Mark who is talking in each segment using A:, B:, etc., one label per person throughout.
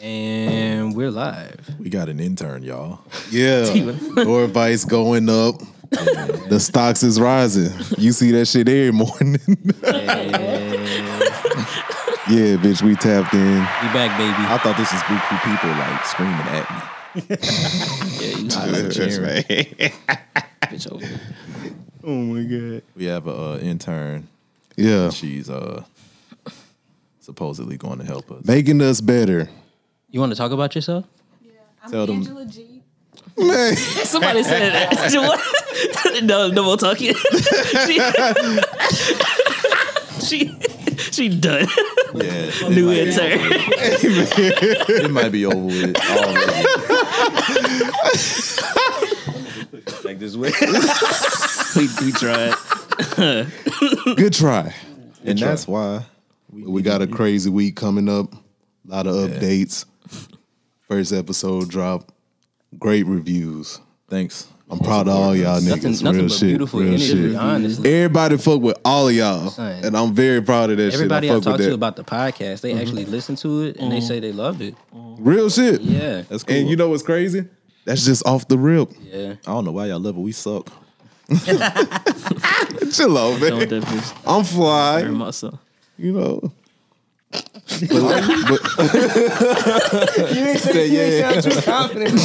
A: And we're live.
B: We got an intern, y'all.
C: Yeah. Door price going up. the stocks is rising. You see that shit every morning. yeah, bitch, we tapped in.
A: We back, baby.
B: I thought this was Buku people like screaming at me.
A: Yeah, you hot like Jerry. Bitch over here.
D: Oh my god.
B: We have a uh, intern.
C: Yeah.
B: She's uh supposedly going to help us.
C: Making us better.
A: You want to talk about yourself?
E: I'm
B: Tell them-
E: Angela G.
C: Man,
F: Somebody said that. no, no more talking. she, she, she done.
B: Yeah,
F: New
B: it, might,
F: intern.
B: it might be over with already.
D: Like this way.
F: we, we tried.
C: good try.
B: and that's why
C: We got a crazy week coming up. A lot of updates. First episode drop. Great reviews.
B: thanks.
C: I'm proud of all y'all niggas.
A: Nothing, nothing
C: real
A: but
C: shit.
A: beautiful
C: real
A: energy,
C: shit.
A: honestly.
C: Everybody fuck with all of y'all,
A: Son.
C: and I'm very proud of that
A: Everybody
C: shit.
A: I
C: I fuck
A: talk
C: with
A: to
C: that.
A: about the podcast,
F: Mm-hmm.
A: they actually listen to it and they say they love it.
C: real shit.
A: Yeah.
B: That's cool.
C: And you know what's crazy? That's just off the rip.
A: Yeah.
B: I don't know why y'all love it. We suck.
C: Chill out,
F: Don't
C: man.
F: that bitch
C: I'm fly,
F: burn myself.
C: you know. but, but
B: Yeah, yeah.
D: confident.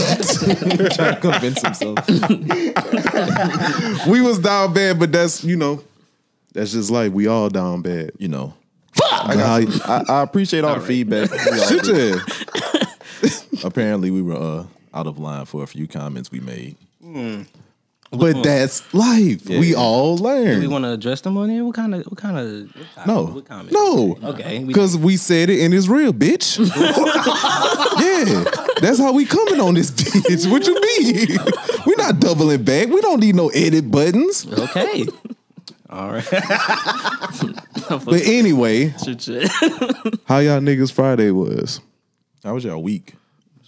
B: Trying to convince himself.
C: we was down bad, but that's you know, that's just life. We all down bad.
B: You know.
C: But how you-
B: I, I appreciate all, the feedback. We all
C: Shit,
B: do.
C: yeah.
B: Apparently, we were uh, out of line for a few comments we made.
C: But that's life. We all
A: Hmm. We
C: learn.
A: want to address them on here. What kind of? What kind of? what topic,
C: No,
A: What comment?
C: no,
A: Okay. We,
C: because we said it and it's real, bitch. yeah, that's how we coming on this bitch. What you mean? We're not doubling back. We don't need no edit buttons.
A: okay. All right.
C: But anyway,
F: Shit, shit.
C: how y'all niggas Friday was?
B: How was y'all week?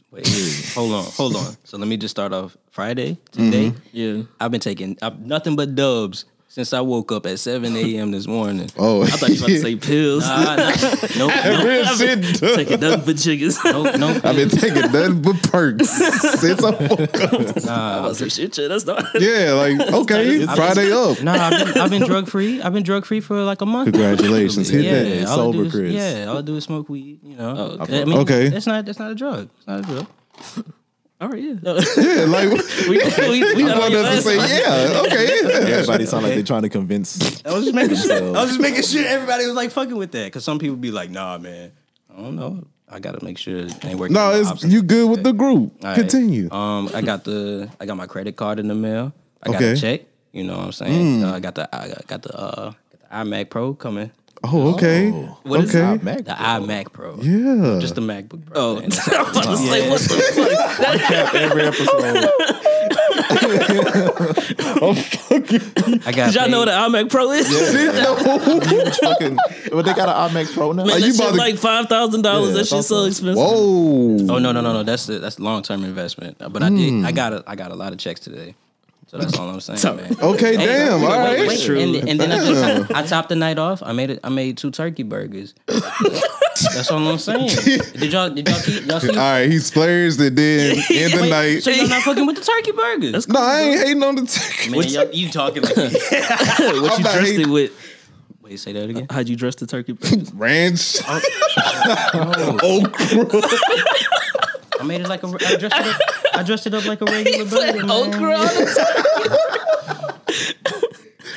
A: Wait, hold on. Hold on. So let me just start off. Friday today.
C: Mm-hmm.
F: yeah.
A: I've been taking I've, nothing but dubs since I woke up at 7 a.m. this morning.
C: Oh,
F: I thought you were about to say pills.
A: Nah, nah, nope, nope,
C: real shit. dog.
F: Taking nothing but chickens.
A: nope, nope.
C: I've been taking nothing but perks since I woke up.
F: I was like, shit, shit, that's not.
C: Yeah, like okay, Friday up.
A: Nah, I've been, I've been drug free. I've been drug free for like a month.
C: Congratulations, hit
A: Yeah,
C: that.
A: all I do
B: sober,
A: is,
B: Chris.
A: yeah, all I do is smoke weed. You know,
F: Oh, okay.
A: I mean,
C: Okay.
A: That's not that's not a drug. It's not a drug.
F: All right, yeah.
C: Yeah, like
F: we, we, we
C: I
F: not on your
C: wanted to
F: ass.
C: say, yeah, okay. Oh.
B: Everybody sound like they're trying to convince.
A: I was just making shit.
B: I was
A: just making shit. Everybody was like fucking with that because some people be like, nah, man. I don't know. I gotta make sure it ain't working.
C: No,
A: on my
C: it's
A: options.
C: you good with the group.
A: All right.
C: Continue.
A: Um, I got the I got my credit card in the mail. I got a
C: Okay. Mm.
A: check. You know what I'm saying? Uh, I got the I got the uh got the iMac Pro coming.
C: Oh, okay.
A: What is
C: okay.
B: Mac,
A: The iMac Pro.
C: Yeah.
A: Just the MacBook Pro.
F: Oh, I was about to say, what the
B: every episode.
A: I got
F: Did y'all know what an iMac Pro is?
B: fucking, but they got an iMac Pro now.
F: Man,
C: Are
F: that
C: you
F: shit
C: about to-
F: like five thousand dollars.
B: Yeah,
F: That shit's so
B: something.
F: expensive.
C: Whoa.
A: Oh no no no no that's the, that's long term investment. Uh, But I did
C: Mm.
A: I got a, I got a lot of checks today. So that's all I'm saying,
F: Sorry.
A: man.
C: Okay, oh, damn. All
A: Wait,
C: right.
A: wait, And, and then I, just, I topped the night off. I made it. I made two turkey burgers. That's all I'm saying. Did y'all? Did y'all? See, y'all see?
C: All right, he splurged it then in the
A: Wait,
C: night.
A: So y'all not fucking with the turkey burgers?
C: No, I ain't hating on the ticket.
A: Man, y'all, you talking like
F: what
C: I'm
F: you
C: not
F: dressed it
C: hating.
F: with?
A: Wait, say that again.
F: How'd you dress the turkey? burgers?
C: Ranch. Oh, crud.
A: I made it like a. I dressed it up. I dressed it up like a regular burger. Man.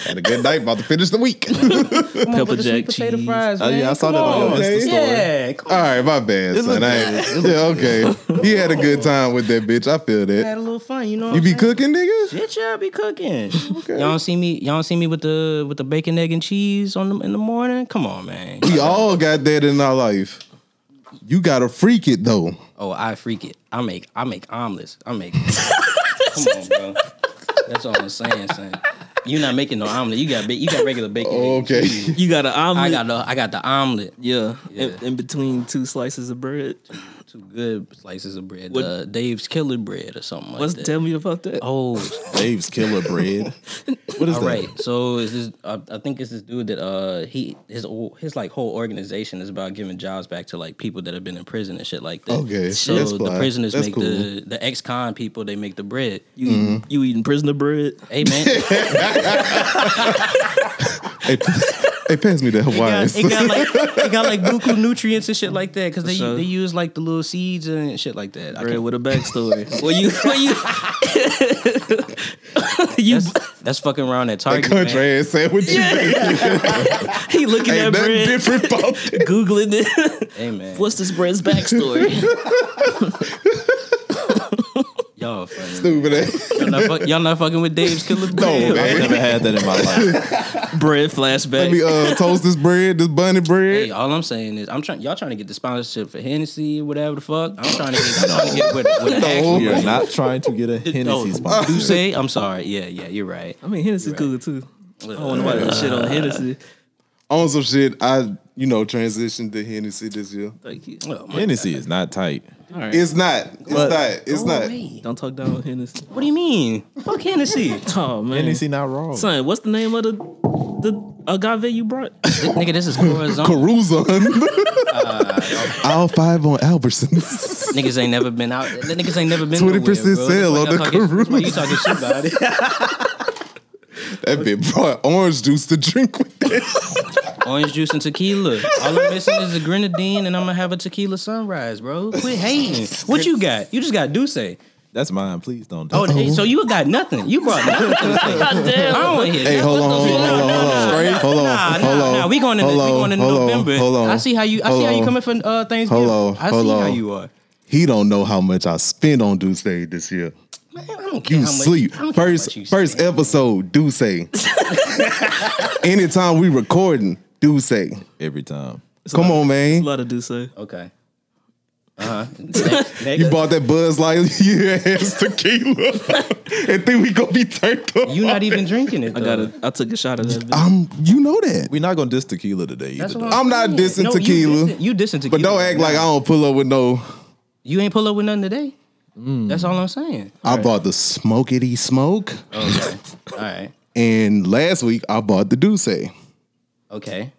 C: Had a good night. About to finish the week. All
F: Pepper
A: The sweet
F: jack
A: potato
F: cheese.
A: fries.
B: Uh,
A: man.
B: yeah, I saw
A: Come
B: that on your
A: on.
B: Insta
C: okay.
B: story.
A: Oh, Yeah, come on.
C: right, my bad, son. I ain't, yeah, okay. He had a good time with that bitch. I feel
A: Had a
C: that.
A: little fun, you Oh, know. what
C: You
A: I'm
C: be
A: saying?
C: cooking, nigga?
A: Bitch, y'all be cooking. Y'all don't see me. Y'all don't see me with the with the bacon, egg, and cheese on the, in the morning. Come on, man.
C: We all got that in our life. You gotta freak it though.
A: Oh, I freak it. I make I make omelets. I make. Come on, bro. That's all I'm saying, son. You're not making no omelet. You got ba- you got regular bacon. egg, and cheese.
C: Okay.
F: You got an omelet.
A: I got the I got the omelet.
F: yeah, In, in between two slices of bread.
A: two good slices of bread.
F: What-
A: uh, Dave's Killer Bread or something like
F: What's
A: that.
F: tell me about that?
A: oh,
B: Dave's killer bread. What is
A: All
B: that?
A: right, so is this? I, I think it's this dude that uh he his o- his like whole organization is about giving jobs back to like people that have been in prison and shit like that.
C: Okay,
A: so
C: that's
A: the
C: fine.
A: prisoners
C: That's
A: make the the ex con people they make the bread.
F: You eating, you eating prisoner bread?
A: Hey man,
C: Hey, hey, pass me that Hawaiian.
A: it got like it got like buku nutrients and shit like that because they
F: sure.
A: they use like the little seeds and shit like that. I
F: Bread
A: can't,
F: with a backstory. well, you, well, you, you.
A: that's fucking around at Target. man.
C: Country ass sandwich.
F: he looking
C: Ain't
F: at
C: nothing
F: bread,
C: different about that.
F: googling it.
A: Hey man,
F: What's this bread's backstory?
A: y'all funny.
C: Stupid ass.
A: Y'all not, fuck, y'all not fucking with Dave's Killer Bread.
C: No,
B: I've
C: man.
B: never had that in my life.
F: bread flashback.
C: Let me uh, toast this bread, this bunny bread.
A: Hey, all I'm saying is I'm trying. Y'all trying to get the sponsorship for Hennessy, whatever the fuck. I'm trying to get. I'm trying to get with, with an actual
B: We are not trying to get a Hennessy sponsor.
A: Say, I'm sorry. Yeah, yeah, you're right.
F: I mean, Hennessy's cool too. I don't want nobody to shit on Hennessy.
C: On some shit, I you know transitioned to Hennessy this year.
F: Thank you.
A: Well, my-
B: Hennessy is not tight.
F: All right.
C: It's not. It's not. It's not.
A: wait.
F: Don't talk down on Hennessy.
A: What do you mean? Fuck Hennessy.
F: Oh man,
B: Hennessy not wrong.
F: son, what's the name of the the agave you brought?
A: Nigga, this is Corazon.
C: Caruso. All five on Albertsons.
A: Niggas ain't never been out. The niggas ain't never been
C: 20%
A: nowhere, bro.
C: sale
A: Why
C: on
A: y'all
C: the
A: talking-
C: Caruso.
A: Why you talking shit about it?
C: That bitch brought orange juice to drink with that.
A: Orange juice and tequila. All I'm missing is a grenadine, and I'm gonna have a tequila sunrise, bro. Quit hating. What you got? You just got Duce.
B: That's mine. Please don't. do
A: Oh,
B: that.
A: hey, so you got nothing. You brought nothing. to the table. I
F: Damn.
A: don't want to hear
C: Hey,
A: that.
C: hold on, hold on, hold on, hold on, hold on,
A: Nah, nah,
C: hold on.
A: nah. We going in.
C: hold
A: we going in
C: on, hold on,
A: November.
C: Hold on.
A: I see how you. I
C: hold
A: see how you
C: on.
A: coming for uh, Thanksgiving.
C: Hold on,
A: I see
C: hold
A: how
C: on.
A: you are.
C: He don't know how much I spent on Duce this year.
A: Man, I don't care
C: You
A: how much-
C: sleep.
A: I don't care how much
C: First,
A: you
C: first
A: spend.
C: episode, Duce. Anytime we recording, Duce.
B: Every time.
C: Come on,
F: A
C: man.
F: lot of do say.
A: Okay. Uh huh.
C: You bought that Buzz Light your ass tequila, and then we gonna be turned up.
A: You not even drinking it.
F: I
A: though.
F: got it. I took a shot of that. bitch.
C: I'm. You know that.
B: We're not gonna diss tequila today. Either,
A: That's
B: though.
A: what
C: I'm not
A: saying.
C: dissing
A: No,
C: tequila.
A: You dissing, you dissing tequila,
C: But don't act like I don't pull up with no.
A: you ain't pull up with nothing today.
F: Mm.
A: That's all I'm saying.
C: I bought the smokity smoke,
A: Okay. all right.
C: and last week I bought the Duce.
A: Okay.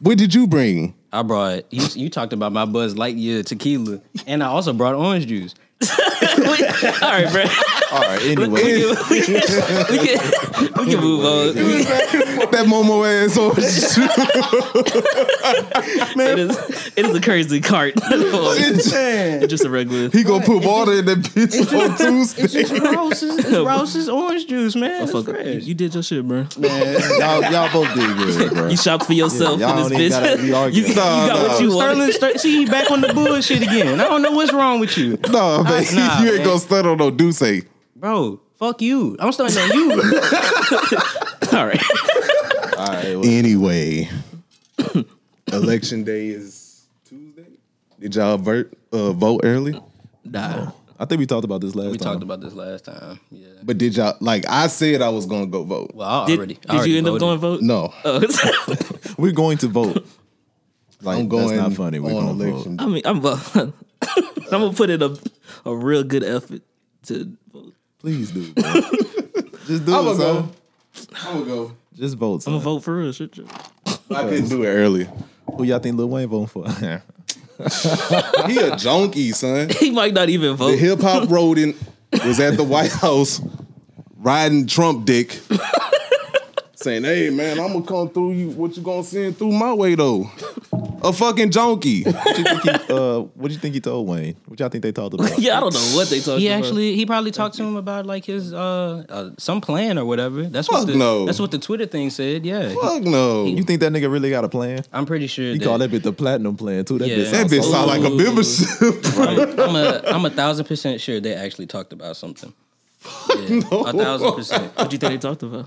C: What did you bring?
A: I brought you. You talked about my Buzz Lightyear tequila, and I also brought orange juice.
F: All right, bro.
B: All right. Anyway,
F: we, can, we, can, we can move on.
C: that Momo ass orange
F: It is, it is a crazy cart. it's
C: juice.
F: Oh, just a regular.
C: He gonna put water in that bitch on Tuesday.
A: It's Rouse's, it's Rouse's orange juice, man. It's
F: Fuck, you,
A: fresh.
F: you did your shit, bro.
B: y'all, y'all both did good, bro.
F: You shopped for yourself
B: y'all
F: in
B: don't
F: this
B: even gotta
F: bitch.
B: be
F: you,
B: arguing.
F: you got
C: Nah,
F: what
C: nah.
F: you
A: Sterling,
F: wanted.
A: Ster- see you back on the bullshit again. I don't know what's wrong with you,
C: No, man,
A: nah,
C: you ain't
A: man.
C: gonna stunt on no Duce.
A: bro. Fuck you. I'm starting on you.
F: All right.
B: All right. Well,
C: Anyway, election day is Tuesday. Did y'all vote uh, vote early?
A: Nah,
B: I think we talked about this last
A: we
B: time.
A: talked about this last time. Yeah.
C: But did y'all like? I said I was gonna go vote.
A: Well, I
F: Did,
A: already. I
F: did you
A: already
F: end
A: voted.
F: up going vote?
C: No,
B: uh,
F: Oh,
B: We're going to vote. Like
C: I'm going.
B: that's not funny. We're
C: on
B: going to vote.
C: election.
F: I mean, I'm. Uh, I'm gonna put in a a real good effort to. vote.
B: Please do. Bro. Just do
C: I'm
B: it.
C: gonna
B: Son.
C: go. I'm gonna go.
B: Just vote.
F: I'm
B: Son.
F: gonna vote for real. Shit, shit.
C: I couldn't do it early.
B: Who y'all think Lil Wayne voting for?
C: He a junkie, son.
F: He might not even
C: The
F: vote.
C: hip hop rodent was at the White House riding Trump dick, saying, "Hey man, I'm gonna come through you. What you gonna send through my way though? A fucking junkie."
B: what you think he, uh, what do you think he told Wayne? What y'all think they talked about?
F: yeah, I don't know what they talking
A: He
F: about.
A: actually he probably talked to him about like his uh, uh some plan or whatever. That's what
C: Fuck
A: the,
C: no.
A: that's what the Twitter thing said. Yeah,
C: Fuck no.
B: You think that nigga really got a plan?
A: I'm pretty sure
B: He
A: that,
B: called that bitch the platinum plan too. That
A: Yeah.
B: bitch.
C: that
B: sounds
C: bitch
B: so-
C: sound like a membership.
A: I'm, I'm a I'm a thousand percent sure they actually talked about something. Yeah, A thousand percent.
F: What you think they talked about?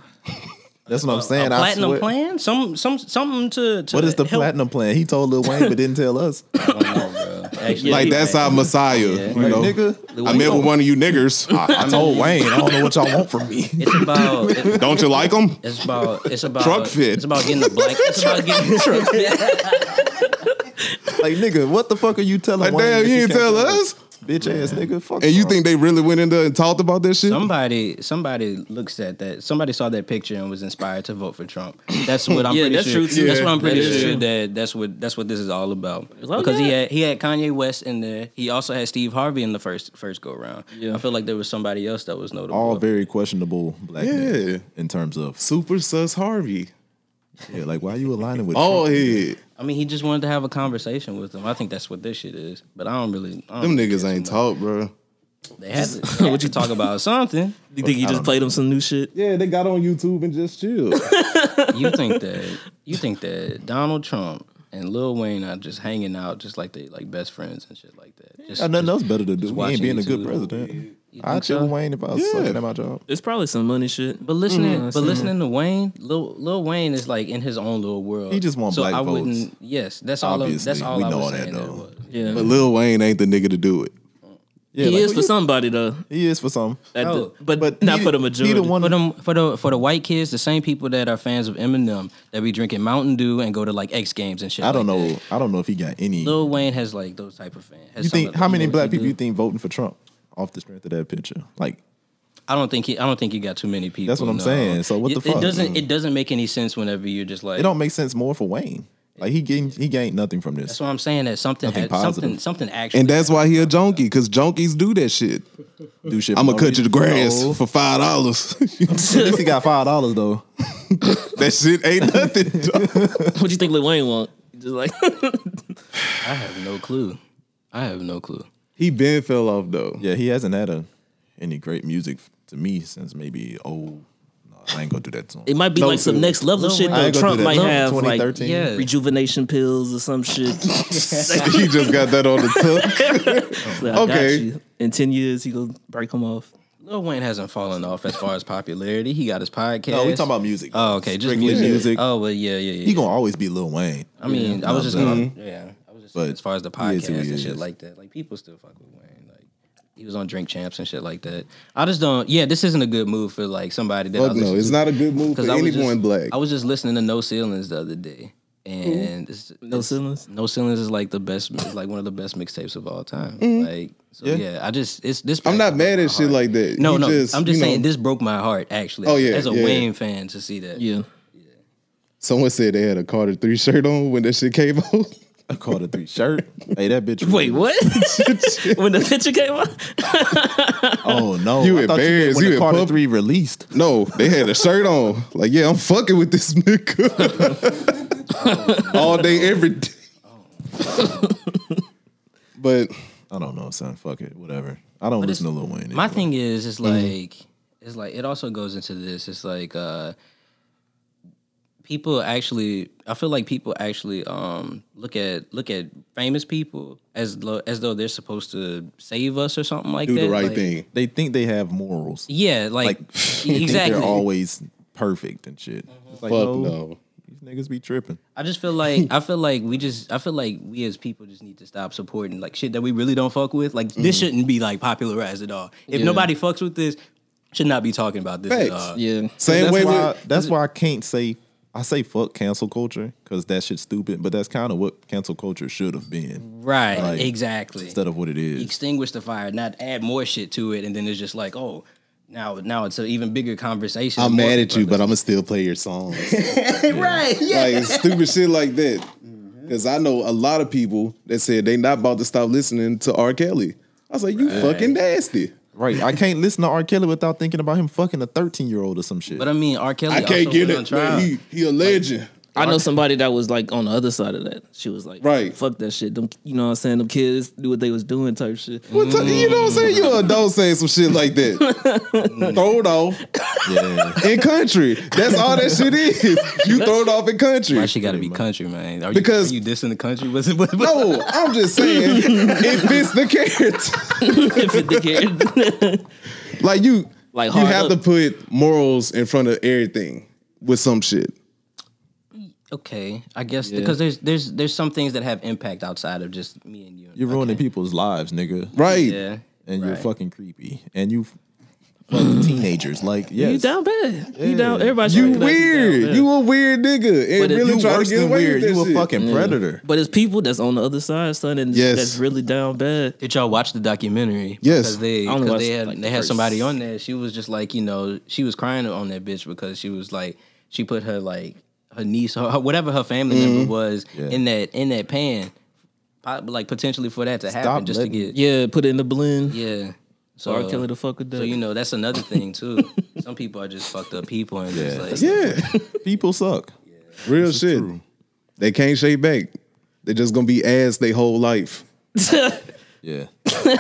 B: That's what I'm saying.
A: A platinum
B: I swear.
A: plan? Some some something to, to
B: What is the
A: help-
B: platinum plan? He told Lil Wayne, but didn't tell us.
A: I don't know, bro. Actually,
C: like that's our messiah. You
B: Like,
C: know,
B: nigga,
C: I met with one of you niggers.
B: I, I told Wayne. I don't know what y'all want from me.
A: It's about it-
C: Don't you like them?
A: it's about it's about
C: Truck fit.
A: It's about getting the black. It's about getting truck fit.
B: Like nigga, what the fuck are you telling?
C: Like,
B: Wayne
C: damn,
B: that
C: you ain't
B: can't
C: tell
B: fuck with?
C: us.
B: bitch ass nigga. Fuck.
C: And you
B: y'all.
C: think they really went in there and talked about this shit?
A: Somebody, somebody looks at that. Somebody saw that picture and was inspired to vote for Trump. That's what I'm
F: Yeah,
A: pretty
F: that's
A: sure.
F: true, too.
A: That's what I'm
F: Yeah.
A: pretty
F: That is
A: sure
F: true.
A: that that's what that's what this is all about.
F: like,
A: because he
F: yeah.
A: had he had Kanye West in there. He also had Steve Harvey in the first first go round.
F: Yeah.
A: I feel like there was somebody else that was notable.
B: all very questionable black men
C: Yeah.
B: in terms of
C: Super sus Harvey.
B: yeah, like why you aligning with
C: Oh,
B: Trump?
C: head.
A: I mean, he just wanted to have a conversation with them. I think that's what this shit is. But I don't really. I don't
C: Them
A: really
C: niggas
A: care
C: ain't
A: so much.
C: talk, bro.
A: They had to, they had to talk about something.
F: You think you just played him some new shit?
C: Yeah, they got on YouTube and just chill.
A: You think that you think that Donald Trump and Lil Wayne are just hanging out, just like they like best friends and shit like that. Just,
B: Got nothing else better to do.
A: Just
B: We ain't
A: watching
B: being a
A: YouTube.
B: good president.
A: You
B: I'd
A: think
B: chill
A: so?
B: with Wayne if I was
C: Yeah.
B: sucking at my job.
F: It's probably some money shit.
A: But listening,
B: Mm-hmm.
F: I
A: but
F: see.
A: listening to Wayne, Lil, Lil Wayne is like in his own little world.
B: He just want black
A: I
B: votes.
A: wouldn't. Yes, that's all. I, that's
B: Obviously,
A: all
B: we
A: I
B: know
A: was
B: all that,
A: saying. That
B: though.
A: was.
F: Yeah,
C: but Lil Wayne ain't the nigga to do it.
B: Yeah,
F: he
B: like,
F: is
B: well,
F: for somebody though.
B: He is for some.
F: At the-
A: Oh,
F: but
B: But
F: not
B: he-
F: for the
B: He
F: majority.
B: the one.
A: For them, for the for the white kids, the same people that are fans of Eminem that be drinking Mountain Dew and go to like X Games and shit.
B: I don't
A: like
B: know.
A: that.
B: I don't know if he got any.
A: Lil Wayne has like those type of fans. Has
B: you
A: some
B: think
A: of those.
B: how many
A: You know
B: black
A: what he
B: people
A: do?
B: you think voting for Trump off the strength of that picture? Like
A: I don't think he. I don't think you got too many people.
B: That's what I'm
A: no.
B: saying. So what
A: It-
B: the fuck?
A: It doesn't. It doesn't make any sense whenever you're just like.
B: it don't make sense more for Wayne. Like he gained he gained nothing from
A: that's
B: this.
A: what I'm saying. That something.
B: Nothing
A: Had, something.
B: positive.
A: Something actually.
C: And that's why he a junkie, because junkies do that shit.
B: Do shit.
C: I'm
B: for
C: gonna
B: no
C: cut you the
B: reason.
C: grass
B: No.
C: for five dollars. that
B: At least he got five dollars though.
C: shit ain't nothing. dog.
F: what do you think Lil Wayne want? Just like
A: I have no clue. I have no clue.
C: he been fell off though.
B: Yeah, he hasn't had a any great music to me since maybe oh no, I ain't gonna do that to him.
F: it might be
C: No,
F: like some
C: sir.
F: next level
A: Lil
F: shit
A: Wayne- I
F: though.
B: ain't gonna
F: Trump
B: do that.
F: might
B: Lil-
F: have like
B: 2013.
A: Yeah.
F: rejuvenation pills or some shit.
C: he just got that on the tuck.
F: Like, I
C: Okay.
F: Got you. In ten years, he gonna break him off.
A: Lil Wayne hasn't fallen off as far as popularity. He got his podcast.
B: No, we talking about music.
A: Oh, okay, just
B: Strictly
A: music.
B: music.
A: Oh, well, yeah, yeah, yeah.
B: He gonna always be Lil Wayne.
A: I mean, I was just
B: no,
A: gonna,
C: Mm-hmm.
A: yeah, I was just
B: But
A: as far as the
B: he is
A: podcast
B: who he
A: and shit
B: is.
A: like that. Like people still fuck with Wayne. Like he was on Drink Champs and shit like that. I just don't. Yeah, this isn't a good move for like somebody that. I
C: Fuck no,
A: listen
C: it's
A: to.
C: not a good move for
A: I was
C: anyone
A: just,
C: black.
A: I was just listening to No Ceilings the other day, and it's,
F: No
A: it's-
F: ceilings.
A: No Ceilings is like the best, is like one of the best mixtapes of all time. Like, so yeah.
B: Yeah.
A: I just it's this.
C: Mm-hmm. I'm not
A: broke
C: mad
A: my
C: at shit
A: heart.
C: like that.
A: No,
C: You
A: no,
C: just,
A: I'm just
C: you know,
A: saying this broke my heart actually.
C: Oh, yeah,
A: as a
C: yeah, yeah.
A: Wayne fan to see that.
F: Yeah.
C: Someone said they had a Carter Three shirt on when that shit came out.
B: I called a three shirt. Hey, that bitch.
F: Wait, what? when the picture came out,
B: Oh no,
C: You
B: I thought
C: embarrassed.
B: You, meant when
C: You
B: the
C: in
B: Carter
C: pub-
B: three released.
C: no, they had a shirt on. Like, yeah, I'm fucking with this nigga all day, every day. but
B: I don't know, son. Fuck it, whatever. I don't listen to Lil Wayne.
A: My
B: anyway.
A: thing is, it's like, it's like it also goes into this. It's like uh people actually. I feel like people actually um look at look at famous people as lo- as though they're supposed to save us or something like
C: do
A: that.
C: the right
A: Like,
C: thing.
B: they think they have morals.
A: Yeah, like,
B: Like, they think
A: exactly.
B: They're always perfect and shit. It's like,
C: Fuck
B: no,
C: no.
B: these niggas be tripping.
A: I just feel like I feel like we just I feel like we as people just need to stop supporting like shit that we really don't fuck with. Like this shouldn't be like popularized at all. If
F: Yeah.
A: nobody fucks with this, should not be talking about this at
C: Facts.
A: all.
F: yeah.
C: Same
B: that's
C: way
B: why,
C: with
B: that's why I can't say I say fuck cancel culture because that shit's stupid. But that's kind of what cancel culture should have been
A: Right,
B: Like,
A: exactly.
B: instead of what it is.
A: extinguish the fire, not add more shit to it, and then it's just like, oh, now now it's an even bigger conversation.
C: I'm
A: More
C: mad at
A: people
C: you,
A: are
C: but I'm gonna still play your songs.
A: right, yeah. Mm-hmm.
C: like stupid shit like that. Because I know a lot of people that said they not about to stop listening to R. Kelly. I was like, you fucking nasty.
B: Right. I can't listen to R. Kelly without thinking about him fucking a 13 year old or some shit.
A: But I mean, R. Kelly.
C: I can't
A: also
C: get
A: went on
C: it.
A: trial.
C: Man, he he a legend.
F: I know somebody that was like on the other side of that. She was like,
C: Right.
F: fuck that shit. Them, you know what I'm saying? Them kids do what they was doing type shit.
C: What t- you know what I'm saying? You an adult saying some shit like that. throw it off
B: yeah.
C: in country. That's all that shit is. You throw it off in country.
A: Why she got to be country, man? Are
C: Because-
A: you, are you dissing the country? Was it? Was,
C: No, I'm just saying it fits the character.
F: If it- they can-
C: Like you,
F: Like
C: you
F: hard
C: have
F: up.
C: to put morals in front of everything with some shit.
A: okay, I guess because there's there's there's some things that have impact outside of just me and you.
B: You're ruining people's lives, nigga.
C: Right.
A: Yeah.
B: And you're
A: Right.
B: fucking creepy. And you fuck teenagers. Like, yes.
F: You down bad. You down. Everybody. should
C: You
F: recognize down
C: weird.
F: bad.
C: You a weird nigga. And
F: But if
C: really
B: You
C: trying
B: worse
C: to get
B: than
C: away
B: weird.
C: with this
B: You a
C: shit.
B: fucking predator.
F: But it's people that's on the other side, son, and
C: Yes.
F: that's really down bad.
A: Did y'all watch the documentary?
C: Yes.
A: because they,
F: I only
A: 'cause
F: watched,
A: they had
F: like,
A: they
F: the
A: had
F: first-
A: somebody on there. She was just like you know she was crying on that bitch because she was like she put her like her niece her, her- whatever her family
C: Mm-hmm.
A: member was in that in that pan, po- like potentially for that to happen just
B: letting-
A: to get
F: Yeah, put it in the blend. Yeah.
A: yeah. So
F: R. Kelly the fuck with that.
A: So you know that's another thing too. Some people are just fucked up people and just like
C: Yeah.
B: People suck.
C: Real shit. They can't shave back. They just gonna be ass they whole life.
B: Yeah.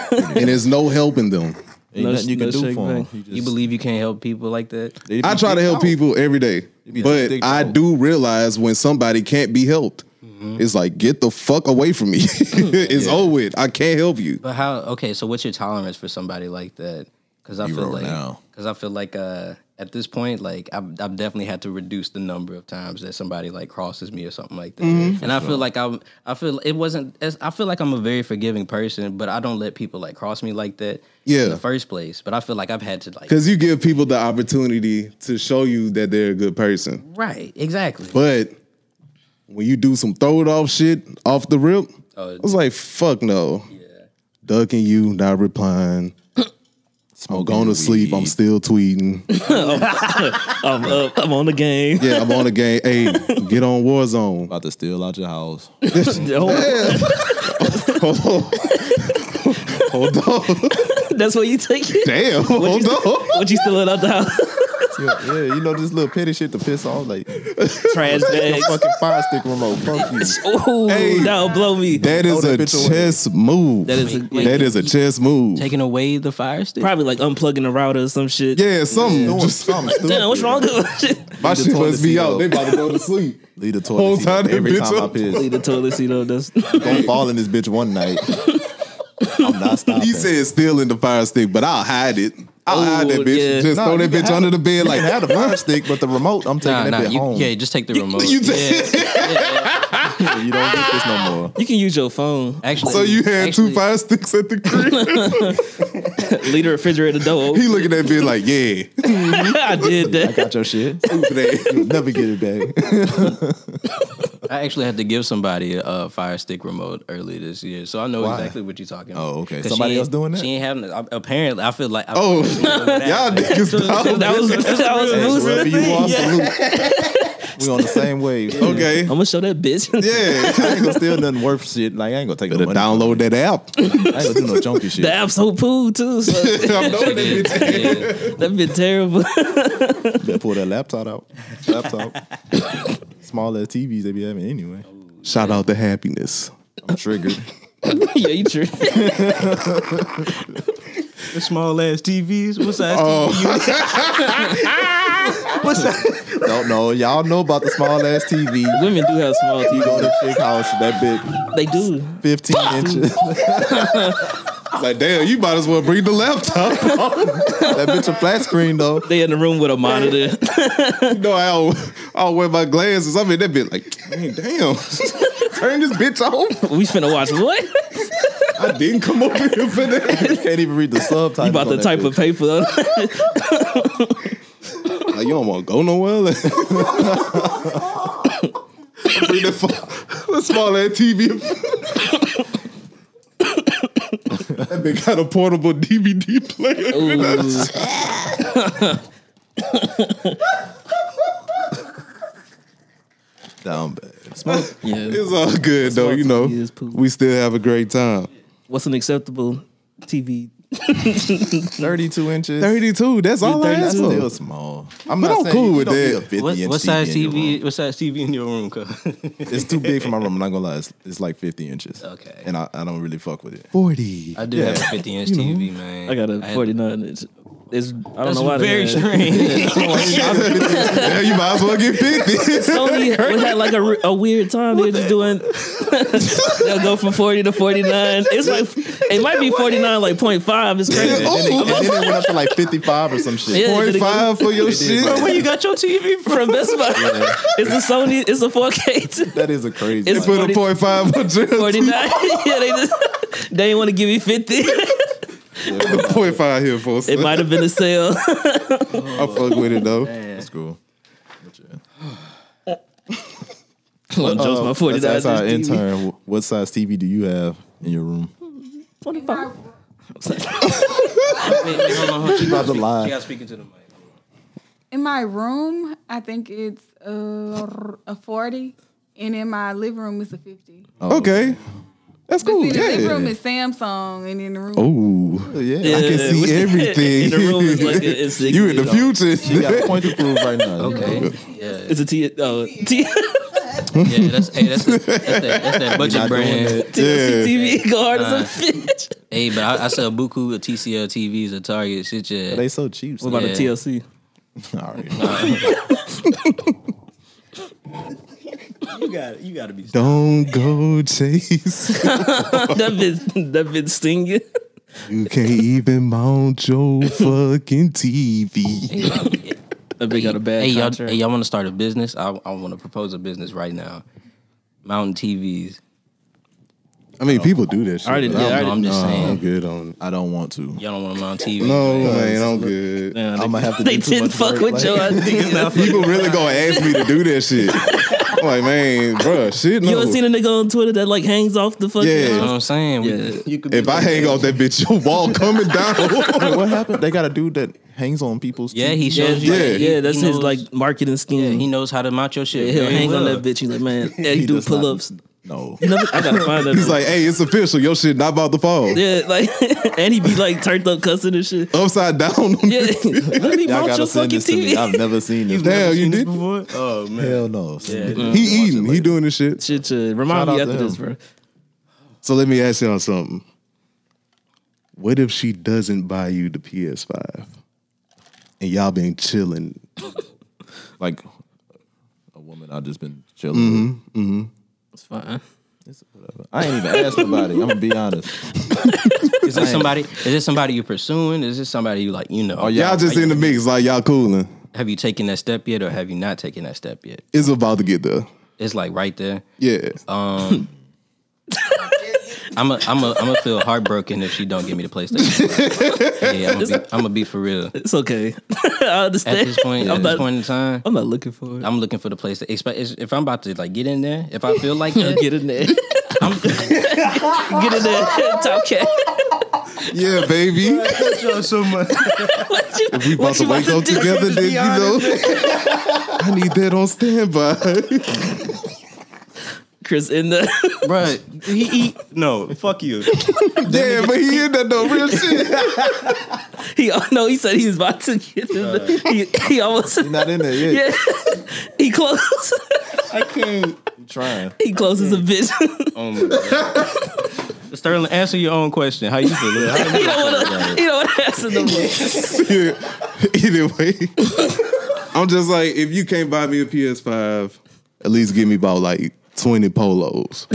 C: and there's no helping them.
B: Ain't
F: No-
B: nothing you can
F: no
B: do
F: shake
B: for them.
F: back.
A: you believe you can't help people like that.
C: I try to help people every day,
B: be
C: but
B: dick
C: I
B: out.
C: do realize when somebody can't be helped,
A: Mm-hmm.
C: it's like get the fuck away from me. it's over with. I can't help you.
A: But how? Okay, so what's your tolerance for somebody like that? Because I feel
B: Zero
A: like
B: now.
A: because I feel like uh, at this point, like I've, I've definitely had to reduce the number of times that somebody like crosses me or something like that. And I feel like I'm I feel it wasn't as I feel like I'm a very forgiving person, but I don't let people like cross me like that.
C: Yeah.
A: in the first place. But I feel like I've had to like
C: Because you give people the opportunity to show you that they're a good person.
A: right exactly.
C: But when you do some throw it off shit off the rip,
A: Oh,
C: I was like, fuck no. Ducking you, not replying. I'm going to sleep. I'm still tweeting.
F: I'm up. I'm on the game.
C: Yeah, I'm on the game. Hey, get on Warzone.
B: about to steal out your house.
F: Oh,
C: Hold on.
F: that's what you take it.
C: Damn. Hold on.
F: What you still out the house?
B: yeah, yeah, you know this little petty shit to piss off. Like
F: Trash bags.
B: fucking fire stick remote. Fuck you.
F: Ooh,
C: Hey.
F: that'll Oh, blow me.
C: That
B: Throw
C: is
B: that
C: a
B: bitch away.
C: chess move.
F: That is a-
C: that is a chess move.
A: Taking away the fire stick.
F: Probably like unplugging the router or some shit.
C: Yeah, something.
B: Doing
C: Just-
B: something stupid.
F: Damn, what's wrong with shit?
C: my
B: the
C: shit must
B: toilet
C: be
B: seat
C: out.
B: up.
C: They about to go to sleep.
B: Leave the
C: Whole
B: toilet seat
C: time
B: up
C: that
B: every
C: bitch
B: time I
C: up.
B: piss.
F: Leave the toilet seat up. That's
B: Gonna fall in this bitch one night. I'm not stopping.
C: He said stealing the fire stick, but I'll hide it. I'll
F: Oh,
C: hide that bitch.
F: yeah.
C: Just
B: Nah,
C: throw
B: you
C: that
B: can
C: bitch
B: have
C: under the bed
B: I
C: like
B: had a fire stick, but the remote, I'm taking
A: Nah,
B: that
A: nah,
B: bit
A: you,
B: home.
A: yeah, just take the remote.
C: you ta-
B: You don't get this no more.
F: you can use your phone.
A: Actually,
C: So you had
A: actually,
C: two fire sticks at the crib.
F: Leave the refrigerator door.
C: he looking at me like, yeah,
F: open. I did
B: I
F: that.
B: got your shit.
C: that.
B: You'll never get it back.
A: I actually had to give somebody a, uh Fire Stick remote early this year, so I know
B: Why?
A: exactly what you're talking about.
B: Oh, okay.
A: 'Cause she
B: Somebody
A: ain't-
B: else doing that?
A: She ain't having it. I- apparently, I feel like I
C: Oh, y'all
A: y'all
C: niggas down.
F: That was that was
B: Wherever
F: boosting.
B: you are, salute. We on the same wave.
C: Okay,
F: I'm gonna show that bitch.
C: yeah.
B: I ain't gonna steal nothing worth shit. Like I ain't gonna take
C: Better
B: no money.
C: download that app.
B: I ain't gonna do no junky shit.
F: The app's so poo too. So
C: I'm knowing that bitch.
F: that been terrible.
B: Better pull that laptop out. Laptop. Small ass TVs they be having anyway.
C: Shout out to happiness.
B: I'm triggered.
F: yeah, you tripping.
A: small ass TVs. What's that?
B: Oh, Don't know. Y'all know about the small ass TV.
F: Women do have small
B: Go
F: TVs.
B: to chick house. That big
F: They do.
B: 15 inches.
C: It's like, damn, you might as well bring the laptop.
B: that bitch a flat screen though.
F: They in the room with a monitor.
C: You know, I don't, I don't wear my glasses. I'm in that bit like, man, damn. Turn this bitch off.
F: we finna watch what?
C: I didn't come over here for that.
B: You can't even read the subtitles.
F: You about
B: on
F: to
B: that
F: type
B: bitch.
F: a paper?
C: Like, you don't want to go nowhere. Like, bring the, fu- the small ass TV. that bitch got a portable DVD player.
B: down bad. Smoke.
F: yeah.
C: It's all good though, you know.
F: TV is poop.
C: We still have a great time.
F: What's an acceptable TV?
B: 32 inches.
C: 32, that's all I
B: That's
C: asked for.
B: still small. I'm
C: But I'm cool
B: you
C: with
B: don't need
C: that.
B: a 50
A: What,
B: inch
A: what size
B: in your room.
A: TV? What size TV in your room? cuz?
B: It's too big for my room. I'm not gonna lie. It's, it's like 50 inches.
A: Okay.
B: And I, I don't really fuck with it.
C: 40.
A: I do have a 50 inch TV, man.
F: I got a
A: had-
F: 49. It's, it's I don't
A: That's
F: know why
A: very
F: they had-
A: strange.
C: yeah, you might as well get 50.
F: Sony was at like a, re- a weird time. They're just doing. they'll go from forty to forty nine. It's like it might be forty nine like point five. It's crazy.
B: And then, it, and then it went up to like 55 or some shit.
F: Yeah.
C: 45 for your shit.
A: Where you got your TV from?
F: From Best Buy, it's a Sony. It's a four K.
B: That is a crazy.
F: It's
B: like,
C: Put a point five on Drill's.
F: Forty nine. yeah, they just they didn't want to give me fifty.
C: Point five here for us.
F: It might have been a sale.
C: I fuck with it though.
B: That's cool. But yeah.
F: Lil Joe's my forty
B: That's, that's
F: dollars.
B: our intern. Wh- What size TV do you have in your room?
F: Twenty five.
A: Wait, wait, hold on, hold on. She
B: About to lie.
A: got speaking to the mic.
E: In my room, I think it's a, a 40. And in my living room, it's a 50.
B: Oh,
C: Okay, that's
E: But
C: cool.
E: see, the living
C: Yeah.
E: room is Samsung, and in the room,
C: Oh,
B: Yeah,
C: I
F: Yeah.
C: can see everything.
F: In the room is like a- it's like-
C: you in the future.
B: you got a point to prove right now.
A: Okay.
F: It's a T. Oh, T.
A: Yeah, that's hey, that's that's that, that's that budget
B: Not doing
A: brand.
B: that.
C: Yeah.
F: TV guard is a bitch.
A: Hey, but I, I sell buku of TCL TVs at Target. Shit, yeah.
B: They so cheap.
F: What about
A: Yeah.
F: a TLC?
B: All right.
A: You got you got to be.
C: Don't go chase.
F: that bitch, that bitch singing.
C: You can't even mount your fucking TV.
F: That bitch got a bad
A: Hey, y'all,
F: contract.
A: hey, y'all want to start a business? I I want to propose a business right now. Mountain TVs.
C: I mean, people do that shit.
F: I already-
C: but
F: yeah, I
C: I'm,
A: already-
C: I'm just
A: No.
C: saying. I'm good on.
B: I don't want to.
A: Y'all don't want to mount TVs.
C: No,
A: right?
C: man, I'm good.
F: Yeah, they-
B: I'm gonna have to.
F: they
B: do too
F: didn't
B: much
F: fuck
B: work,
F: with
B: like-
F: your ideas. now.
C: People really gonna ask me to do that shit. I'm like, man, bruh, shit. No.
F: You ever seen a nigga on Twitter that like hangs off the fucking?
C: Yeah.
A: You know what I'm saying? We-
F: Yeah.
A: you could be
C: if I hang off that bitch, your wall coming down.
B: Wait, what happened? They got a dude that hangs on people's.
A: yeah,
B: TV.
A: he shows
F: yeah,
A: you.
C: Yeah.
A: he-
F: yeah, that's
A: he
F: his
A: knows-
F: like marketing scheme.
A: He knows how to mount your shit.
F: He'll
A: very
F: hang on
A: well.
F: that bitch. He's like, man, yeah, he, do
B: does not-
F: pull ups.
B: No.
F: I gotta find that.
C: He's
F: bitch.
C: like, hey, it's official. Your shit not about to fall.
F: yeah, like, and he be like turned up cussing and shit.
C: Upside down. On
F: Yeah,
C: this-
F: let me
B: Y'all
F: mount
B: gotta
F: your
B: send
F: fucking
B: this to me. I've
F: TV.
B: never seen this.
C: Damn, you did.
B: Oh man. Hell no. Send me-
C: He eating. He doing this shit.
F: Shit, shit.
B: Shout
F: Remind
B: out
F: me
B: to
F: after
B: him.
F: this, bro.
C: So let me ask y'all something. What if she doesn't buy you the PS5 and y'all been chilling?
B: Like a woman I've just been chilling. with.
F: It's fine.
B: It's whatever. I ain't even asked nobody. I'm gonna be honest.
A: Is this somebody? Is this somebody you pursuing? Is this somebody you like? You know?
B: y'all
C: Oh, Y'all just in the mix, like y'all cooling.
A: Have you taken that step yet, or have you not taken that step yet?
C: It's about to get there.
A: It's like right there.
C: Yeah.
A: Oh. Um, I'm a, I'm a, I'm gonna feel heartbroken if she don't give me the PlayStation. yeah, I'm gonna be, I'm be for real.
F: It's okay. I understand.
A: At this point, at
F: I'm
A: this
F: not.
A: point in time,
F: I'm not looking for it.
A: I'm looking for the place to expect. If I'm about to like get in there, if I feel like that,
F: Get in there. Get in there. Top cat.
C: yeah, baby.
F: What you-
C: We about
F: what
C: to
F: you
C: wake up
F: do?
C: together, then you know. I need that on standby.
F: Chris in the
A: bro,
D: He eat. No, fuck you.
C: Damn, but he in that though, real shit.
F: he no he said he was about to get in the
C: Uh,
F: he, he almost
B: Not in there yet.
F: yeah he close
D: I can't.
B: I'm trying.
F: he closes a
C: Mm.
F: bitch
A: oh my God. Sterling, answer your own question. How you feel? How
F: he don't want to he don't want to answer the
C: Either way, I'm just like, if you can't buy me a PS5, at least give me about like 20 polos.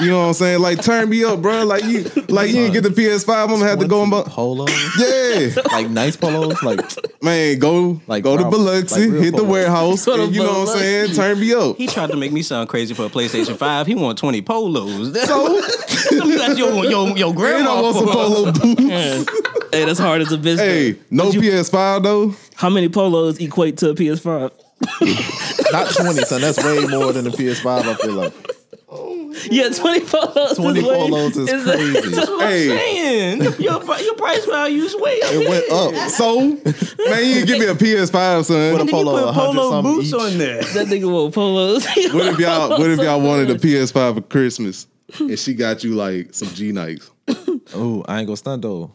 C: you know what I'm saying? Like, turn me up, bro. Like you, like you didn't get the PS5, I'm gonna have to go and buy.
B: polos.
C: Yeah,
B: like nice polos. Like
C: man, go
B: Like,
C: go to
B: bro,
C: Biloxi,
B: like, real
C: hit the
B: polos.
C: warehouse,
F: Go to
C: and you know what I'm
F: Biloxi.
C: saying? Turn me up.
A: he tried to make me sound crazy for a PlayStation Five. He want twenty polos. That's
C: So,
A: that's your your your
C: and I
A: grandma.
C: want some
A: for.
C: polo boots.
F: one hey that's hard as a bitch
C: Hey, no PS5 though.
F: how many polos equate to a PS Five
B: not twenty, son. That's way more than the PS5. I feel like
F: yeah twenty polos is
B: twenty
F: way-
B: polos is
F: a-
B: crazy.
C: Hey,
A: Man, your, pri- your price value is way up.
B: It went up.
C: so man, you didn't give me a PS5, son.
B: Put a polo,
D: Put
B: 100
D: polo
B: something
D: boots
B: each.
D: on there.
F: that nigga want polos
C: What if y'all what if y'all wanted a PS5 for Christmas and she got you like some G Nikes?
B: Oh, I ain't gonna stunt though.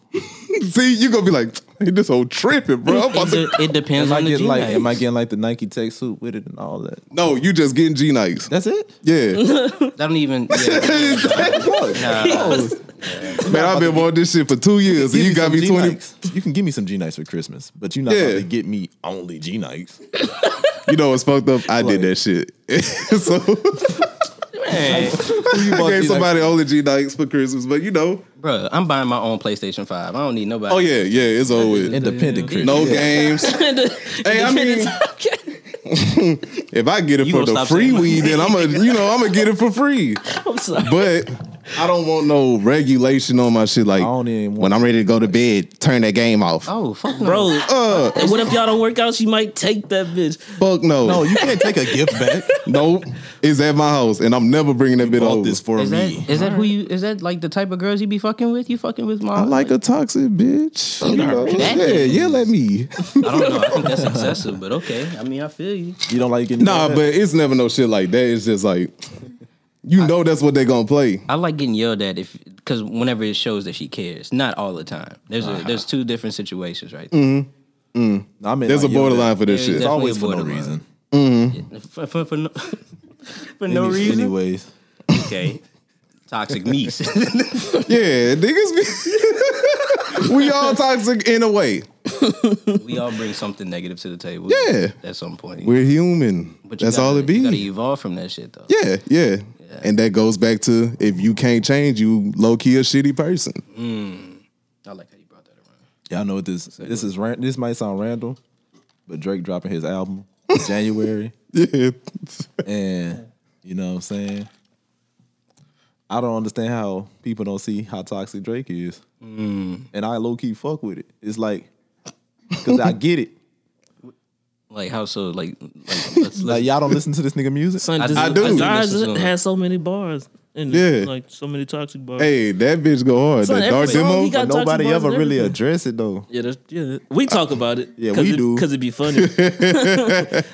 C: See, you gonna be like, hey, this whole tripping, bro. I'm about
A: It,
C: to-
A: de- it depends
B: Am I
A: on the
B: getting
A: G
B: like? Am I getting like the Nike Tech suit with it and all that?
C: No, you just getting G Nikes.
B: That's it.
C: Yeah.
A: I don't even. Yeah, nah.
C: Man, I've been wanting this shit for two years and you got me 20.
B: You can give me some G Nikes for Christmas, but you not
C: Yeah.
B: about to get me only G Nikes.
C: You know what's fucked up? I did that shit. so
A: Hey,
B: You
C: I
B: bought
C: gave
B: G-Nikes.
C: somebody only G Nikes for Christmas, but you know.
A: bro, I'm buying my own PlayStation Five. I don't need nobody.
C: Oh yeah, yeah, it's over with.
B: independent Christmas.
C: No games. Hey, I mean, if I get it
A: You
C: for
A: gonna
C: the
A: stop
C: free
A: saying-
C: weed, then I'm gonna, you know, I'm gonna get it for free.
F: I'm sorry
C: But I don't want no regulation on my shit. Like
B: don't even
C: when
B: want-
C: I'm ready to go to bed, turn that game off.
A: Oh fuck no,
F: Bro, Uh, and what if y'all don't work out? She might take that bitch.
C: Fuck no.
B: No,
C: No,
B: you can't take a gift back.
C: nope. It's at my house, and I'm never bringing that bit
B: Bought
C: over.
B: this for
A: Is that
B: me.
A: is that who you is that like the type of girls you be fucking with? You fucking with
C: I
A: mom?
C: like a toxic bitch.
A: Oh,
C: You know?
A: that
C: Yeah,
A: is-
C: yeah, let me.
A: I don't know. I think that's excessive, but okay. I mean, I feel you.
B: You don't like getting
C: Nah,
B: yelled at?
C: but it's never no shit like that. It's just like you know that's what they gonna play.
A: I like getting yelled at if because whenever it shows that she cares, not all the time. There's a, there's two different situations, right? There.
B: I mean,
C: There's a
B: like, yelled at.
C: borderline for this
A: There is
C: shit.
B: It's always
A: Definitely
B: for
A: a
B: no
A: borderline.
B: reason.
C: Mm.
A: For, for, for no, for no
B: Any-
A: reason.
B: Anyways,
A: Okay. Toxic niece.
C: Yeah, niggas. Be, we all toxic in a way.
A: we all bring something negative to the table.
C: Yeah.
A: At some point.
C: We're human.
A: you
C: That's
A: gotta-
C: all it be.
A: You gotta evolve from that shit though.
C: Yeah, yeah, And that goes back to if you can't change, you low key a shitty person.
A: I like how you brought that around.
B: y'all know what this. This is ran- this might sound random, but Drake dropping his album in January,
C: Yeah.
B: and you know what I'm saying. I don't understand how people don't see how toxic Drake is,
F: Mm.
B: and I low key fuck with it. It's like, cause I get it.
A: Like how so? Like like let's,
B: Like
A: let's
B: y'all don't listen to this nigga music.
F: Son,
A: I
F: just-
A: do.
F: Zaz
A: This is one.
F: has so many bars. And
C: Yeah.
F: Like, so many toxic bars.
C: hey, that bitch go hard.
F: Son,
C: that
F: every
C: dark
F: song
C: demo.
F: he got-
B: But nobody
F: toxic bars
B: ever
F: and
B: really
F: everything.
B: address it though.
F: Yeah, that's, yeah, we talk about it.
B: Yeah,
F: cause
B: we
F: it,
B: do.
F: because it'd be funny.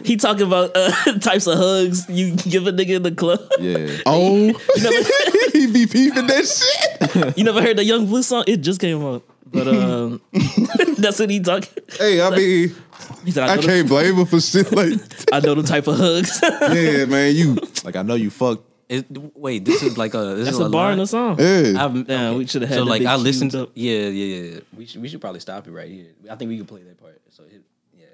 F: he talking about uh, types of hugs you give a nigga in the club.
B: Yeah,
C: oh,
F: never-
C: he be peeping that shit.
F: You never heard that Young Blue song? It just came out, but um, that's what he talking.
C: Hey, I mean,
F: He said, "I
C: I
F: know, the,
C: can't blame him for shit like.
F: I know the type of hugs." that's
C: Yeah, man, you.
B: like I know you fucked.
A: it, wait. This is like a this is
F: a,
A: a
F: bar in
A: line.
F: the song.
C: Yeah.
A: I've,
F: Damn, we should have had.
A: so
F: that
A: like
F: bitch
A: I listened.
F: queued
A: To,
F: up.
A: yeah, yeah, yeah. We should we should probably stop it right here. I think we can play that part. So hit, yeah.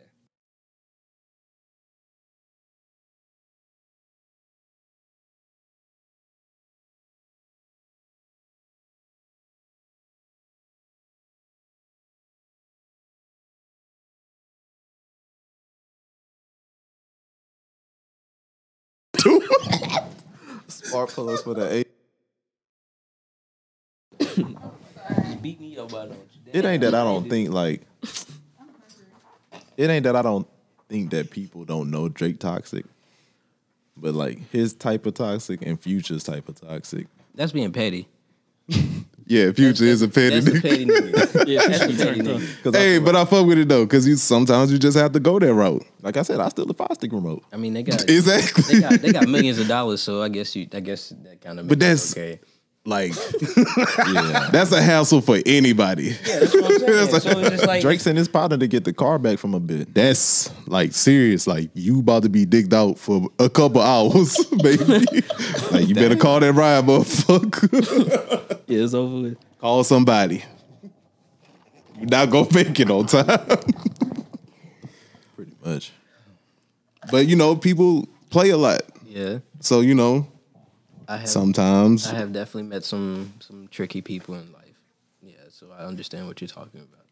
B: Spark plugs for the eight.
A: Beat me up, I don't.
B: It ain't that I don't think like. It ain't that I don't think that people don't know Drake toxic, but like his type of toxic and Future's type of toxic.
A: That's being petty.
C: Yeah, Future is a petty
A: That's a
C: nigga.
A: petty nigga.
F: Yeah,
A: That's
F: she
A: a petty
F: turned up.
A: nigga.
B: Cause
C: Hey,
B: I,
C: but I fuck with it though, cause you sometimes you just have to go that route.
B: like I said, I still the five stick remote.
A: I mean, they got they
C: Exactly.
A: got they got millions of dollars. So I guess you I guess that kind of.
C: But
A: makes it
C: that's-
A: okay.
C: Like
B: Yeah,
C: that's a hassle for anybody.
A: That's what I'm saying. so it's just like
B: Drake's in his partner to get the car back from a bit.
C: That's like serious. Like you about to be dicked out for a couple hours, baby. like you better call that ride, motherfucker.
F: Yeah, it's over with.
C: call somebody. You not gonna make it on time.
B: Pretty much.
C: but you know, people play a lot.
A: Yeah,
C: So you know,
A: I have
C: sometimes
A: I have definitely met some some tricky people in life. Yeah, so I understand what you're talking about.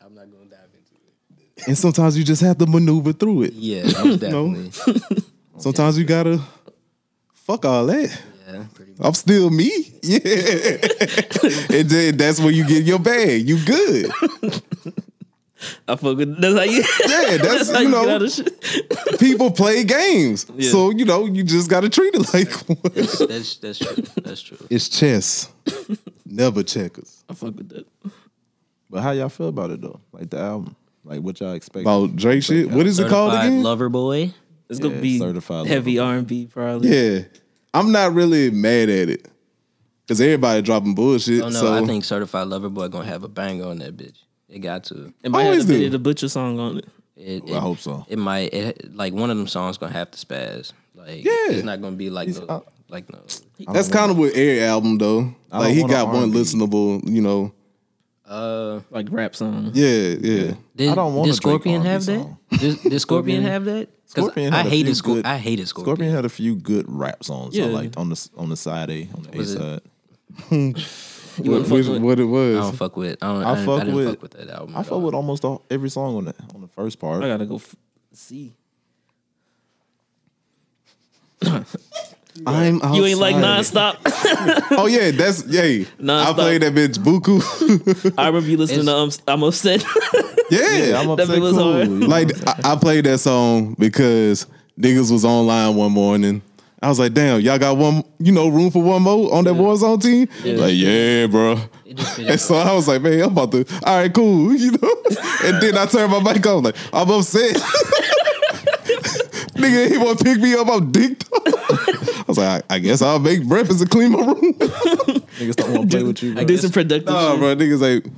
A: I'm not gonna dive into it.
C: and sometimes you just have to maneuver through it.
A: Yeah, most definitely.
C: Sometimes you gotta fuck all that.
A: Yeah, pretty much.
C: I'm still me. Yeah. and then that's where you get your bag. You good.
F: I fuck with. That's how you.
C: Yeah, that's,
F: that's how
C: you
F: you get out
C: know,
F: of shit.
C: people play games. So, you know, you just gotta treat it like one.
A: That's that's true. That's true.
C: It's chess. Never checkers.
F: I fuck with that.
B: But how y'all feel about it though? Like the album, like what y'all expect?
C: About Drake shit. What is it called
A: Certified
C: again?
A: Lover boy.
F: It's
B: Yeah,
F: gonna be
B: certified
F: heavy R and B probably.
C: Yeah. I'm not really mad at it. Cause everybody dropping bullshit.
A: Oh no,
C: so
A: I think Certified Lover Boy gonna have a banger on that bitch. It got to.
F: It might
C: Always
F: have a
C: do.
F: Benny the Butcher song on it.
A: It,
B: I
A: it-
B: hope so.
A: It might. It, like one of them songs gonna have to spaz. Like
C: Yeah.
A: it's not gonna be like no,
B: uh,
A: like no.
C: that's kind of what Air album though.
B: don't
C: Like he
B: want
C: got
B: a
C: one
B: R&B.
C: listenable, you know.
A: Uh,
F: Like rap song.
C: Yeah, yeah.
A: did,
B: I don't want
A: did
B: a Drake
A: Scorpion
B: R&B
A: have
B: song.
A: that? Did, did Scorpion have that? 'Cause
B: Scorpion
A: I
B: had a few
A: hated Scorpion.
B: good-
A: I hated Scorpion.
B: Scorpion had a few good rap songs. Yeah.
F: Yeah.
B: like on the on the side A, on the A
A: Was it-
B: side.
F: You wouldn't
C: Which,
F: fuck with.
C: what it
A: I
C: was.
A: don't fuck with. I don't.
B: I
A: I, didn't,
B: fuck
A: I didn't
B: with-
A: fuck with that album.
B: I
A: at
B: fuck
A: all.
B: with almost all, every song on the on the first part.
F: I gotta go f- see.
B: I'm outside.
F: You ain't like nonstop.
C: Oh yeah, that's yay. I
F: Nonstop.
C: played that bitch buku.
F: I remember you listening to um, I'm upset.
C: yeah,
B: I'm
F: That
B: upset.
F: bitch was
B: cool.
F: hard.
B: You know,
C: like I, I played that song because niggas was online one morning. I was like, damn, y'all got one, you know, room for one more on that Warzone team. Like, yeah, bro.
A: just
C: And so I was like, man, I'm about to. All right, cool, you know. and then I turned my mic on, like, I'm upset. Nigga, he want to pick me up. I'm dicked. up. I was like, I, I guess I'll make breakfast and clean my room.
B: niggas don't want to play with you. Bro.
F: Do some productive
C: nah,
F: shit.
C: bro, niggas like,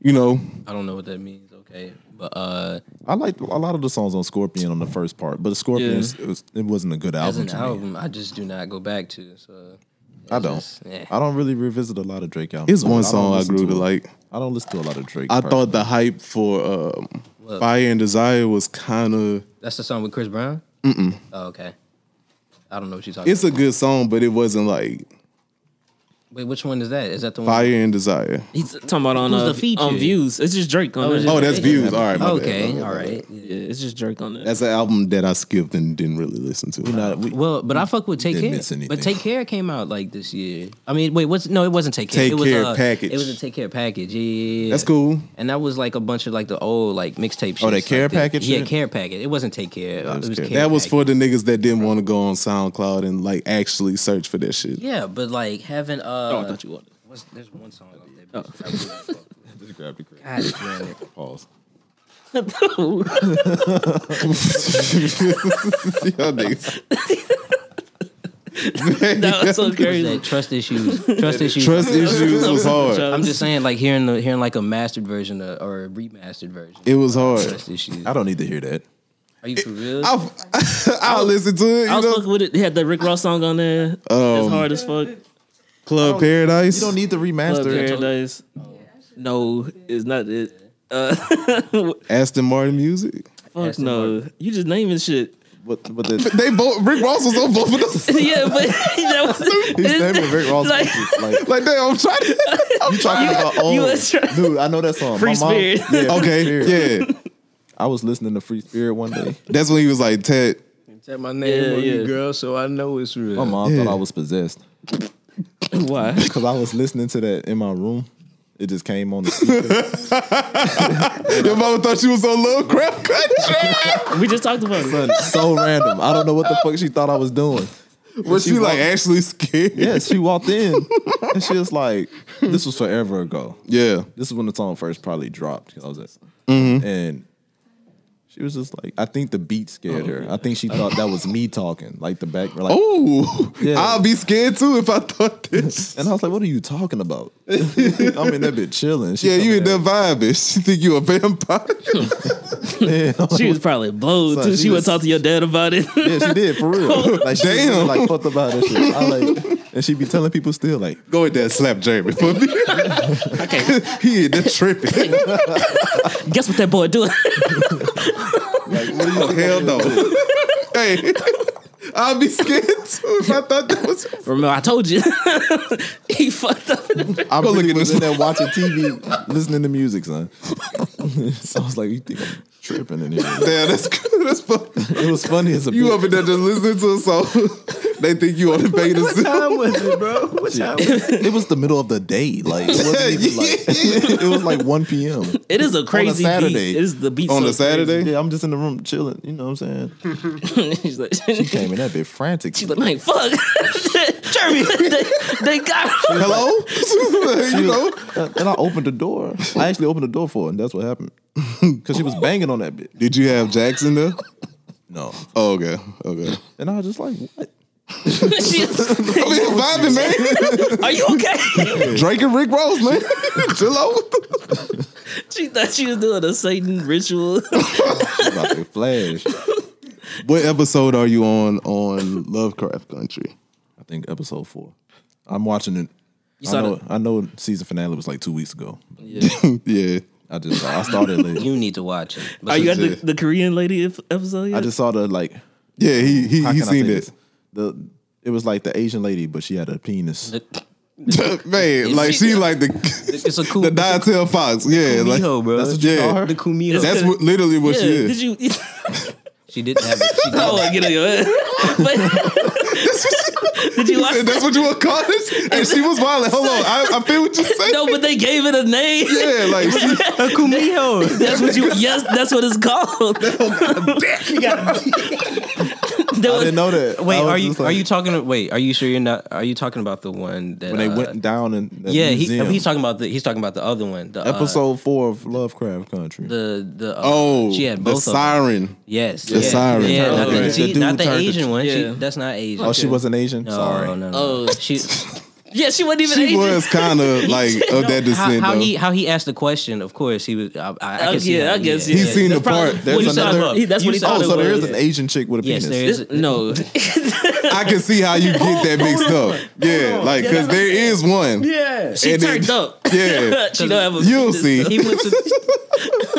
C: you know,
A: I don't know what that means. Okay, but uh,
B: I liked a lot of the songs on Scorpion on the first part, but Scorpion
F: Yeah.
B: it, was, it wasn't a good
A: as
B: album.
A: an
B: To me.
A: album, I just do not go back to. So
B: I don't.
A: just- yeah.
B: I don't really revisit a lot of Drake albums.
C: it's one
B: don't
C: song I
B: listen
C: grew
B: a-
C: to like.
B: I don't listen to a lot of Drake.
C: I
B: personally.
C: thought the hype for um,
A: What?
C: Fire and Desire was kind of.
A: that's the song with Chris Brown. Mm-mm. Oh, okay. I don't know what you're talking.
C: It's a
A: about.
C: good song, but it wasn't like
A: wait. Which one is that? Is that the one?
C: Fire and Desire.
F: He's talking about on
A: Who's
F: uh,
A: the feature?
F: on views. It's just Drake on there.
C: Oh, that's views. All right, my
A: okay,
C: bad.
A: all right. Yeah.
F: yeah, it's just Drake on there.
C: That's an album that I skipped and didn't really listen to.
B: Not- we-
A: Well, but I fuck with Take
B: Didn't
A: Care.
B: miss anything.
A: But Take Care came out like this year. I mean, wait, what's no? It wasn't Take Care.
C: Take
A: it was,
C: Care
A: uh,
C: package.
A: It was a Take Care package. Yeah, yeah, yeah.
C: That's cool.
A: And that was like a bunch of like the old like mixtape.
B: Oh, that
A: shits,
B: Care
A: like the-
B: package
A: Yeah,
B: shit?
A: Care package. It wasn't Take Care. It was, Care.
C: that was
A: package.
C: for the niggas that didn't want to go on SoundCloud and like actually search for that shit.
A: Yeah, but like having uh,
F: oh, I thought you wanted.
A: what's, there's one song up there. bitch, that I really fuck with.
B: Just grab your crayon.
A: God damn it.
B: Pause.
C: Y'all niggas.
F: That was so
A: What's
F: crazy.
A: that? Trust issues. Trust issues.
C: Trust issues was hard.
A: I'm just saying, like hearing the hearing like a mastered version of, or a remastered version.
C: It was hard.
A: Trust issues.
B: I don't need to hear that.
A: Are you for real?
C: I, I listen to it.
F: I
C: You
F: was
C: know,
F: fucking with it. They had that Rick Ross song on there. it's hard as fuck.
C: Um, Club Paradise.
B: You don't need to
F: Love
B: remaster it.
F: Paradise. No, it's not it. Uh,
C: Aston Martin music.
F: Fuck
A: Aston
F: no. You just naming shit.
B: But, but the,
C: They both. Rick Ross was on both of those.
F: yeah, but that was
B: he's naming Rick Ross.
F: Like-
B: bitches, like
C: Like, damn, I'm trying to.
B: you talking about old
F: you was trying-
B: dude? I know that song.
F: Free
B: My mom-
F: Spirit.
B: yeah, Free Spirit.
C: Okay, yeah.
B: I was listening to Free Spirit one day.
C: That's when he was like, Ted.
A: Tap my name
F: Yeah,
A: on
F: yeah.
A: you, girl, so I know it's real.
B: Oh My mom
C: Yeah.
B: thought I was possessed
F: why.
B: because I was listening to that in my room. It just came on the speaker.
C: Your mama thought she was on Lovecraft Country.
F: We just talked about it.
B: so random. I don't know what the fuck she thought I was doing.
C: Was she,
B: She
C: like
B: walked-
C: actually scared?
B: Yeah, she walked in and she was like, "This was forever ago.
C: Yeah.
B: This is when the song first probably dropped." 'cause I was at,
C: Mm-hmm.
B: and she was just like, "I think the beat scared her. I think she
C: Oh.
B: thought that was me talking, like the back." Like,
C: Ooh.
B: Yeah.
C: I'll be scared too if I thought this.
B: and I was like, "What are you talking about?" I'm in that bit chilling. She
C: Yeah, you in
B: coming
C: there vibing. She think you a vampire.
B: at- Yeah,
F: She was probably blowed
B: Son,
F: too.
B: she
F: She would
B: was-
F: talk to your dad about it.
B: Yeah, she did for real. Like, she was
C: Damn.
B: really, like fucked about that shit. I like, and she be telling people still like,
C: Go with that slap Jeremy for me.
F: Okay.
C: he in there tripping.
F: Guess what that boy doing?
C: Hell no. hey. I'll be scared too if I thought that was.
F: Remember, I told you. he fucked up.
B: I
C: Go look
B: really
C: at
B: was
C: this
B: in there watching TV, listening to music, son. so I was like, you think I'm tripping in here?
C: Damn, that's good. That's fun.
B: It was funny as a
C: You
B: bitch.
C: up in there just listening to a song. they think you on the beta zoo.
A: time was it, bro? What time?
B: It was the middle of the day, like it, wasn't even like, it was like 1 p.m.
F: It is a crazy
B: Saturday.
F: beat. It is the beat
C: On
F: so
C: a Saturday?
B: Yeah, I'm just in the room chilling. You know what I'm saying?
F: crazy. She's like,
B: She came in that bit frantic.
F: she's like, man, fuck, Jeremy, they, they got. her."
C: Hello? you know?
B: uh, and I opened the door. I actually opened the door for her, and that's what happened. Cause she was banging on that bit.
C: Did you have Jackson there?
B: No,
C: Oh, okay. Okay.
B: and I was just like, what?
C: I
F: She's-
C: mean, vibing, man.
F: Are you okay?
C: Drake and Rick Ross, man. Chill out.
F: she thought she was doing a Satan ritual.
B: She about to flash.
C: What episode are you on on Lovecraft Country?
B: I think episode four. I'm watching it.
F: You
B: I
F: saw
B: know,
F: that?
B: I know season finale was like two weeks ago.
C: Yeah.
B: I just saw, I started late.
A: You need to watch it.
F: Are you at the,
C: Yeah.
F: the Korean lady ep- episode yet?
B: I just saw the like
C: Yeah, he he,
B: how
C: he
B: can I say
C: seen
B: this?
C: it.
B: The it was like the Asian lady, but she had a penis.
C: man, like she like the
A: it's a cool.
C: the Diatel Fox. Yeah, like
A: Kumiho, bro.
B: That's what you call
C: yeah.
B: her?
A: the Kumiho.
C: That's what, literally what
F: yeah,
C: she
F: did
C: is.
F: you?
A: she didn't have it. She
F: I
A: did,
F: want to get on your head. But Did you watch?
C: And that's what you want to call this? And she was violent. Hold on. I, I feel what you say.
F: No, but they gave it a name.
C: Yeah, like she,
A: Kumiho.
F: That's what you. Yes, that's what it's called. There
B: I
F: was-
B: didn't know that.
A: Wait,
B: I was
A: are you
B: just like-
A: are you talking? Wait, are you sure you're not? Are you talking about the one that
B: when they
A: uh,
B: went down in the
A: Yeah, he,
B: museum.
A: he's talking about the he's talking about the other one. The uh,
B: episode four of Lovecraft Country.
A: the the uh,
C: oh,
A: she had both
C: the
A: of them.
C: siren.
A: Yes,
C: The
A: yeah.
C: siren.
A: Yeah, not
B: Okay.
A: the, see,
B: The dude
A: not the
B: turned-
A: Asian one. She,
F: Yeah.
A: that's not Asian.
B: oh, she wasn't Asian.
A: No,
B: Sorry.
A: no, no.
F: Oh.
A: she.
F: yeah, she wasn't even.
C: She
F: Asian.
C: was kind of like of that
A: How,
C: descent,
A: how
C: though.
A: he how he aasked the question? Of course, he was. I, I, I
F: Oh,
A: can see
F: yeah,
A: that,
F: I guess,
A: yeah.
F: yeah.
C: He's seen the
F: probably-
C: part. There's
F: when you saw
C: another.
F: it, he- that's
A: You
F: what he
A: saw
B: Oh,
F: thought
A: it
F: it
B: so there
F: was.
B: is an Asian chick with a
A: Yes,
B: penis.
A: there is.
F: This- no,
C: I can see how you get that mixed up. Yeah, like because there is one.
A: Yeah,
F: she
C: And then-
F: turned up.
C: Yeah,
F: she don't have a.
C: you'll see.
A: he went to.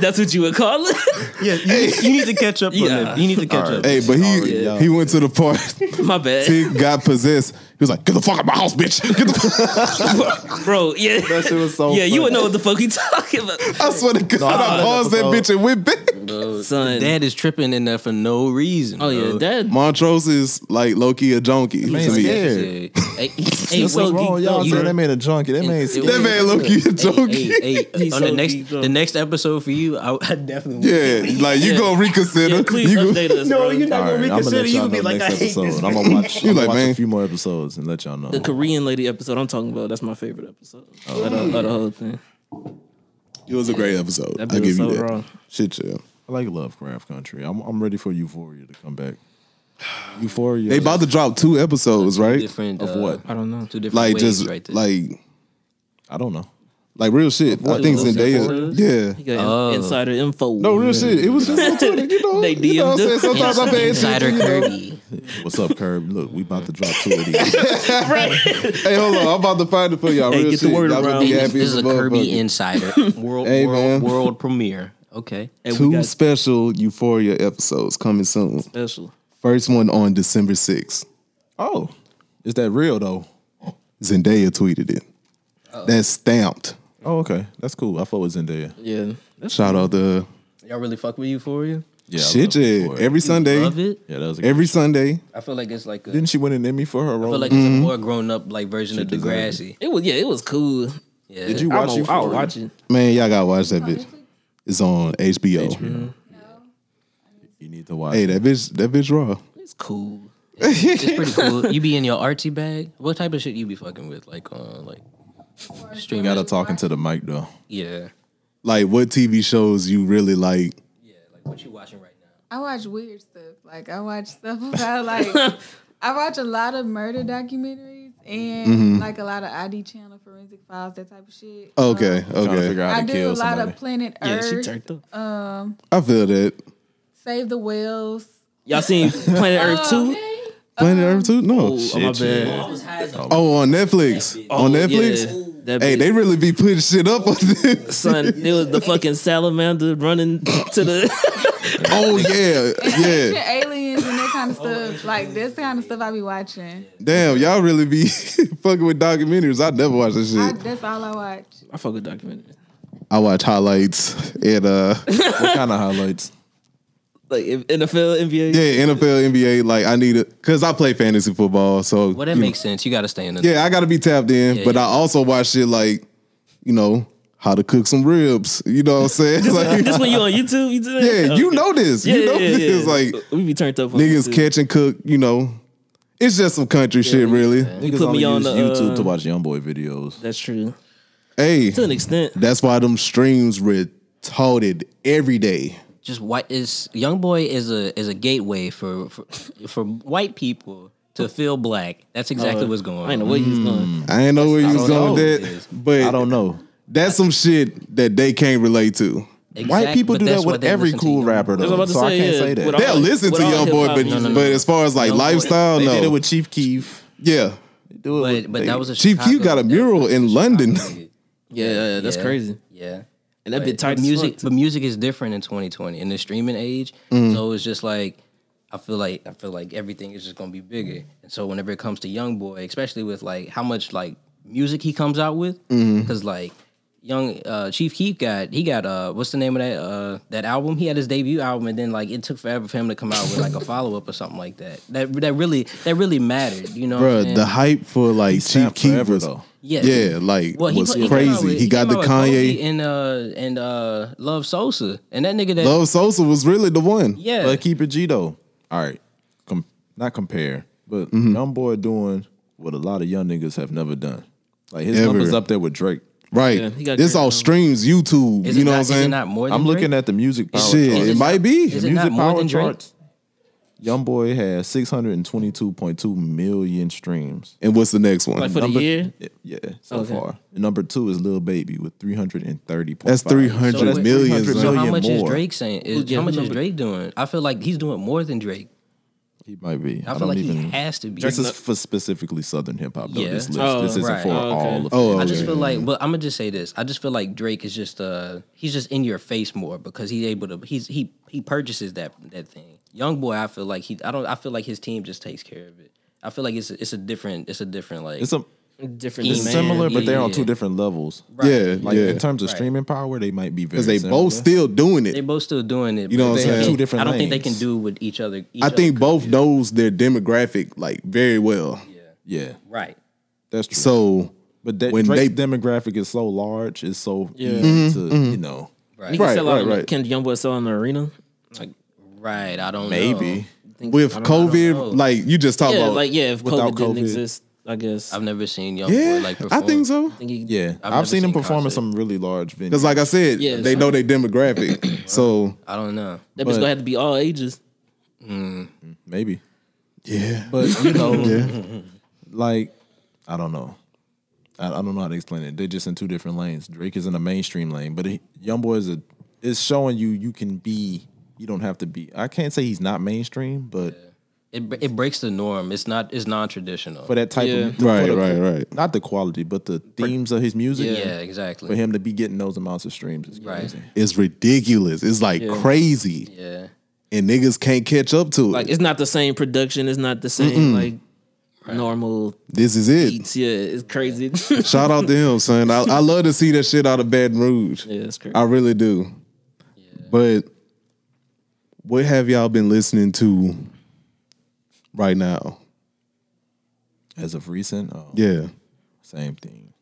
F: That's what you would call it.
A: Yeah, you, you need to catch up.
F: Yeah.
A: on that. you need to catch up.
C: Hey, but he
B: yeah.
C: he went to the part.
F: My bad,
C: He got possessed. He was like, "Get the fuck out of my house, bitch!" Get the fuck.
F: bro. Yeah,
B: That shit was so.
F: yeah. You
B: funny.
F: would know what the fuck he talking about,
C: I swear to God, I
B: that
C: paused that
B: episode-
C: bitch and went back.
F: son.
A: Dad is tripping in there for no reason.
F: oh yeah,
A: bro.
F: that.
C: Montrose is like Loki a junkie.
B: Man,
C: to me.
B: yeah.
A: Hey, hey, hey,
B: What's
A: wait,
B: wrong?
A: you-
B: Y'all
A: you-
B: saying that man a junkie? That man.
F: it-
C: That man Loki a junkie.
A: Hey, hey, hey,
F: He's
A: on
F: so
A: the next
F: deep, bro.
A: the next episode for you, I, I definitely
C: Yeah, like you
F: Yeah.
C: gonna reconsider.
F: Yeah, please
C: you
F: update us.
D: No,
F: bro.
D: you're not
B: All
D: gonna
B: right, I'm gonna
D: reconsider.
B: let
D: You
B: y'all
D: gonna
B: know
D: be like, I
B: next
D: hate
B: episode.
D: this.
B: and I'm gonna watch.
C: You
B: I'm
C: like,
B: gonna watch
C: man.
B: a few more episodes and let y'all know.
F: The Korean lady episode I'm talking about. That's my favorite episode. Oh, of, the- of the whole thing.
C: It was a great episode.
F: That
C: I
F: bitch
C: give
F: was so
C: you that.
F: wrong.
C: Shit, yeah.
B: I like Lovecraft Country. I'm I'm ready for Euphoria to come back. Euphoria.
C: They about to drop two episodes, right?
A: different
B: of
A: uh,
B: what?
F: I don't know.
A: Two different
C: Like
A: ways
C: just
A: right there.
C: like
B: I don't know.
C: like real shit. I
B: what?
C: think
B: Those
C: Zendaya.
B: episodes?
F: You
C: Yeah.
F: got in-
A: Oh.
F: insider info.
C: No real shit. It was just on Twitter, you know.
F: They
C: you know what I'm
F: DM'd
C: saying? Sometimes I pay
A: Insider
C: attention. you know.
A: Kirby.
B: What's up, Curb? Look, we about to drop two of these.
C: Hey, hold on. I'm about to find it for y'all.
F: Hey,
C: real
F: get the
C: shit.
F: word
C: y'all
F: around.
C: Be
A: This
C: happy
A: is
C: as
A: a
C: motherfucker.
A: Kirby Insider world
C: Hey, man.
A: world, world premiere. Okay,
F: And we
C: Two
F: got
C: special Euphoria episodes coming soon.
F: special.
C: First one on December 6th.
B: oh, is that real though?
C: Zendaya tweeted it. That's stamped.
B: Oh, okay, that's cool. I thought it was in there.
F: Yeah. That's
C: Shout out to
A: y'all really fuck with Euphoria.
B: Yeah, I
C: shit.
B: love
C: Yeah,
B: Euphoria.
C: every Sunday.
A: Love it.
B: yeah, that was a good
C: Every Sunday.
A: I feel like it's like a, I
B: Didn't she win an Emmy for her role?
A: feel like it's a more grown up like version of Degrassi.
F: It was yeah, it was cool.
A: Yeah.
B: Did you
F: I'm
B: watch
F: a, I'll
B: Euphoria?
F: watch it.
C: Man, y'all gotta watch that bitch. It's on HBO.
B: You need to watch.
C: Hey,
B: it.
C: that bitch, that bitch raw.
F: It's cool.
A: It's pretty cool. You be in your artsy bag. What type of shit you be fucking with? Like on like
B: you
A: streaming?
B: gotta talking to the mic though.
A: Yeah.
C: Like what TV shows you really like?
A: Yeah. Like what you watching right now?
E: I watch weird stuff. Like I watch stuff about like I watch a lot of murder documentaries and like a lot of ID channel forensic files, that type of shit.
F: Uh,
C: Okay,
E: Um,
B: Trying to
C: okay.
B: figure out how
E: I
B: to
E: do a
B: kill
E: lot
B: somebody.
E: of Planet
F: Yeah, she
E: Earth,
F: turned up.
C: I feel that.
E: Save the Whales.
F: Y'all seen Planet Earth Two?
C: Planet Earth too? No.
F: Oh, my bad. Oh,
C: Oh, on Netflix. on Netflix.
F: Yeah, that
C: Hey,
F: bitch.
C: they really be putting shit up on this.
F: son, it was the fucking salamander running to the.
C: Oh yeah, yeah.
E: Ancient aliens and that kind of stuff. Like that's the kind of stuff I be watching.
C: Damn, y'all really be fucking with documentaries. I never watch this
E: I,
C: shit.
E: that's all I watch.
F: I fuck with documentary.
C: I watch highlights and uh
B: what kind of highlights?
F: Like if NFL, NBA.
C: yeah, NFL, NBA. Like I need it because I play fantasy football, so
A: Well, that
C: you know,
A: makes sense. You gotta stay in the
C: yeah, I gotta be tapped in.
A: Yeah,
C: but
A: yeah.
C: I also watch shit like you know how to cook some ribs. You know what I'm saying? like
F: This when you on YouTube, you do that? Oh.
C: yeah, you know this.
F: Yeah,
C: you know
F: yeah, yeah,
C: this.
F: yeah.
C: Like
F: we be turned up. on
C: niggas
F: YouTube.
C: catch and cook. You know, it's just some country shit, really.
B: You
F: put me on the,
B: YouTube
F: uh,
B: to watch YoungBoy videos.
F: That's true
C: Hey,
F: to an extent.
C: that's why them streams retarded every day.
A: just white is young boy is a is a gateway for for, for white people to feel black. That's exactly what's going on.
F: I ain't know what he's doing.
C: I ain't know where you was
B: don't
C: going
B: know.
C: with that, but
B: I don't know.
C: That's some shit that they can't relate to.
B: White people do that with every cool rapper
F: That's what
B: though,
F: I'm
B: so
F: about
B: I
F: to
B: can't
F: say,
B: say
F: yeah.
B: that.
F: With
B: They
F: all-
C: They'll listen
F: with
C: to
F: all
C: Young Boy,
F: hip-hop
C: but
F: music.
C: but as far as like
F: Young Boy.
C: lifestyle,
B: did it
C: no.
B: with Chief Keef.
C: Yeah,
B: They do it
A: But
B: with-
A: but that was a
C: Chief Keef
A: Chicago-
C: got a
A: that-
C: mural in London.
F: Yeah, yeah, yeah, that's
A: Yeah.
F: crazy.
A: Yeah.
F: And that bit
A: But
F: tight.
A: music,
F: Music.
A: but music is different in 2020 in the streaming age.
C: Mm.
A: So it's just like I feel like I feel like everything is just gonna be bigger. And so whenever it
C: Mm-hmm.
A: comes to YoungBoy, especially with like how much like music he comes out with, because like young uh, Chief Keef got he got uh what's the name of that uh that album? He had his debut album, and then like it took forever for him to come out with like a follow up or something like that. That that really that really mattered, you know. what I'm
C: Bruh,
A: saying?
C: the hype for like Chief
B: snapped
C: Keef
B: forever,
C: was,
B: though.
A: Yeah.
C: yeah, like
A: Well, he
C: was
A: put- he came out
C: crazy.
A: with-
C: he got
A: came
C: the
A: out with Kobe
C: Kanye.
A: and uh and uh Love Sosa and that nigga that
C: Love Sosa was really the one.
A: yeah
B: But keep it G though. All right, Com- not compare, but
A: Mm-hmm.
B: young boy doing what a lot of young niggas have never done. Like his
C: Ever.
B: numbers up there with Drake.
C: Right.
F: Yeah, he got
C: this
F: great
C: all
F: album.
C: streams, YouTube.
A: Is
C: you
A: it not,
C: know what I'm
A: is it
C: saying?
A: not more than
B: I'm looking
A: Drake?
B: at the music power
C: Shit,
B: charts.
A: Is
C: it,
A: it-
C: might be.
A: is
B: The
A: it not
B: music
A: more
B: power
A: than Drake?
B: charts. Young boy has 622.2 million streams.
C: and what's the next one?
F: Like for the year,
B: Yeah, so
F: Okay.
B: far. And number two is Lil Baby with 330.
C: That's three hundred
A: So
C: million.
B: wait,
C: son.
A: So how
B: million
A: much is
B: more.
A: Drake saying? Is,
F: Yeah,
A: how much
F: who
A: is
F: number-
A: Drake doing? I feel like he's doing more than Drake.
B: He might be.
A: I, feel
B: I, don't
A: like
B: even.
A: he has to be.
B: this is for specifically Southern hip hop. though.
A: Yeah.
B: This list.
F: Oh,
B: this isn't
A: right.
B: for
F: Oh, okay.
B: all of.
C: Oh,
A: I
C: okay.
A: just feel like, but I'm gonna just say this. I just feel like Drake is just uh he's just in your face more because he's able to he's he he purchases that that thing. Young boy, I feel like he I don't I feel like his team just takes care of it. I feel like it's a, it's a different it's a different like
B: It's a
F: different.
A: It's
F: man.
B: similar, but
A: yeah,
B: they're on
A: yeah.
B: two different levels.
A: Right.
C: Yeah,
B: Like
C: yeah.
B: in terms of
A: Right.
B: streaming power, they might be very.
C: Because they
B: similar.
C: both still doing
A: they
C: it.
A: both still doing it.
C: You
A: but
C: know what
A: they
C: I'm saying?
A: can't-
C: Two
B: different
A: I don't think they
B: lanes.
A: can do with each other. Each
C: I think
A: other
C: both knows their demographic like very well.
B: Yeah,
A: right.
B: that's true.
C: So
B: but that,
C: when
B: Drake's
C: they- Mm-hmm.
B: demographic is so large, it's so
F: Yeah.
B: easy to you know.
A: Right.
F: He can
A: Right.
F: sell out
C: right,
F: in-
C: right.
F: Can Youngboy sell in the arena?
A: I don't know.
B: Maybe
F: Think-
C: with
F: I don't- I don't know.
C: COVID, like you just talk
F: yeah,
C: about,
F: like yeah, if
B: without
F: COVID didn't
B: COVID.
F: exist, I guess.
A: I've
F: I
A: never seen young
C: yeah,
A: boy like perform.
C: I think so.
F: think he,
B: yeah, I've,
A: never
B: seen, him
A: seen
B: perform in
A: concert.
B: some really large venues.
C: Because like I said,
F: Yeah,
C: they
F: so-
C: know their demographic. so
A: I don't know.
F: that
B: but-
F: bitch gonna have to be all ages.
B: maybe,
C: yeah,
B: but you know,
F: mm-hmm.
B: like I don't know. I, I don't know how to explain it. They're just in two different lanes. Drake is in a mainstream lane, but he, YoungBoy is a is showing you you can be. You don't have to be. I can't say he's not mainstream, but
A: It br- it breaks the norm. It's not it's non traditional.
B: for that type
F: Yeah.
B: of
C: Right,
B: for the-
C: right, right.
B: Not the quality, but the themes of his music.
A: Yeah,
B: For
A: exactly.
B: him to be getting those amounts of streams is
A: Right.
B: crazy.
C: it's ridiculous. It's like crazy,
A: Yeah.
C: and niggas can't catch up to it.
F: Like it's not the same production. It's not the same like normal
C: this is it.
F: beats. Yeah, it's crazy. yeah,
C: Shout out to him, son. I, I love to see that shit out of Baton Rouge.
F: it's crazy.
C: I really do. But what have y'all been listening to right now?
B: As of recent, um,
C: Yeah.
B: same thing.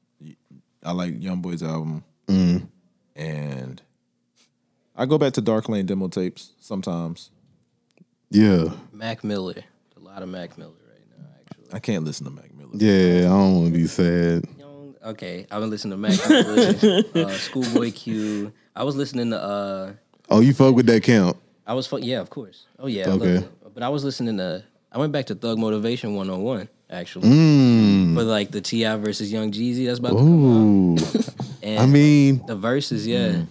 B: I like YoungBoy's album, and I go back to Dark Lane demo tapes sometimes.
C: Yeah.
A: Mac Miller. A lot of Mac Miller right now, actually.
B: I can't listen to Mac Miller.
C: Yeah. I don't want to be sad.
A: Young- Okay, I've been listening to Mac Miller, uh, Schoolboy Q. I was listening to uh,
C: Oh, you fuck with that count.
A: I was fu- yeah, of course. Oh yeah, I love
C: Okay.
A: it. But I was listening to. I went back to Thug Motivation One on One actually for like the Ti versus Young Jeezy. That's about to come out.
C: Mm. Hmm. Ooh.
A: And
C: I mean,
A: the verses, yeah.
F: Mm.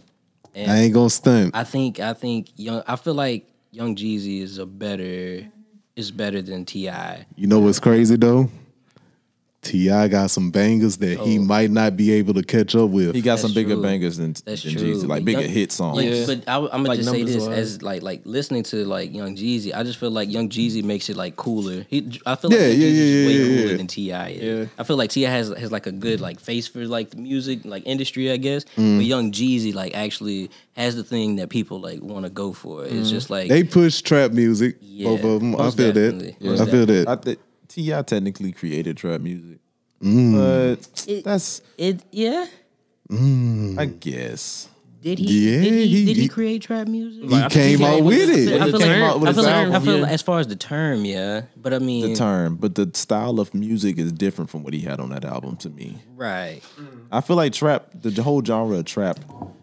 A: And
C: I ain't gonna stunt.
A: I think I think young. I feel like Young Jeezy is a better is better than Ti.
C: You know what's crazy though? T.I. got some bangers that
A: Oh.
C: he might not be able to catch up with.
B: He got
A: That's
B: some bigger
A: true.
B: bangers than, than
A: That's true.
B: Jeezy, like bigger
A: Young-
B: hit songs.
A: Like,
F: Yeah.
A: But I, am gonna
F: Like
A: just say
F: numbers
A: this
F: wise.
A: as like like listening to like Young Jeezy. I just feel like Young Jeezy makes it like cooler. He, I feel like
C: Yeah,
A: Young
C: yeah,
A: Jeezy's
C: yeah,
A: way
C: yeah, yeah,
A: cooler
C: yeah.
A: than Ti. is. I feel like Ti has has like a good like face for like the music like industry, I guess.
C: Mm.
A: But Young Jeezy like actually has the thing that people like want to go for.
F: Mm.
A: It's just like
C: They push trap music.
A: Yeah,
C: both of them. I
A: most
C: feel that.
A: definitely, most
C: I feel
B: I
C: that.
B: think Ti technically created trap music, but that's
A: it. Yeah.
B: I guess.
A: Did he?
C: Yeah,
A: did he,
C: he-
A: did he
C: he-
A: create trap music?
C: He came out with it.
A: I feel
F: Came
A: like,
F: out with
A: I feel
F: his
A: like, I
F: album,
A: feel
F: yeah.
A: like as far as the term, yeah. But I mean,
B: the term, but the style of music is different from what he had on that album to me.
A: right?
B: I feel like trap, the whole genre of trap,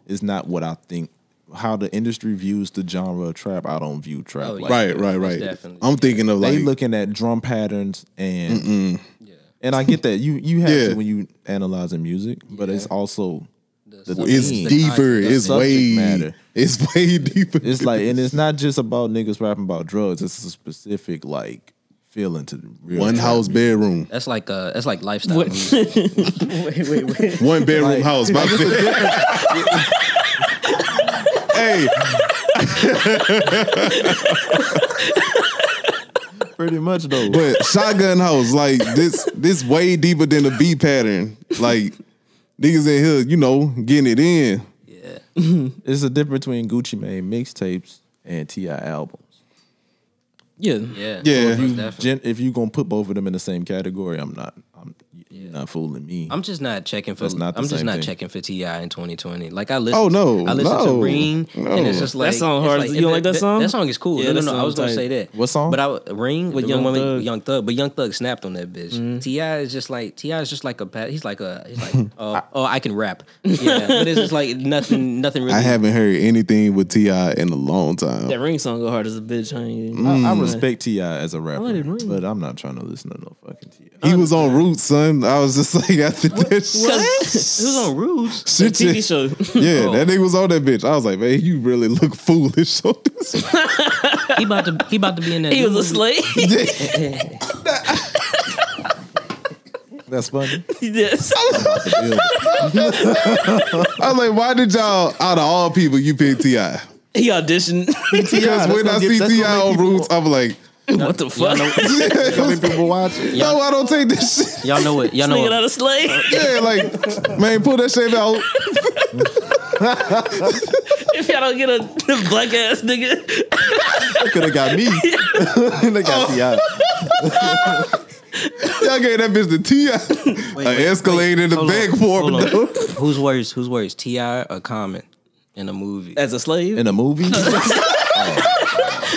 B: is not what I think. How the industry views the genre of trap, I don't view trap.
A: Oh, yeah.
B: like,
C: Right,
A: Most
C: right, right.
A: definitely.
C: I'm thinking of
B: They
C: like
B: looking at drum patterns and and I get that you you have
C: Yeah.
B: to when you analyzing music, but it's also the
C: it's
B: theme.
C: deeper.
A: the
C: It's
B: subject
C: way
B: matter.
C: It's way deeper.
B: It's like, and it's not just about niggas rapping about drugs. It's a specific like feeling to the real
C: one
B: trap
C: house
B: music.
C: bedroom,
A: That's like uh, that's like lifestyle.
F: What-
A: music.
C: one bedroom house. My bad. hey,
B: Pretty much though.
C: but shotgun house like this. This way deeper than the B pattern. Like
G: Niggas in here, you know, getting it in.
B: It's a difference between Gucci Mane mixtapes and Ti albums.
F: Yeah.
A: Yeah.
G: Yeah.
B: Mm-hmm.
A: most definitely.
B: Gen- if you gonna put both of them in the same category, I'm not. I'm you're not fooling me.
A: I'm just not checking for.
B: That's not the
A: I'm just
B: same
A: not
B: thing.
A: checking for Ti in 2020. Like I listen.
G: Oh, no,
A: I listen
G: no,
A: to Ring, and it's just like
F: song
A: it's
F: hard. You don't like that song?
A: That song is cool. no,
F: Yeah, that
A: no, no. I
F: song
A: was gonna
F: tight.
A: say that.
B: What song?
A: But I Ring with
F: The
A: Young
F: Young
A: Woman,
F: Thug. Mm-hmm.
A: Young Thug. But Young Thug snapped on that bitch. Ti is just like Ti is just like a pat. He's like a. He's like oh, oh I can rap. Yeah, but it's just like nothing. Nothing really.
C: I haven't heard anything with Ti in a long time.
F: That ring song go hard as a bitch. I, ain't,
C: Mm.
B: I, I respect Ti as a rapper,
F: Mm. let it ring.
B: but I'm not trying to listen to no fucking Ti.
C: He was on Roots, son. I was just like, I think that
A: It was on Rudes.
C: shit.
F: TV
C: just-
F: show.
C: Yeah, that nigga was on that bitch. I was like, man, you really look foolish on this.
A: He about to. He about to be in that.
F: he
A: new
F: was a
A: movie.
F: slave.
B: That's funny.
F: yes.
C: I was like, why did y'all, out of all people, you pick Ti?
F: He auditioned.
C: Because when I see Ti on Roots, I'm like,
F: what the fuck?
B: people watch it.
C: no, I don't take this shit.
A: Y'all know what? Y'all know
F: Nigga not
A: what?
F: a slave.
C: Yeah, like, man, pull that shit out.
F: if y'all don't get a black ass nigga,
B: Could have got me. they got
F: Oh.
B: Ti.
C: Y'all gave that bitch to Ti. An Escalade in the
A: Hold on,
C: back for
A: hold
C: him.
A: on. Who's worse? Who's worse? Ti or Common in a movie?
F: as a slave,
B: in a movie.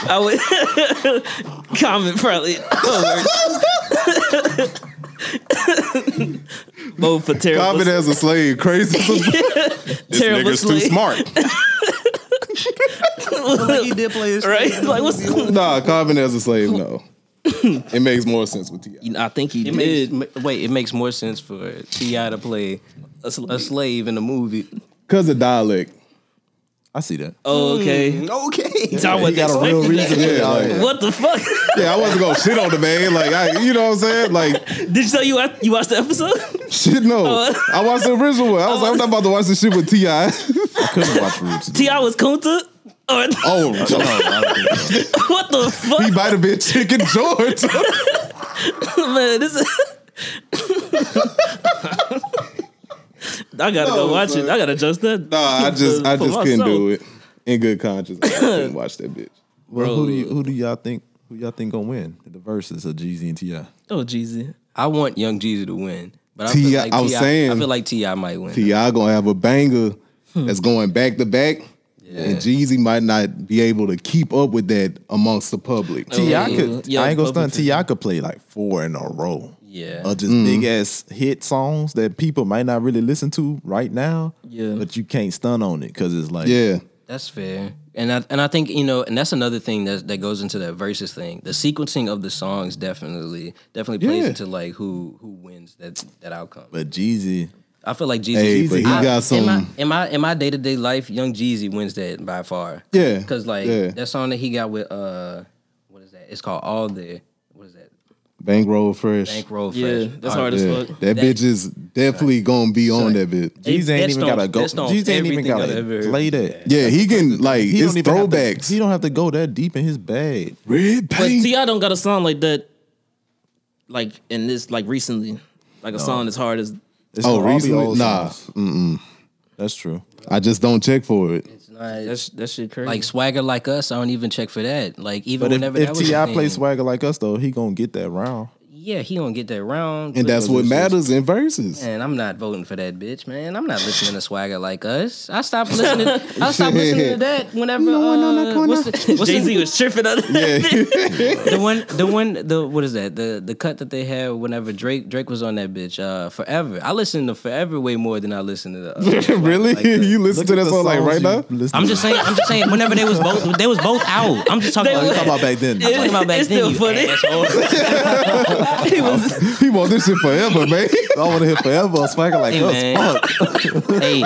F: I would comment probably. Both for terrible,
C: Common as a slave, crazy.
F: terrible
G: Niggas too
F: slave,
G: smart.
A: he did play this.
F: right? Like what's?
C: nah, Common as a slave, no. It makes more sense with Ti.
F: I think he
A: It
F: did.
A: makes, ma- wait, it makes more sense for Ti to play
F: a slave.
A: a slave in a movie.
C: Because of dialect.
B: I see that.
F: Oh,
A: Mm-hmm.
F: okay.
A: Okay,
F: Y'all wasn't expecting that.
C: Yeah, like,
F: What the fuck?
C: yeah, I wasn't gonna shit on the man. Like, I, you know what I'm saying? Like,
F: Did you say you watched, you watched the episode?
C: shit, no. I watched the original one. I was like, I'm not about to watch this shit with Ti.
B: Couldn't watch Roots.
F: Ti was Kunta. Or
C: Oh, no.
F: what the
C: he
F: fuck,
C: might have been Chicken George.
F: man? This is. I gotta go watch it. I gotta adjust that.
C: No, I just, I
F: For
C: just couldn't
F: myself.
C: do it. In good conscience, I couldn't watch that bitch.
B: Well, who do you, who do y'all think who y'all think gonna win the verses of Jeezy and Ti?
F: Oh, Jeezy.
A: I want Young Jeezy to win, but I,
C: T.I.
A: feel like
C: I was
A: T.I. I
C: saying-
A: feel like Ti might win.
C: Ti gonna have a banger that's going back to back, and Jeezy might not be able to keep up with that amongst the public.
B: Ti could.
F: Oh, yeah,
B: I ain't gonna
F: Bubba
B: stunt. Ti could play like four in a row.
A: Yeah.
B: Of just big ass hit songs that people might not really listen to right now.
F: Yeah.
B: But you can't stun on it because it's like
C: Yeah,
A: That's fair. And I and I think, you know, and that's another thing that that goes into that versus thing. The sequencing of the songs definitely definitely plays
C: Yeah.
A: into like who who wins that that outcome.
B: But Jeezy,
A: I feel like Jeezy.
C: Hey, but he
A: I-
C: got
A: In my,
C: some-
A: in my in my day to day life, Young Jeezy wins that by far.
C: Yeah,
A: because like
C: yeah.
A: that song that he got with uh, what is that? It's called All There. What is that?
C: bankroll fresh.
A: Bankroll Fresh.
F: Yeah, that's
A: All
F: hard
C: Yeah.
F: as
C: That,
F: fuck.
C: bitch is definitely gonna be on that bitch.
A: Hey,
B: Jeezy ain't
A: that's
B: even
A: on-
B: gotta go.
A: that's on
B: Jeezy ain't even
A: everything I've
B: gotta
A: ever-
B: play that.
C: Yeah, he can like
B: He
C: his
B: don't even have to-
C: throwbacks.
B: he don't have to go that deep in his bag.
C: Red
F: But
C: paint.
F: Ti don't got a song like that. Like in this, like recently, like a song as hard as
B: It's gonna
C: Oh,
B: all be
C: recently?
B: old
C: Nah.
B: songs. That's true.
C: I just don't check for it.
A: It's not-
F: that's that shit crazy.
A: like Swagger like us. I don't even check for that. Like even
B: But if,
A: whenever
B: if
A: that was a
B: Ti
A: thing,
B: plays Swagger like us though, he gonna get that round.
A: yeah, he gonna get that round.
C: And
A: but-
C: that's what matters in verses.
A: Man, I'm not voting for that bitch, man. I'm not listening to Swagger like us. I stopped listening. I stopped listening to that whenever. uh, What's the, what's
F: Jay Z
A: the,
F: was tripping on it.
A: the one? The one? The what is that? The the cut that they had whenever Drake Drake was on that bitch. Uh, forever. I listened to Forever way more than I listened to the. Uh, Swagger
C: really?
A: Like Us.
C: you listen to that song like right now?
A: I'm just saying. I'm just saying. Whenever they was both, they was both out. I'm just talking
F: They
A: about.
F: were-
B: talking about back then.
A: I'm talking about back
F: It's
A: then.
F: still
A: you
F: funny.
A: asshole.
F: He was
C: He want this shit forever, man.
B: I want to hear forever a swagger like
A: Hey,
B: us.
A: man. hey,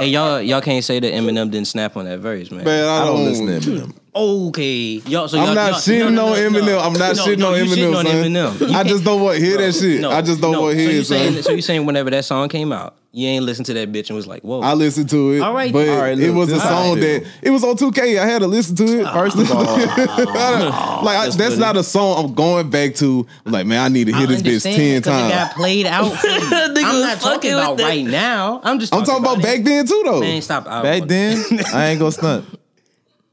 A: hey, y'all, y'all can't say that Eminem didn't snap on that verse, man.
C: Man, I,
B: I
C: don't,
B: don't listen to Eminem.
A: Okay, y'all. So
C: I'm
A: y'all,
C: not
A: y'all,
C: shitting on Eminem. I'm not shitting on
A: you
C: Eminem,
A: shitting on
C: son.
A: Eminem. You
C: I just
A: can't-
C: don't want to hear that shit.
A: No,
C: I just don't
A: no.
C: want
A: so
C: to hear
A: you
C: it, son.
A: saying, So you saying whenever that song came out, you ain't listened to that bitch and was like, whoa.
C: I listened to it.
A: All right,
C: But
A: all
B: right,
C: it
B: look,
C: was a
B: this is Oh, how I
C: song
B: feel.
C: that it was on 2K. I had to listen to it first of all. like I, that's
A: funny.
C: not a song I'm going back to. Like man, I need to hear this bitch
A: understand
C: ten
A: that 'cause
C: times.
A: It got played out. for you.
F: Nigga
A: I'm
F: was
A: not
F: fucking
A: talking about
F: with that.
A: right now. I'm just.
C: I'm talking about back
A: it.
C: then too though.
A: Man, stop. I
B: Back
A: don't-
B: then, I ain't gonna stunt.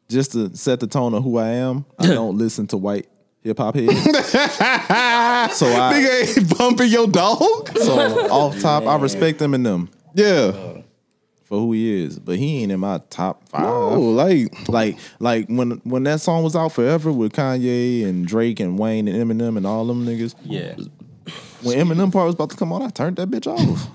B: Just to set the tone of who I am, I don't listen to white hip hop heads. so I,
C: Nigga ain't bumping your dog.
B: so off top, I respect them and them
C: Yeah.
B: for who he is, but he ain't in my top five.
C: Oh, like
B: Like, like when when that song was out forever with Kanye and Drake and Wayne and Eminem and all them niggas.
A: Yeah.
B: When Eminem part was about to come on, I turned that bitch off.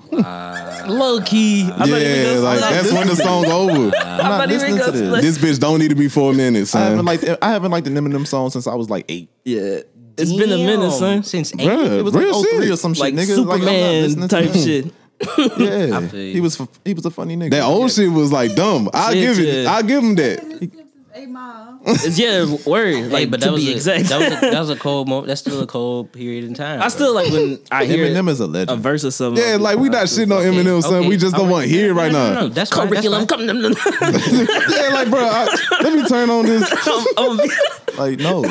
F: Low key. I'm not even
C: yeah,
F: gonna
C: like
F: split.
C: that's when the song over.
B: I'm not,
F: not even
B: listening to
F: gonna
B: this.
F: split.
C: This bitch don't need to be four minutes,
B: I haven't
C: son.
B: liked I haven't liked an Eminem song since I was like eight.
F: Yeah. It's been a minute,
A: Damn,
F: son.
A: Since eight.
C: Bruh,
B: It was
C: real
B: like 03
C: shit.
B: or some shit,
F: Like
B: nigga. Like, I'm not
F: Superman
B: listening to
F: type
B: him.
F: shit.
B: Yeah,
A: feel you.
B: he was f- he was a funny nigga.
C: That old shit was like dumb. I'll
F: Shit,
C: give it.
F: yeah.
C: I'll give him that.
E: Miss Tips is eight mile.
F: It's, yeah, word. Like,
A: Like, but that
F: to
A: was
F: be
A: a,
F: exact.
A: That was, a, that was a cold moment. That's still a cold period in time.
F: I still like when I hear
B: Eminem is a
F: a
B: legend.
F: verse or something.
C: Yeah, like we not shitting on Eminem, son.
A: okay,
C: We just don't
A: alright.
C: want to hear it right
A: no,
C: now.
A: no, no,
F: "Oh,
A: that's fine, that's
F: curriculum.
A: fine.
F: Come,
C: Yeah, like, bro, I, let me turn on this.
B: like no,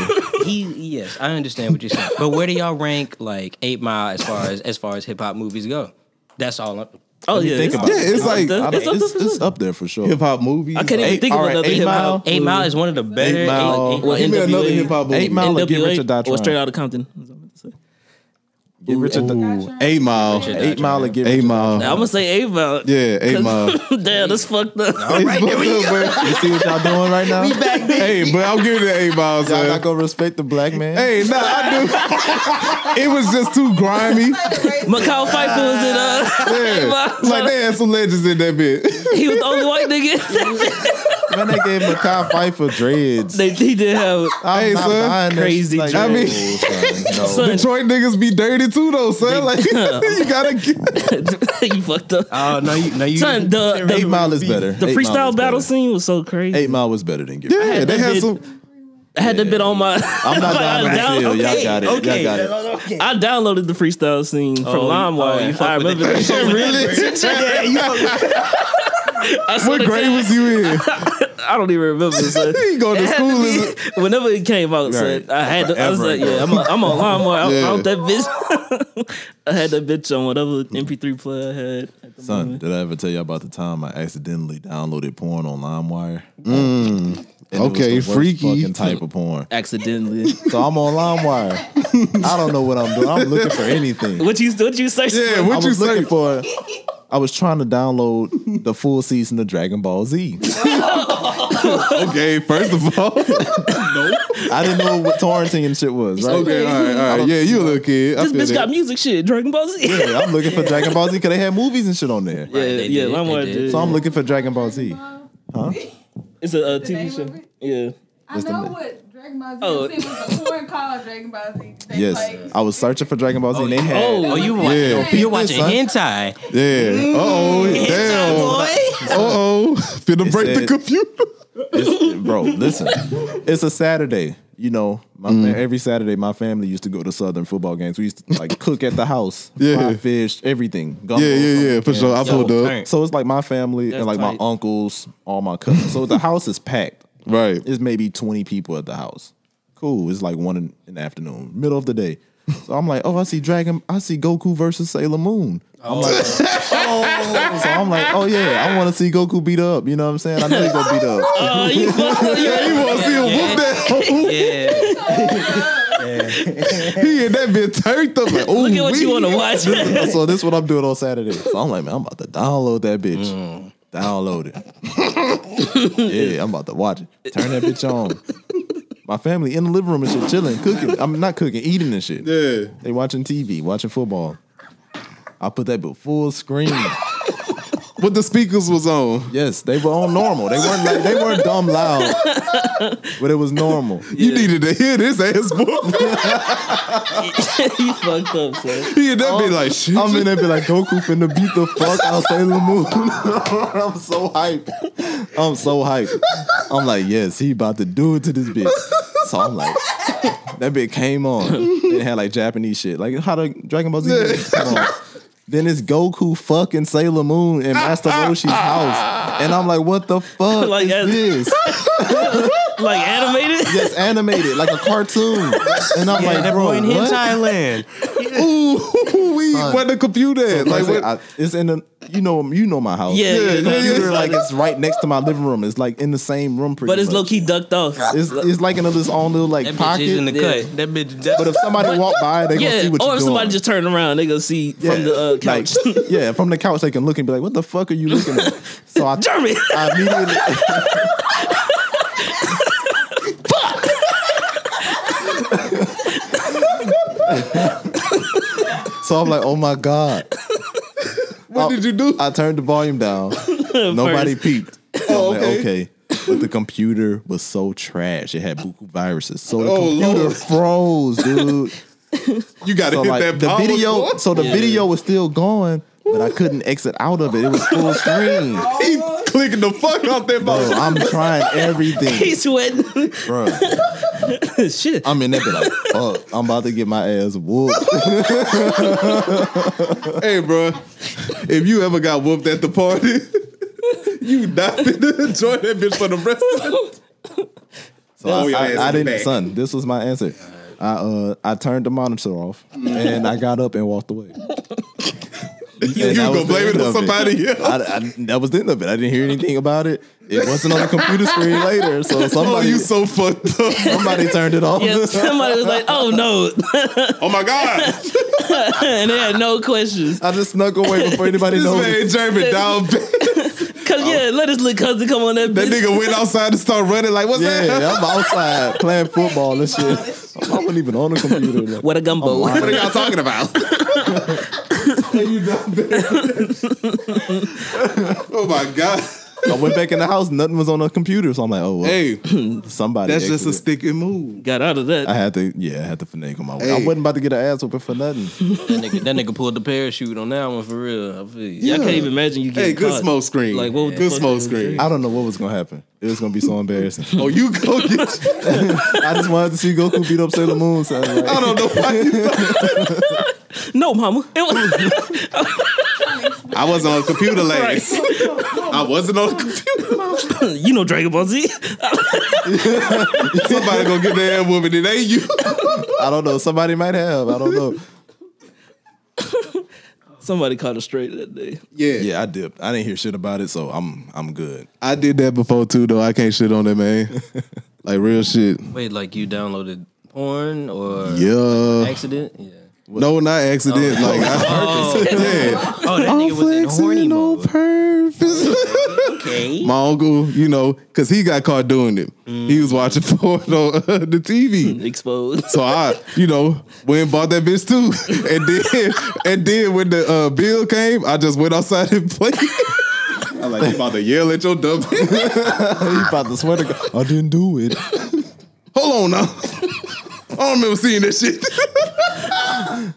A: He yes, I understand what you're saying. But where do y'all rank like Eight Mile as far as as far as hip hop movies go? That's all. I'm,
F: Oh yeah,
B: think about it.
C: Yeah, it's like-
B: I
F: up
B: don't-
F: there. it's, up
B: it's,
F: there for
B: it's
F: sure.
B: up there for sure.
C: Hip hop movies.
F: I couldn't even
B: Eight-
F: think of
B: alright,
F: another
B: Eight
F: hip
B: Mile.
F: hop.
A: Eight Mile is one of the better. Eight
B: Mile.
A: Eight-
F: Well,
C: Give me another
F: NWA.
C: hip hop
B: Eight
C: movie.
B: Mile or Get
F: NWA
B: Rich or Die
F: or straight Oh,
B: Trying.
F: out of Compton. That's what I'm gonna say.
B: Get Rich or Die.
C: Ooh, Eight Mile.
B: Eight Mile or Get Rich.
C: Eight
B: or Die
C: Mile.
F: I'm gonna say eight mile.
C: Yeah, Eight Mile.
A: uh,
F: Damn, that's fucked up.
C: It's fucked up,
B: Trying. You see what y'all doing right now? y'all
C: bro. Hey, but I'm giving it Eight Mile,
B: not
C: son.
B: gonna respect the black man.
C: Hey, nah, I do. It was just too grimy.
F: Macau Pfeiffer was in uh, Eight
C: Yeah.
F: Mile.
C: Like, they had some legends in that bit.
F: he was the only white nigga.
B: man, they gave Makai fight for dreads.
F: they, he did have.
B: I'm
C: Hey,
B: not
C: son.
B: buying that
F: Crazy
B: shit.
C: I mean-
B: Like, no, son,
F: Son,
C: Detroit niggas be dirty too, though, son. Like, you gotta get.
F: you fucked up.
A: Oh no, you no you.
F: Son, the,
B: no.
F: the,
B: Eight Mile is better.
F: the
B: Eight Mile
F: freestyle
B: is
F: battle
B: better.
F: scene was so crazy.
B: Eight Mile was better than Get Rich.
C: Yeah, they had
F: did-
C: some.
F: I had that bit on my.
B: I'm not down with
F: down-
B: that deal. Y'all got it. Y'all got it.
F: I downloaded the freestyle scene from
A: oh, you
F: LimeWire.
A: fuck
F: I
A: with
F: remember that shit.
C: Really?
F: I swear
C: What
F: to
C: grade
F: God,
C: was you in?
F: I don't even remember. Son.
C: You go to
F: It had
C: school.
F: be-
C: is-
F: whenever it came out,
B: Right.
F: son, I had to, I was
B: Forever
F: like, yeah, I'm a, I'm on LimeWire. I
C: Yeah.
F: found that bitch. I had that bitch on whatever MP3 player I had. At the
B: Son,
C: Mm-hmm.
F: moment.
B: did I ever tell you about the time I accidentally downloaded porn on LimeWire? And it was
C: Mm-hmm. Okay,
B: the worst
C: freaky.
B: fucking type of porn.
F: accidentally.
B: So I'm on LimeWire. I don't know what I'm doing. I'm looking for anything.
F: what you what you search?
C: Yeah,
F: for?
B: I
C: what you
B: was looking
C: say?
B: for. I was trying to download the full season of Dragon Ball Z.
C: Okay, first of all.
B: I didn't know what torrenting and shit was. Right?
C: Okay, all right, all right. Yeah, you a little kid. I
F: this
C: feel
F: bitch
C: that.
F: got music shit. Dragon Ball Z. Yeah,
B: Yeah, I'm looking for Dragon Ball Z because they had movies and shit on there.
F: yeah,
A: they did, they
F: LimeWire
A: did.
F: did.
B: So I'm looking for Dragon Ball Z.
E: Huh?
F: It's a uh,
E: name
F: TV show.
E: of it?
F: Yeah.
E: I know what Dragon Ball Z
F: Oh.
E: oh. was a porn called Dragon Ball Z. They
B: Yes,
E: played-
B: I was searching for Dragon Ball Z and they had.
F: Oh,
A: Oh, you
E: Yeah.
A: watching?
E: Peep
A: You're watching
B: this,
A: hentai.
C: Yeah. Uh oh. Damn. Uh oh. Finna break the
B: said-
C: computer.
B: It's- bro, listen. It's a Saturday. You know, my
C: Mm-hmm.
B: fa- every Saturday, my family used to go to Southern football games. We used to like cook at the house,
C: Yeah.
B: fry fish, everything. gumbo,
C: Yeah, yeah, yeah.
B: something.
C: For sure. I pulled up.
A: turn.
B: So it's like my family
F: That's
B: and like
F: tight.
B: my uncles, all my cousins. So the house is packed.
C: Right.
B: It's maybe 20 people at the house. Cool. It's like one in, in the afternoon, middle of the day. So I'm like, oh, I see Dragon, I see Goku versus Sailor Moon. I'm like, oh. so I'm like, oh yeah, I want to see Goku beat up. You know what I'm saying? I know he's gonna beat up.
F: Oh, you fucked up.
C: Yeah, you want to see him whoop that?
A: Yeah,
C: he and that bitch turned up. Like,
B: oh,
F: Look at what you want to watch.
B: so this is what I'm doing on Saturday. So I'm like, man, I'm about to download that bitch.
F: Mm.
B: Download it. yeah, I'm about to watch it. Turn that bitch on. My family in the living room and shit, chilling, cooking. I'm not cooking, eating and shit.
C: Yeah.
B: They watching TV, watching football. I put that bitch full screen.
C: What the speakers was on.
B: Yes, they were on normal. They weren't like, they weren't dumb loud, but it was normal.
C: You needed to hear this ass book.
F: you fucked up, son.
C: he and that bitch like, shit.
B: Oh, I'm in there be like Goku finna beat the fuck out Sailor Moon. I'm so hyped. I'm so hyped. I'm like, yes, he about to do it to this bitch. So I'm like, that bitch came on and had like Japanese shit. Like how the Dragon Ball Z movies come on. Then it's Goku fucking Sailor Moon and Master Roshi's house. And I'm like, what the fuck
F: Like,
B: is
F: as-
B: this?
F: like animated.
B: It's animated like a cartoon. And I'm like, bro,
D: in
B: what?
D: Thailand.
C: we where the computer at?
B: Like,
C: Like what?
B: I- it's in the you know you know my house.
F: Yeah, yeah,
B: You
F: yeah,
B: know,
F: yeah.
B: you're like it's right next to my living room. It's like in the same room, pretty
F: But it's
B: much.
F: low key ducked off.
B: It's, it's like in a little own little like
A: That bitch
B: pocket.
A: is in the
F: Yeah.
A: cut. That bitch.
B: but if somebody walk by, they gonna
F: Yeah,
B: see what
F: or
B: you're
F: if
B: doing.
F: somebody just turned around, they gonna see from the uh,
B: Like,
F: couch.
B: yeah, from the couch they can look and be like, "What the fuck are you looking at?" So I,
F: Jeremy,
B: I immediately, so I'm like, "Oh my god!"
C: what did you do?
B: I turned the volume down. Nobody peeped. So I'm like,
C: Oh, okay.
B: okay. But the computer was so trash. It had buku viruses. So the
C: Oh,
B: computer
C: Lord.
B: froze, dude.
C: You gotta
B: So
C: hit
B: like
C: that
B: the
C: power
B: video,
C: button.
B: so the video was still going, but I couldn't exit out of it. It was full screen.
C: He clicking the fuck off that
B: Bro,
C: button.
B: I'm trying everything,
F: he's sweating.
B: bro.
F: Shit.
B: I'm in there be like, fuck, I'm about to get my ass whooped.
C: Hey, bro, if you ever got whooped at the party, you not finna enjoy that bitch for the rest. of the
B: So I-
C: Oh, your
B: I,
C: ass
B: I
C: is
B: didn't,
C: back.
B: son. This was my answer. I uh, I turned the monitor off and I got up and walked away.
C: You gonna blame it on somebody else?
B: I, I, that was the end of it. I didn't hear anything about it. It wasn't on the computer screen later, so
C: Oh,
B: somebody
C: you so fucked up.
B: somebody turned it off.
F: Yeah, somebody was like, "Oh no,"
C: Oh my god,
F: and they had no questions.
B: I just snuck away before anybody
C: this
B: noticed.
C: man Jeremy down. bad.
F: Cause yeah, let his little cousin come on that
C: That
F: bitch.
C: nigga went outside and started running like, what's that?
B: Yeah, I'm outside playing football and shit. I wasn't even on the computer.
F: What a gumbo.
B: Oh,
C: What are y'all talking about? oh my god.
B: I went back in the house. Nothing was on the computer, so I'm like, oh, well,
C: Hey,
B: somebody.
C: that's just a
B: exited.
C: stick and move.
F: Got out of
B: I
F: that.
B: had to, yeah, I had to finagle my way. I
C: Hey.
B: wasn't about to get an ass whooping for nothing.
A: That nigga, that nigga pulled the parachute on that one for real. I feel you.
F: I can't even imagine you getting
C: Hey, good
F: caught.
C: smoke screen.
F: Like, what would the
C: good
F: fuck
C: smoke
F: they
C: screen.
B: I don't know what was gonna happen. It was gonna be so embarrassing.
C: Oh, you go get.
B: I just wanted to see Goku beat up Sailor Moon. So I was like,
C: I don't know why you
F: No, mama. It was,
C: I wasn't on the computer last. I wasn't on the computer.
F: you know Dragon Ball Z.
C: Somebody gonna get their ass whooping. It ain't you.
B: I don't know. Somebody might have. I don't know.
F: Somebody caught us straight that day.
C: Yeah.
B: Yeah, I dipped. I didn't hear shit about it, so I'm I'm good.
H: I did that before too, though. I can't shit on that man. like real shit.
A: Wait, like you downloaded porn or
H: Yeah.
A: accident? Yeah.
H: No, not accident. Like I,
A: Oh, that nigga was in horny
H: flexing on
A: mode.
H: purpose.
A: Okay.
H: My uncle, you know, because he got caught doing it. He was watching porn on uh, the TV.
F: Exposed.
H: So I, you know, went and bought that bitch too. And then and then when the uh, bill came, I just went outside and played.
C: I'm like, you about to yell at your dumb.
B: You about to swear to God, I didn't do it.
C: Hold on now. I don't remember seeing that shit.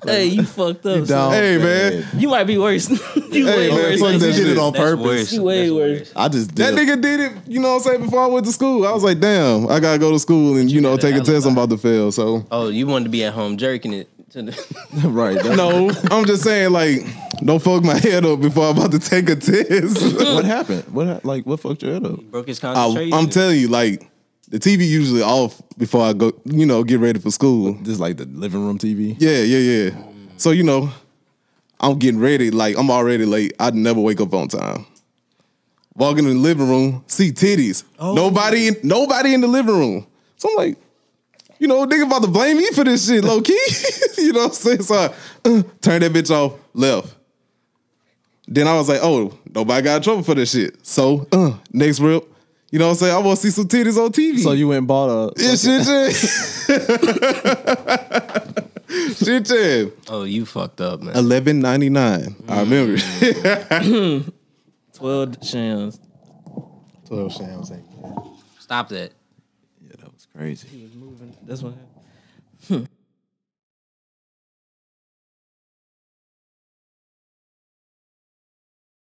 F: Hey, you fucked up. son.
B: Down
C: Hey,
B: bad.
C: man.
F: You might be worse. you
C: Hey,
F: way
C: man,
F: worse.
C: fuck
F: than
C: that
B: He
F: you.
B: did
C: shit.
B: it on
A: That's
B: purpose.
A: worse.
F: You way
A: That's
F: worse.
B: I just
C: That
B: dipped.
C: nigga did it, you know what I'm saying, before I went to school. I was like, damn, I gotta go to school and, you know,
A: gotta
C: take a test.
A: alibi.
C: I'm about to fail. So,
A: Oh, you wanted to be at home jerking it to the
B: right. That's
C: no, I'm just saying, like, don't fuck my head up before I'm about to take a test.
B: what happened. What hap- like what fucked your head up?
A: broke his
C: I,
A: concentration.
C: I'm telling you, like, the TV usually off before I go, you know, get ready for school.
B: Just like the living room TV.
C: Yeah, yeah, yeah. So, you know, I'm getting ready. Like, I'm already late. I'd never wake up on time. Walking in the living room, see titties. Nobody, in, nobody in the living room. So I'm like, you know, nigga about to blame me for this shit, low key. you know what I'm saying? So I uh, turned that bitch off, left. Then I was like, oh, nobody got in trouble for this shit. So uh, next rip, you know what I'm saying? I want to see some titties on TV.
B: So you went and bought a
C: Yeah, shit, yeah. shit, yeah.
A: oh, you fucked up, man.
C: Eleven ninety nine. I remember.
F: Twelve shams.
B: twelve shams. ain't bad.
A: Stop that.
B: Yeah, that was crazy.
F: That's what.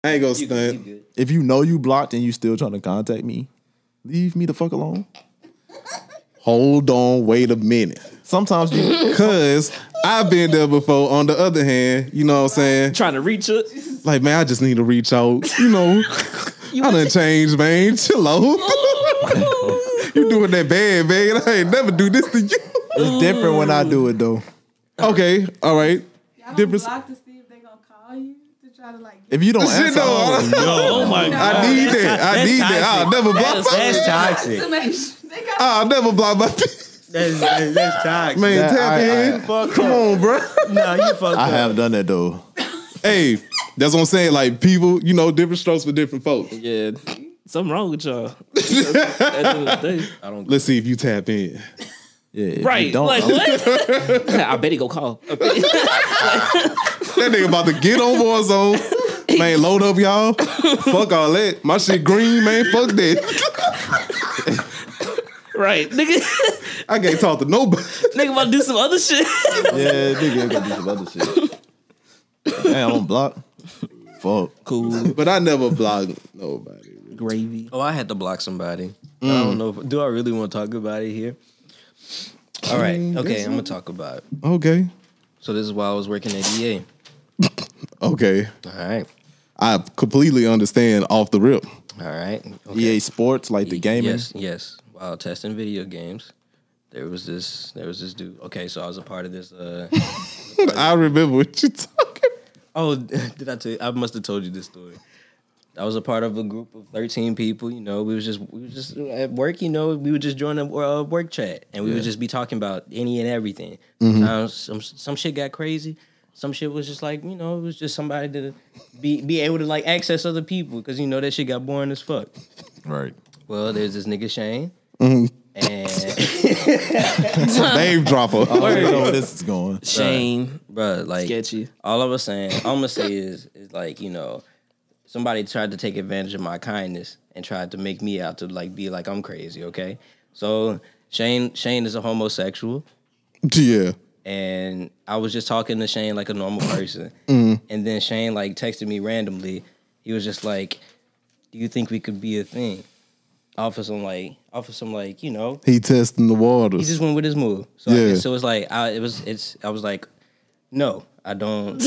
C: I ain't gonna stunt.
B: If you know you blocked and you still trying to contact me, Leave me the fuck alone.
C: Hold on, wait a minute.
B: Sometimes you
C: Cause I've been there before. On the other hand, you know what I'm saying?
F: Trying to reach it.
C: Like, man, I just need to reach out. You know, I done changed, man. Chill
A: Oh.
C: out. you doing that bad, man. I ain't never do this to you.
B: it's different when I do it though.
C: Okay, all right.
E: Y'all don't
C: Difference-
E: block to see if they gonna call you to try to like. Get
B: If you don't
C: Shit,
B: answer,
C: no,
B: I'll-
C: I-
F: Oh my god.
C: I need that. I
A: that's
C: need that. I'll
A: toxic.
C: never block my
A: That's toxic.
E: to make sure they got
C: I'll never block my
I: That's, that's, that's toxic.
C: Man,
B: That-
C: tap
B: I-
C: in.
B: I-
C: Come on, bro.
I: Nah, you fucked
B: I
I: up.
B: have done that though.
C: hey, that's what I'm saying. Like people, you know, different strokes for different folks.
A: Yeah,
F: Something wrong with y'all. At the end of the day.
C: Let's see if you tap in.
B: Yeah, if you
F: Right.
B: Don't,
F: like
B: I'm-
F: what? I bet he go call.
C: That nigga about to get on Warzone. Man, load up, y'all. Fuck all that. My shit green, man. Fuck that.
F: right. Nigga
C: I can't talk to nobody.
F: nigga about to do some other shit.
B: Yeah, nigga, I gotta do some other shit. Man, I don't block. Fuck.
F: cool.
C: But I never block nobody.
F: Gravy.
A: Oh, I had to block somebody. I don't know. If, do I really want to talk about it here? All right. Okay, I'm gonna talk about it.
C: Okay.
A: So this is why I was working at EA.
C: Okay.
A: All right.
C: I completely understand off the rip.
A: All right. Okay.
B: EA E Sports, like the gaming.
A: Yes, yes. While testing video games, there was this there was this dude. Okay, so I was a part of this uh
C: I remember what you talking
A: Oh, did I tell you? I must have told you this story. I was a part of a group of thirteen people. You know, we was just we was just at work. You know, we would just join a uh, work chat, and we would just be talking about any and everything.
B: Mm-hmm.
A: Sometimes some some shit got crazy. Some shit was just like you know, it was just somebody to be be able to like access other people because you know that shit got boring as fuck.
B: Right. Mm-hmm.
A: Well, there's this nigga Shane, and.
C: about. Name dropper.
B: I already know where this is going.
F: Shane.
A: Bruh, like
F: Sketchy.
A: all I was saying, all I'm gonna say is, is like you know, somebody tried to take advantage of my kindness and tried to make me out to like be like I'm crazy, okay? So Shane, Shane is a homosexual,
C: yeah.
A: and I was just talking to Shane like a normal person, and then Shane like texted me randomly. He was just like, "Do you think we could be a thing?" Off of some like, off of some like, you know,
C: He testing the
A: he
C: waters.
A: just went with his move. So I
C: Yeah.
A: guess it was like I it was it's I was like, no, I don't.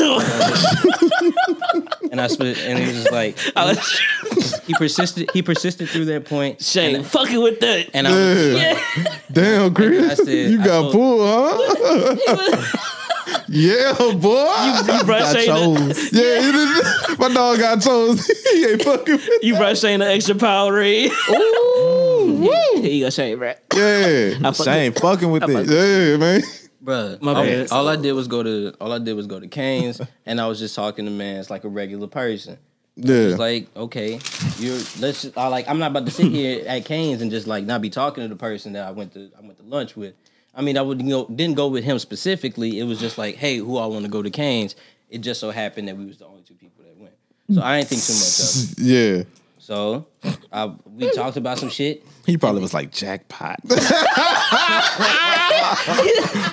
A: and I spit, and he was just like
F: I was-
A: he persisted. He persisted through that point,
F: Shane. fucking with that.
A: and I was
C: Yeah.
F: yeah.
C: Damn, Chris.
A: I said-
C: you
A: I told-
C: got pulled, huh? yeah, boy.
F: you brought Shane a,
C: yeah, it is- my dog got chose. he ain't fucking with
F: you brought Shane an extra Powerade. Ooh, woo. Here you go, Shane, right?
C: Yeah.
F: I fuck
B: Shane fucking with it.
C: Yeah, man.
A: bruh.
F: My
A: all,
F: bad.
A: all I did was go to all I did was go to Canes, and I was just talking to man's like a regular person.
C: Yeah.
A: It's like, okay, you're let's just, I like I'm not about to sit here at Kane's and just like not be talking to the person that I went to I went to lunch with. I mean, I would you know, didn't go with him specifically. It was just like, hey, who I want to go to Kane's. It just so happened that we was the only two people that went. So I didn't think too much of it.
C: yeah.
A: So I, we talked about some shit.
B: He probably was like jackpot.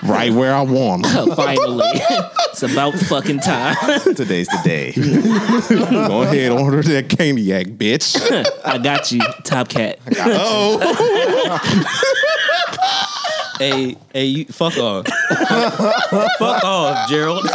C: Right where I want 'em.
F: Finally. it's about fucking time.
B: Today's the day.
C: Go ahead, order that caniac, bitch.
F: I got you, Top Cat.
C: oh.
A: Hey, hey, you, fuck off, fuck off, Gerald.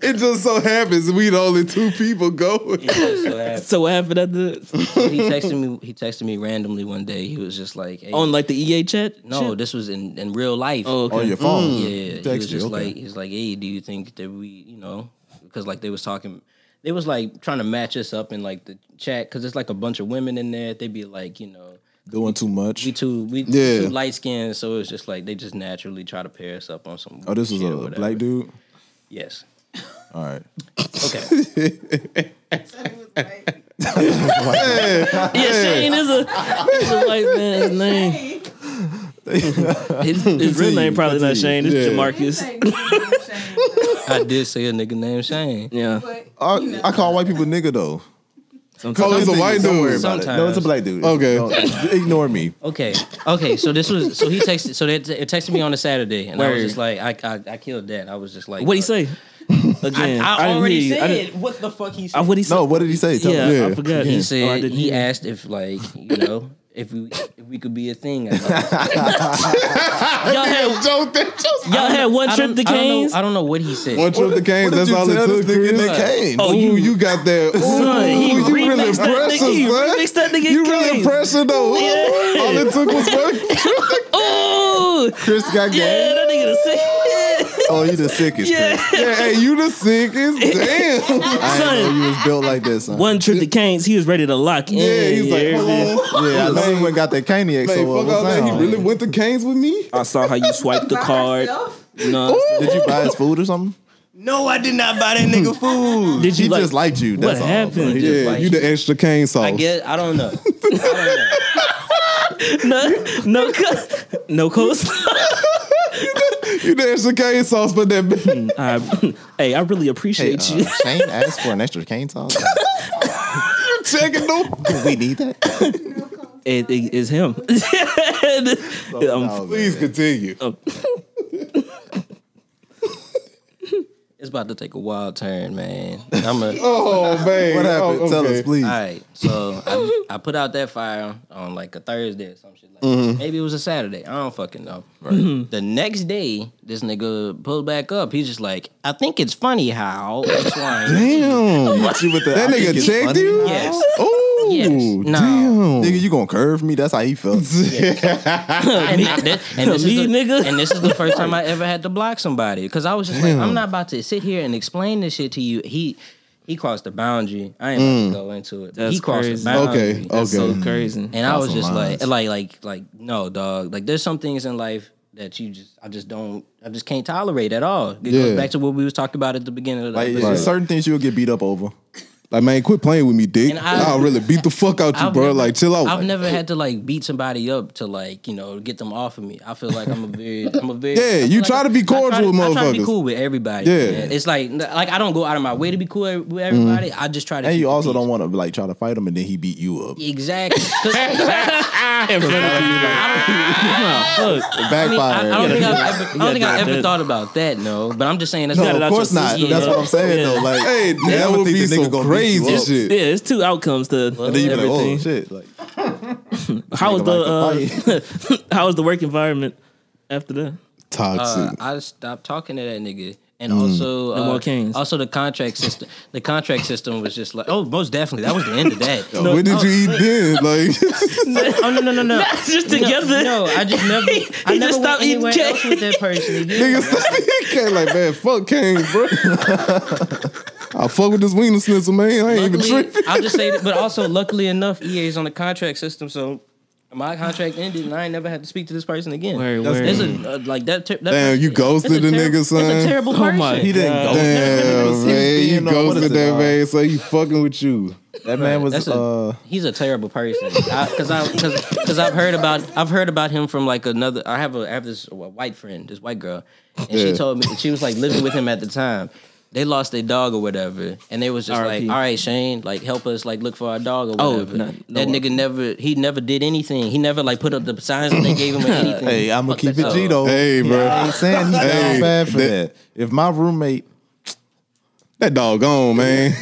C: It just so happens we the only two people going.
A: So happened.
F: So what happened after this?
A: he texted me. He texted me randomly one day. He was just like, hey,
F: On like the EA chat?
A: no,
F: Shit?
A: this was in in real life.
F: Oh, okay.
B: On your phone.
A: Mm. Yeah, he
B: Text
A: was
B: you,
A: just
B: okay.
A: like he's like, hey, do you think that we, you know, because like they was talking, they was like trying to match us up in like the chat because it's like a bunch of women in there. They be like, you know,
B: Doing too much.
A: we too we
C: Yeah.
A: too light skinned, so it's just like they just naturally try to pair us up on some.
B: Oh, this was
A: shit or
B: a
A: whatever.
B: black dude.
A: Yes.
B: All right.
A: Okay.
E: like,
F: Yeah, Shane is a, is a white man's name.
E: hey,
F: His, his real name probably not Shane. It's
E: you
F: Jamarcus.
E: say nigga, Shane, though,
A: I did say a nigga named Shane.
F: Yeah.
E: but
B: I,
E: you know,
B: I call white people nigga though.
C: Oh, it's a white
B: Don't worry
C: dude.
B: about it. No, it's
A: Sometimes.
B: a black dude.
C: Okay.
B: Don't- ignore me.
A: Okay. Okay. So this was so he texted so they, they texted me on a Saturday and I was just like I, I I killed that. I was just like
F: What'd he
A: uh,
F: say? again.
A: I,
F: didn't
A: already
F: hear you.
A: said
F: I didn't-
A: what the fuck he said.
F: I, what he said?
B: No, what did he say? Tell
F: yeah,
B: me.
F: I forgot.
A: he
F: Oh, I
A: said
F: didn't
A: he
F: hear.
A: asked if like you know if we if we could be a thing. I don't-
F: Y'all had,
H: Don't that just
F: y'all had one trip to
A: I don't
F: Canes.
A: know. I don't know what he said.
H: one trip to Canes? That's all it took. Chris.
F: Oh,
H: Ooh,
F: you,
H: you got that. Ooh,
F: son, he
H: you really
F: remixed
H: impressed us,
F: that nigga. He remixed
H: son.
F: that nigga.
H: You
F: in
H: really
F: Canes.
H: impressed us, though. Ooh,
F: Yeah.
H: All it took was one.
F: Ooh,
H: Chris got game.
F: yeah, that nigga the sick.
B: Oh, you the sickest. Chris.
F: Yeah,
H: Yeah, hey, you the sickest. Damn.
B: I didn't know you was built like this. Son.
F: one trip to Canes. He was ready to lock in.
H: Yeah, he's like,
F: yeah.
H: hello.
B: Yeah, I know he went got that
H: Hey,
B: Kanye XO.
H: fuck all that. He really went to Canes with me?
F: I saw how you swiped the card. No,
B: Did you buy his food or something?
D: No, I did not buy that nigga food.
F: did you
B: He
F: like?
B: just liked you. That's
F: what
B: all.
F: happened?
B: He
H: Yeah,
A: like-
H: you the extra cane sauce.
A: I guess I don't know. I don't know.
F: no, no, co- no coleslaw.
H: You the extra cane sauce, but that
F: I- hey, I really appreciate
B: Hey,
F: you.
B: uh, Shane asked for an extra cane sauce.
A: Hmm.
H: checking them.
B: Do we need that?
F: It- it- it's him. Um,
B: Oh,
H: Please continue.
A: It's about to take a wild turn, man. I'm a
H: Oh man,
B: What happened?
H: Oh,
B: Tell
H: okay.
B: us, please.
A: All right, so I, I put out that fire on like a Thursday or some shit. Like that. Maybe it was a Saturday. I don't fucking know. The next day, this nigga pulled back up. He's just like, I think it's funny how it's like,
H: Damn,
B: Hit you with the,
H: that
B: I think
H: nigga
B: it's
H: checked
B: funny.
H: you.
A: yes,
H: Oh,
A: yes, no,
H: damn.
B: Nigga, you gonna curve me? That's how he felt.
A: and, th- and this is
F: Me,
A: the,
F: nigga.
A: and this is the first time I ever had to block somebody because I was just like, I'm not about to sit here and explain this shit to you. He he crossed the boundary. I ain't about to go into it.
F: That's
A: he crossed
F: crazy.
A: the boundary.
H: Okay,
F: that's
H: okay.
F: so crazy.
A: And I was just
B: lines.
A: like, like, like, like, no, dog. Like, there's some things in life that you just, I just don't, I just can't tolerate at all. It
H: Yeah.
A: goes back to what we was talking about at the beginning of the
B: Like,
A: episode.
B: there's certain things you'll get beat up over.
H: Like man, quit playing with me, dick.
A: And I-
H: I, will really beat the fuck out you,
A: I've
H: bro.
A: never-
H: like chill out.
A: I've never had to like beat somebody up to like you know get them off of me. I feel like I'm a very, I'm a very
H: Yeah,
A: I feel
H: you
A: like
H: try
A: I-
H: to be
A: I try
H: cordial with
A: I try to be
H: motherfuckers.
A: cool with everybody.
H: Yeah. Mm-hmm.
A: Yeah, it's like like I don't go out of my way to be cool with everybody. I just try to.
B: And
A: keep
B: you
A: the
B: also
A: peace.
B: don't want to like try to fight him and then he beat you up.
A: exactly. 'Cause- 'cause
F: In front of you, like, nah, fuck.
A: I,
B: Backfire.
A: I don't think I've ever, I
F: Yeah,
A: don't think I
F: that-
A: ever thought about that. No, but I'm just saying that's
B: no,
A: not
F: it
B: of
F: out
B: course
F: your
B: not.
F: system.
B: That's
F: Yeah.
B: what I'm saying though. Like,
H: hey,
B: you
H: that
B: never
H: would
B: think
H: be
B: the nigga
H: some
B: gonna beat you
H: crazy
B: up.
H: shit.
F: Yeah, it's two outcomes to
B: And then you be like, oh
F: everything.
B: shit. Like,
F: how was
B: like a
F: the uh, how was the work environment after that?
A: Uh,
H: Toxic.
A: I stopped talking to that nigga. And
H: Mm.
A: also,
F: No
A: uh,
F: more kings.
A: also the contract system. The contract system was just like, oh, most definitely, that was the end of that. no,
H: What did you eat then? Like
A: oh no, no, no, no.
F: Just together.
A: No, I just never. I
F: he
A: never
F: just
A: went
F: stopped eating
A: anywhere
F: cake.
A: else with that person. again.
H: niggas came like man, fuck Kane, bro. I fuck with this wiener schnitzel, man. I ain't even
A: Luckily,
H: tripping.
A: I'll just say that, but also, luckily enough, EA is on the contract system, so my contract ended, and I ain't never had to speak to this person again.
F: Word,
A: That's-
F: word.
A: It's a, uh, like that. Ter- that
H: Damn, you
A: person-
H: ghosted the
A: it's a
H: nigga,
A: terrib- It's
H: son.
A: a terrible
F: Oh
A: person.
F: my
B: he didn't
F: God.
B: go.
H: Damn, man, you
B: being on- what is
H: ghosted
B: it,
H: that
B: uh,
H: man. So you fucking with you.
B: That man was
A: That's a-
B: uh
A: He's a terrible person. Because I because I've heard about I've heard about him from like another. I have a I have this white friend, this white girl, and she
H: Yeah.
A: told me she was like living with him at the time. They lost their dog or whatever, and they was just like,
F: R.I.P..
A: "All right, Shane, like help us like look for our dog or
F: Oh,
A: whatever."
F: no- no
A: that
F: one.
A: nigga never he never did anything. He never like put up the signs that they gave him or anything.
B: Hey, I'm gonna
A: Fuck
B: keep
A: that
B: it
A: shit.
B: G though.
H: Hey, bro.
B: I ain't saying he
H: Hey,
B: down bad for that.
H: that-
B: If my roommate,
H: That dog gone, man.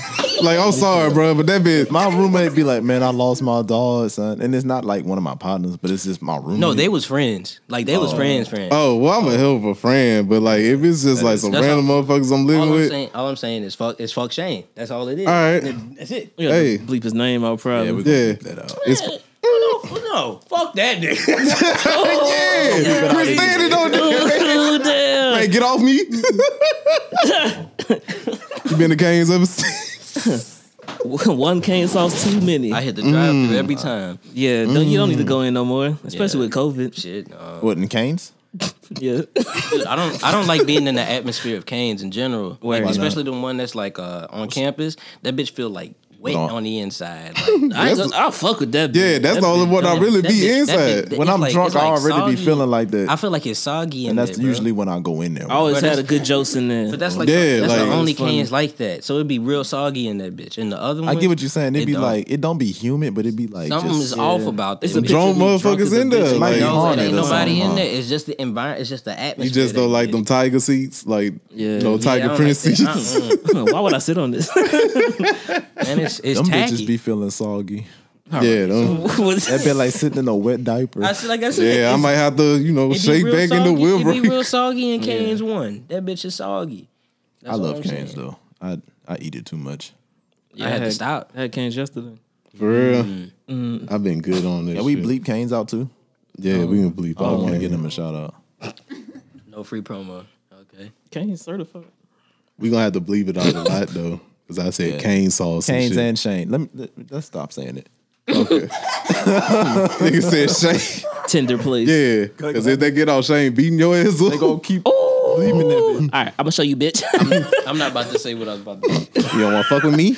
H: like, I'm sorry, bro, but that bitch.
B: my roommate be like, man, I lost my dog, son, and it's not like one of my partners, but it's just my roommate.
A: No, they was friends. Like they was friends, friends.
H: Oh, well, I'm a hell of a friend, but like, if it's just like some
A: that's
H: random motherfuckers I'm
A: all
H: living
A: I'm
H: with,
A: saying, all I'm saying is fuck is fuck Shane. That's all it is.
H: all
B: Uh,
H: right,
A: That's it.
F: We gotta
H: Hey.
F: bleep his name out probably.
B: yeah, we
H: Yeah.
B: yeah. that out.
H: it's
A: No, fuck that nigga.
H: yeah, Chris standing on that.
F: Ooh, damn.
H: Hey, get off me! you been to Canes ever since?
F: One cane sauce too many.
A: I hit the drive through every time.
F: yeah, don't, you don't need to
C: Mm.
F: go in no more,
A: Yeah.
F: especially with COVID.
A: Shit, no.
B: What in Canes?
F: Yeah.
A: Dude, I don't. I don't like being in the atmosphere of Canes in general. Like,
F: Why
A: especially the one that's like uh, on campus. That bitch feel like wet
C: No.
A: on the inside. Like,
F: I ain't gonna, I'll fuck with that.
C: Yeah,
F: bitch.
C: that's
F: That
C: the only
F: bitch
C: one I
F: dumb.
C: really
A: that
C: be
A: bitch- that
C: inside.
A: bitch-
B: When
A: it's
B: I'm
A: like-
B: drunk,
A: it's like
B: I already
A: soggy.
B: be feeling like that,
A: I feel like it's soggy, in
B: and that's
A: there, bro.
B: usually when I go in there.
F: I always
A: But that's-
F: had a good jokes in there.
A: But that's like
C: Yeah,
A: the, that's
C: like-
A: the only
F: It's funny.
A: cans like that. So it'd be real soggy in that bitch. And the other one,
B: I get what you're saying. It'd
A: It
B: be
A: don't.
B: like it don't be humid, but it'd be like
A: something
B: just-
A: is off about that.
F: It's a
A: bitch.
F: picture
C: Drunk
F: of me drunk
C: motherfuckers
F: as a
C: in
F: bitch,
C: there, like,
A: No, it
C: haunted
A: ain't
C: or
A: nobody
C: something,
A: in
C: huh?
A: there. It's just the environment. It's just the atmosphere.
C: You just
A: that
C: don't like
A: bitch.
C: them tiger seats, like no
F: Yeah. Yeah,
A: Yeah, I
C: tiger
A: don't
C: print
A: like
C: seats.
A: that. Uh-uh.
F: Why would I sit on this?
A: And it's it's
B: them
A: tacky.
B: bitches be feeling soggy.
C: yeah, them-
B: That
F: What's-
B: been like sitting in a wet diaper.
A: I feel like I said,
C: yeah. I
A: it's-
C: might have to, you know,
A: it be
C: shake
A: real
C: back in the
A: soggy-
C: wheel
A: It be
C: break.
A: real soggy in Canes one. That bitch is soggy. That's
B: I
A: all
B: love
A: I'm
B: cans
A: saying.
B: though. I I eat it too much.
A: I had to stop.
F: I had cans yesterday.
C: For real,
A: Mm,
C: I've been good on this.
B: Yeah, we
C: shit.
B: bleep canes out too.
C: Yeah, we can bleep.
B: I don't want to
C: okay.
B: give them a shout out.
A: No free promo. Okay.
F: Canes certified.
C: We gonna have to bleep it out a lot though, because I said cane sauce.
B: Canes
C: and
B: and Shane. Let me let, let's stop saying it.
C: shit. nigga said Shane.
F: Tender place.
C: Yeah, because if they get off Shane beating your ass up, they gonna keep.
F: All right, I'm gonna show you, bitch.
A: I'm not about to say what I was about to say.
C: You don't want to fuck with me?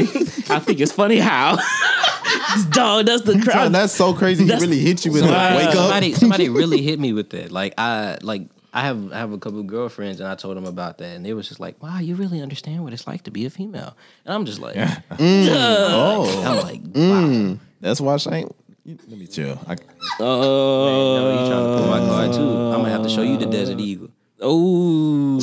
F: I think it's funny how this dog does the crowd.
B: that's so crazy. He
F: That's-
B: really hit you with
F: Wow.
B: a wake up.
A: Somebody, somebody really hit me with that. Like I, like I have, I have a couple of girlfriends, and I told them about that, and they was just like, "Wow, you really understand what it's like to be a female." And I'm just like,
C: Mm.
B: Oh,
A: I'm like, wow.
B: that's why Shane. you- Let me chill. I,
F: Uh,
A: No, you trying to pull my card too? I'm gonna have to show you the Desert Eagle.
F: oh,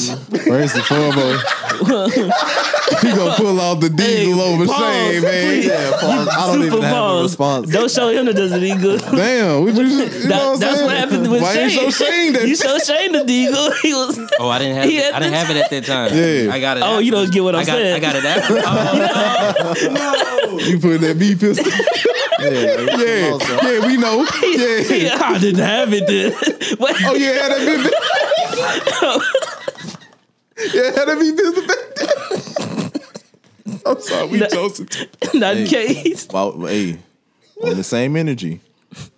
C: first and foremost, he gonna pull out the diesel over
F: pause,
C: Shane, man.
F: please.
C: Yeah, pause. I don't
F: super
C: even have a
F: balls.
C: response.
F: Don't show him the doesn't eat good.
C: Damn, what you, you know what I'm
F: that's
C: saying?
F: what happened with
C: Why
F: Shane.
C: you so Shane that?
F: You showed Shane the Deagle. He was.
A: Oh, I didn't have,
F: He
A: it.
F: had
A: I didn't
F: the
A: have it at that time.
C: Yeah.
A: I got it.
F: Oh, you don't get what I'm
A: I got,
F: saying.
A: I got it. After. Oh,
C: you put that B pistol.
B: yeah,
C: Yeah, yeah, we know. Yeah.
F: Yeah, I didn't have it then. Wait,
C: Oh yeah, had that B pistol. Yeah, had that B pistol back there. I'm sorry, we
F: No.
C: Joseph.
F: not in case.
B: Well, hey, on the same energy,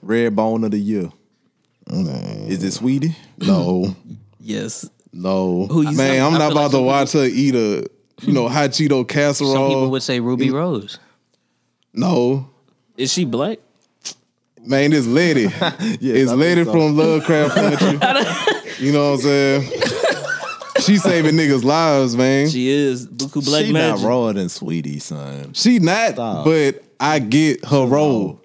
B: red bone of the year. Is it Sweetie?
C: No,
F: Yes.
C: no.
F: you-
C: Man, I'm
A: I feel
C: not
A: like
C: about to
A: some
C: watch her eat a, you know, hot Cheeto casserole.
A: some people would say Ruby Rose.
C: No,
F: Is she black?
C: man, this lady is lady from Lovecraft Country. you know what I'm saying? She saving niggas lives, man.
F: She is. Buku Black
B: she
F: Magic.
B: not rawer than Sweetie, son.
C: She not,
B: Stop.
C: but I get her role.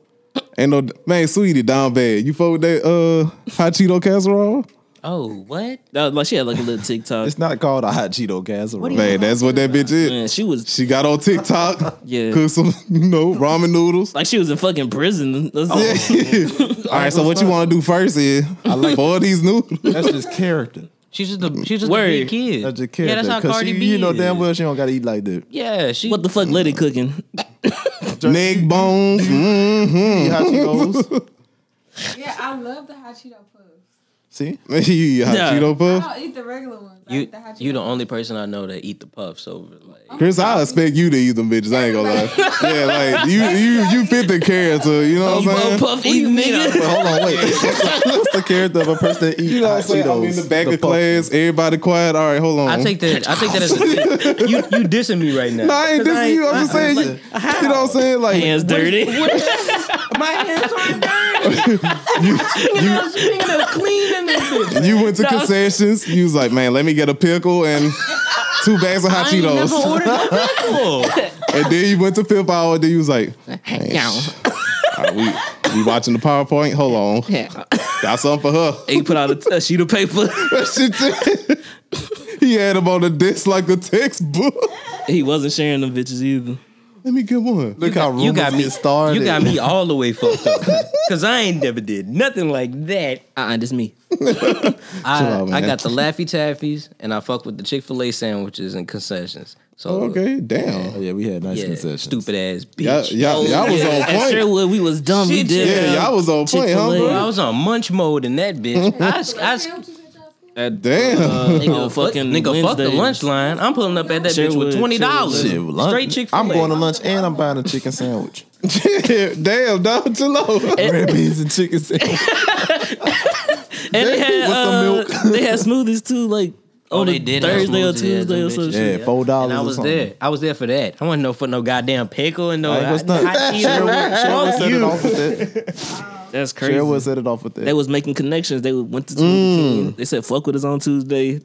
C: Ain't no man, sweetie, down bad. You fuck with that uh hot Cheeto casserole?
A: Oh, what?
F: That was like she had like a little TikTok.
B: It's not called a hot Cheeto casserole.
C: Man, that's what that bitch is.
F: Man, she was
C: She got on TikTok,
F: Yeah.
C: cook some, you know, ramen noodles.
F: like she was in fucking prison. That's-
C: Yeah. All right, so what you want to do first is I like all these noodles.
B: That's just character.
A: She's just a she's just
F: Word.
A: a big kid.
B: That's just character.
A: Yeah, that's how
B: 'Cause
A: Cardi
B: she,
A: B.
B: You know
A: is.
B: damn well she don't got to eat like that.
A: Yeah, she.
F: What the fuck, lady cooking?
C: Neck bones.
B: See how she goes.
E: Yeah, I love the hot Cheeto puffs.
B: See,
C: you hot
F: Yeah.
C: Cheeto
E: I
C: puff.
E: don't eat the regular ones. I
A: you
E: eat the hot Cheeto
A: you the only person I know that eat the puffs over. Like,
C: Chris, I expect you to eat them bitches. I ain't gonna lie. Yeah, like you, you, you fit the character. You know
F: You
C: what I'm
F: bone
C: saying?
F: puff eating nigga.
B: but hold on, wait. What's the, what's the character of a person that eats
C: You know what
B: hot
C: I'm saying?
B: Cheetos?
C: I'm in the back of
B: puff-
C: class. Everybody quiet. All right, hold on.
A: I take that. I take that as a, you you dissing me right now.
C: No, I ain't dissing you. I'm just saying. You, you know what I'm saying? Like
F: Hands dirty.
A: My hands are
E: clean in this bitch.
C: you went to
F: No.
C: concessions. You was like, man, let me get a pickle and two bags of hot Cheetos. And then you went to fifth hour. Then you was like, hey, sh- all right, we we watching the PowerPoint. Hold on, got something for her.
F: He put out a, a sheet of paper.
C: Shit, shit. he had him on the disc like a textbook.
F: He wasn't sharing them bitches either.
C: Let me get one. Look how
A: You got me
B: started.
A: You got me all the way fucked up. Cause I ain't never did nothing like that.
F: Uh uh this me.
A: I,
C: out,
A: I
C: man.
A: got the Laffy Taffies and I fuck with the Chick Fil A sandwiches and concessions. So
C: Okay,
B: Oh
C: damn.
B: yeah, we had nice
A: yeah,
B: concessions.
A: stupid ass
C: Y'all,
A: bitch. Oh,
C: y'all, y'all was on
F: At
C: point.
F: Sherwood, we was dumb. We
A: Shit,
F: did.
C: Yeah, y'all was on point, huh,
F: Chick-fil-A.
C: bro?
A: Bro, I was on munch mode in that bitch. I, I,
E: Sandwiches at y'all school?
C: Damn.
A: Uh,
F: nigga, Oh, fucking
A: fucking nigga, fuck the
F: Wednesdays.
A: lunch line. I'm pulling up at that bitch
F: Sherwood,
A: with twenty dollars
B: Shit, lunch-
A: straight Chick Fil A.
B: I'm going to lunch and I'm buying a chicken sandwich.
C: Damn, down too low.
B: Red beans and chicken sandwich.
F: And they had, uh, they had smoothies too, like on
A: Oh, they
F: a
A: did have
F: Thursday or
A: smoothies, yeah,
F: Tuesday or
A: them
F: some
A: bitches.
B: Yeah,
F: shit.
B: four dollars.
A: And I
B: or
A: was
B: something.
A: there. I was there for that. I wasn't no for no goddamn pickle and no
B: Like, what's
A: hot-
B: not-
A: hot cheese.
B: Sherwood, Sherwood
A: Fuck
B: set it
A: you.
B: off with that.
F: That's crazy.
B: Sherwood set it off with that.
F: they was making connections. They went to Smoothie King. They said fuck with us on Tuesday,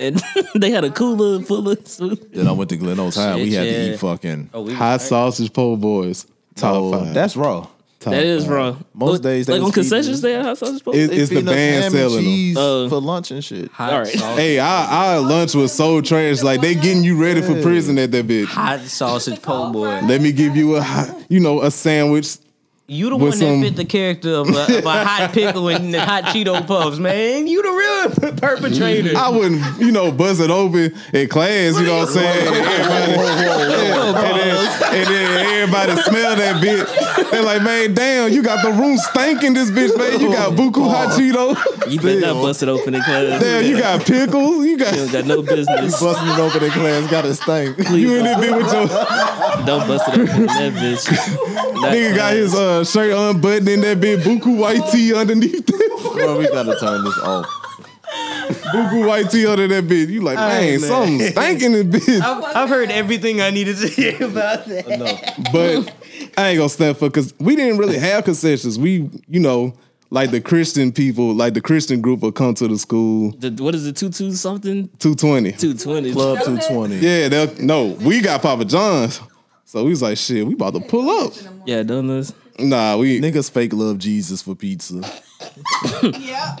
F: and they had a cooler full of smooth-
H: Then I went to Glen Oaks High. We had
A: Shit,
H: to
A: yeah.
H: eat fucking
A: Oh, we-
C: Hot sausage po' boys. Top
B: Oh,
C: five.
B: That's raw.
C: top
F: That is
C: five.
F: raw.
B: Most
F: Look,
B: days they
F: like
B: was
F: on concessions,
B: feeding
F: they had hot sausage.
C: It-
B: They
C: it's the
B: feeding us
C: band
B: ham and
C: selling 'em.
B: cheese
F: Uh,
B: for lunch and shit.
A: Hot
F: All right.
A: sauce.
C: Hey, our, our lunch was so trash. Like they getting you ready for prison at that bitch.
A: Hot sausage po'
E: Oh,
A: boy.
C: Let me give you a, hot- you know, a sandwich.
A: You the
C: With
A: one
C: some-
A: that fit the character of a, of a hot pickle and the hot Cheeto puffs, man. You the real perpetrator.
C: I wouldn't, you know, buzz it open in class. You know what I'm saying? And everybody, and then, and then everybody smell that bitch. They're like, man, damn, you got the room stinking this bitch, man. You got buku hot Cheeto.
F: You better not bust it open in class.
C: Damn, you got pickles. You got
F: You don't got no business.
B: Busting it open in class, got a stink.
C: you in that bitch with your
F: Don't bust it open in that bitch. Not
C: nigga got his uh, shirt unbuttoned in that bitch buku white tee underneath.
B: Bro, we gotta turn this off.
C: buku white tee under that bitch. You like, man,
A: Hey, man.
C: something stinking in this bitch.
A: I've, I've heard everything I needed to hear about that.
C: But I ain't gonna stand for because we didn't really have concessions. We, you know, like the Christian people, like the Christian group will come to the school
F: the, what is it? Two two something?
C: 220.
F: Two twenty.
B: Club 220.
C: Yeah, they'll no, we got Papa John's. So we was like, shit, we about to pull up.
F: Yeah, donuts.
C: Nah, we
B: Niggas fake love Jesus for pizza.
E: Yeah.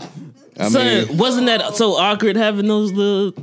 C: I
F: Son,
C: mean
F: wasn't that so awkward having those little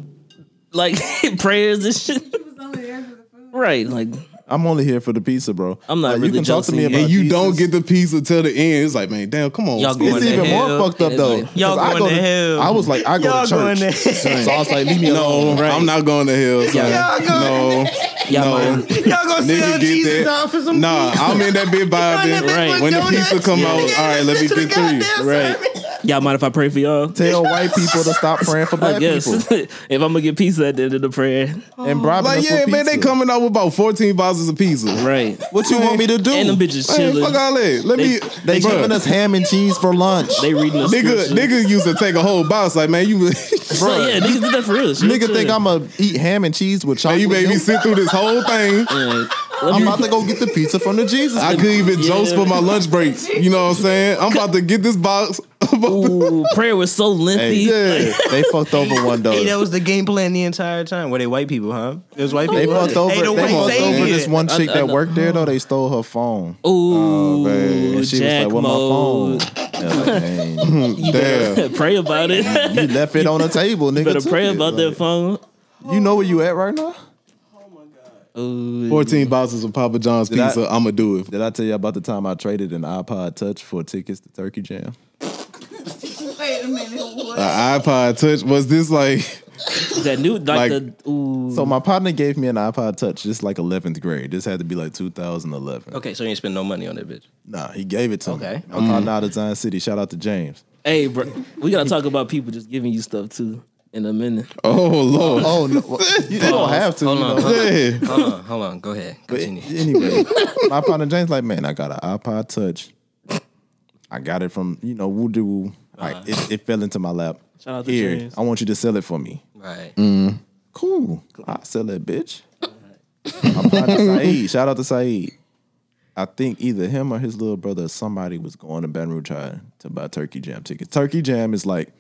F: like prayers and shit?
E: He was only there for the food.
F: Right, like
B: I'm only here for the pizza, bro.
F: I'm not
B: Like, you
F: really
B: can talk to
F: jealous
B: me
F: of you.
B: about
C: and you
B: Jesus.
C: don't get the pizza till the end. It's like, man, damn, come on.
A: Y'all going
B: It's
A: to
B: even
A: hell.
B: more fucked up
F: It's
B: though.
F: like-
B: 'cause
A: Y'all
B: I
A: going
B: go
A: to hell.
B: I was like, I go
A: Y'all
B: to
A: going
B: church.
A: to hell.
B: so I was like, leave me alone.
C: no, I'm not going to hell. Son.
F: Y'all
C: no,
F: y'all
C: no.
F: mind-
D: Y'all gonna sit
C: Nigga
D: on
C: get
D: Jesus
C: that.
D: down for some
C: Nah, I'm in that bitch vibing.
F: Right.
C: When the pizza come out, all
D: Yeah,
C: right, let me
D: listen to the
C: get three.
D: goddamn
F: right. Y'all mind if I pray for y'all?
B: Tell white people to stop praying for black
F: I guess
B: people
F: if I'm gonna get pizza at the end of the prayer,
B: and bribing
C: Like,
B: us
C: yeah,
B: with
C: man, they
B: pizza.
C: coming out with about 14 boxes of pizza.
F: right?
B: What you want me to do?
F: And them bitches
C: Man,
F: chilling.
C: fuck all that. Let me.
B: They
C: Bruh,
B: giving us ham and cheese for lunch.
F: They reading the
C: Nigga,
F: scripture.
C: nigga used to take a whole box. Like, man, you,
F: So, yeah, niggas did that for real. Shit,
B: Nigga
F: chill.
B: think I'ma eat ham and cheese with
C: man,
B: chocolate.
C: you made me
B: milk?
C: sit through this whole thing.
F: Like,
B: I'm about to go get the pizza from the Jesus.
C: I couldn't even joke for my lunch breaks. You know what I'm saying? I'm about to get this box.
F: ooh, prayer was so lengthy.
B: yeah, they fucked over one
A: Hey, that
B: though.
A: was the game plan the entire time. Were they white people, huh? It was white people.
B: They fucked over.
A: Hey,
B: they
A: the white
B: fucked
A: savior.
B: over this one
F: I-
B: chick
F: I
B: that
F: know.
B: worked there though. They stole her phone.
F: Ooh,
B: Oh, And she
F: Jack
B: was like, "Where
F: mode.
B: my phone?" Yeah, like, "Dang,
C: Damn.
F: pray about it.
B: you left it on the table, nigga.
F: Better
B: took
F: pray
B: it.
F: about that phone.
B: Like, You know where you at right now?
F: Ooh,
C: 14 boxes of Papa John's
B: I-
C: pizza. I, am going to do it.
B: Did I tell you about the time I traded an iPod Touch for tickets to Turkey Jam?
E: Wait a minute. What?
C: An iPod Touch. Was this like.
F: that new
C: Like-
F: like, the ooh.
B: So my partner gave me an iPod Touch, just like 11th grade. This had to be like 2011.
A: Okay, so you ain't spend no money on that bitch.
B: Nah, he gave it to me.
A: Okay.
B: My partner out of Zion City. Shout out to James.
F: Hey, bro, we gotta talk about people just giving you stuff too in a minute.
C: Oh, Lord.
B: Oh no, well, you don't have to.
A: Hold
B: you
A: on,
B: know.
A: hold on,
C: Yeah.
A: hold on, hold on. Go ahead,
B: But
A: continue.
B: anyway, my partner James like, man, I got an iPod Touch. I got it from you know Woodoo. Woo. Like it, it fell into my lap.
F: Shout out to
B: Here,
F: James.
B: I want you to sell it for me. Mm-hmm.
A: Right.
B: Cool. I sell that bitch. my partner Saeed. Shout out to Saeed. I think either him or his little brother, or somebody was going to Baton Rouge High to buy Turkey Jam tickets. Turkey Jam is like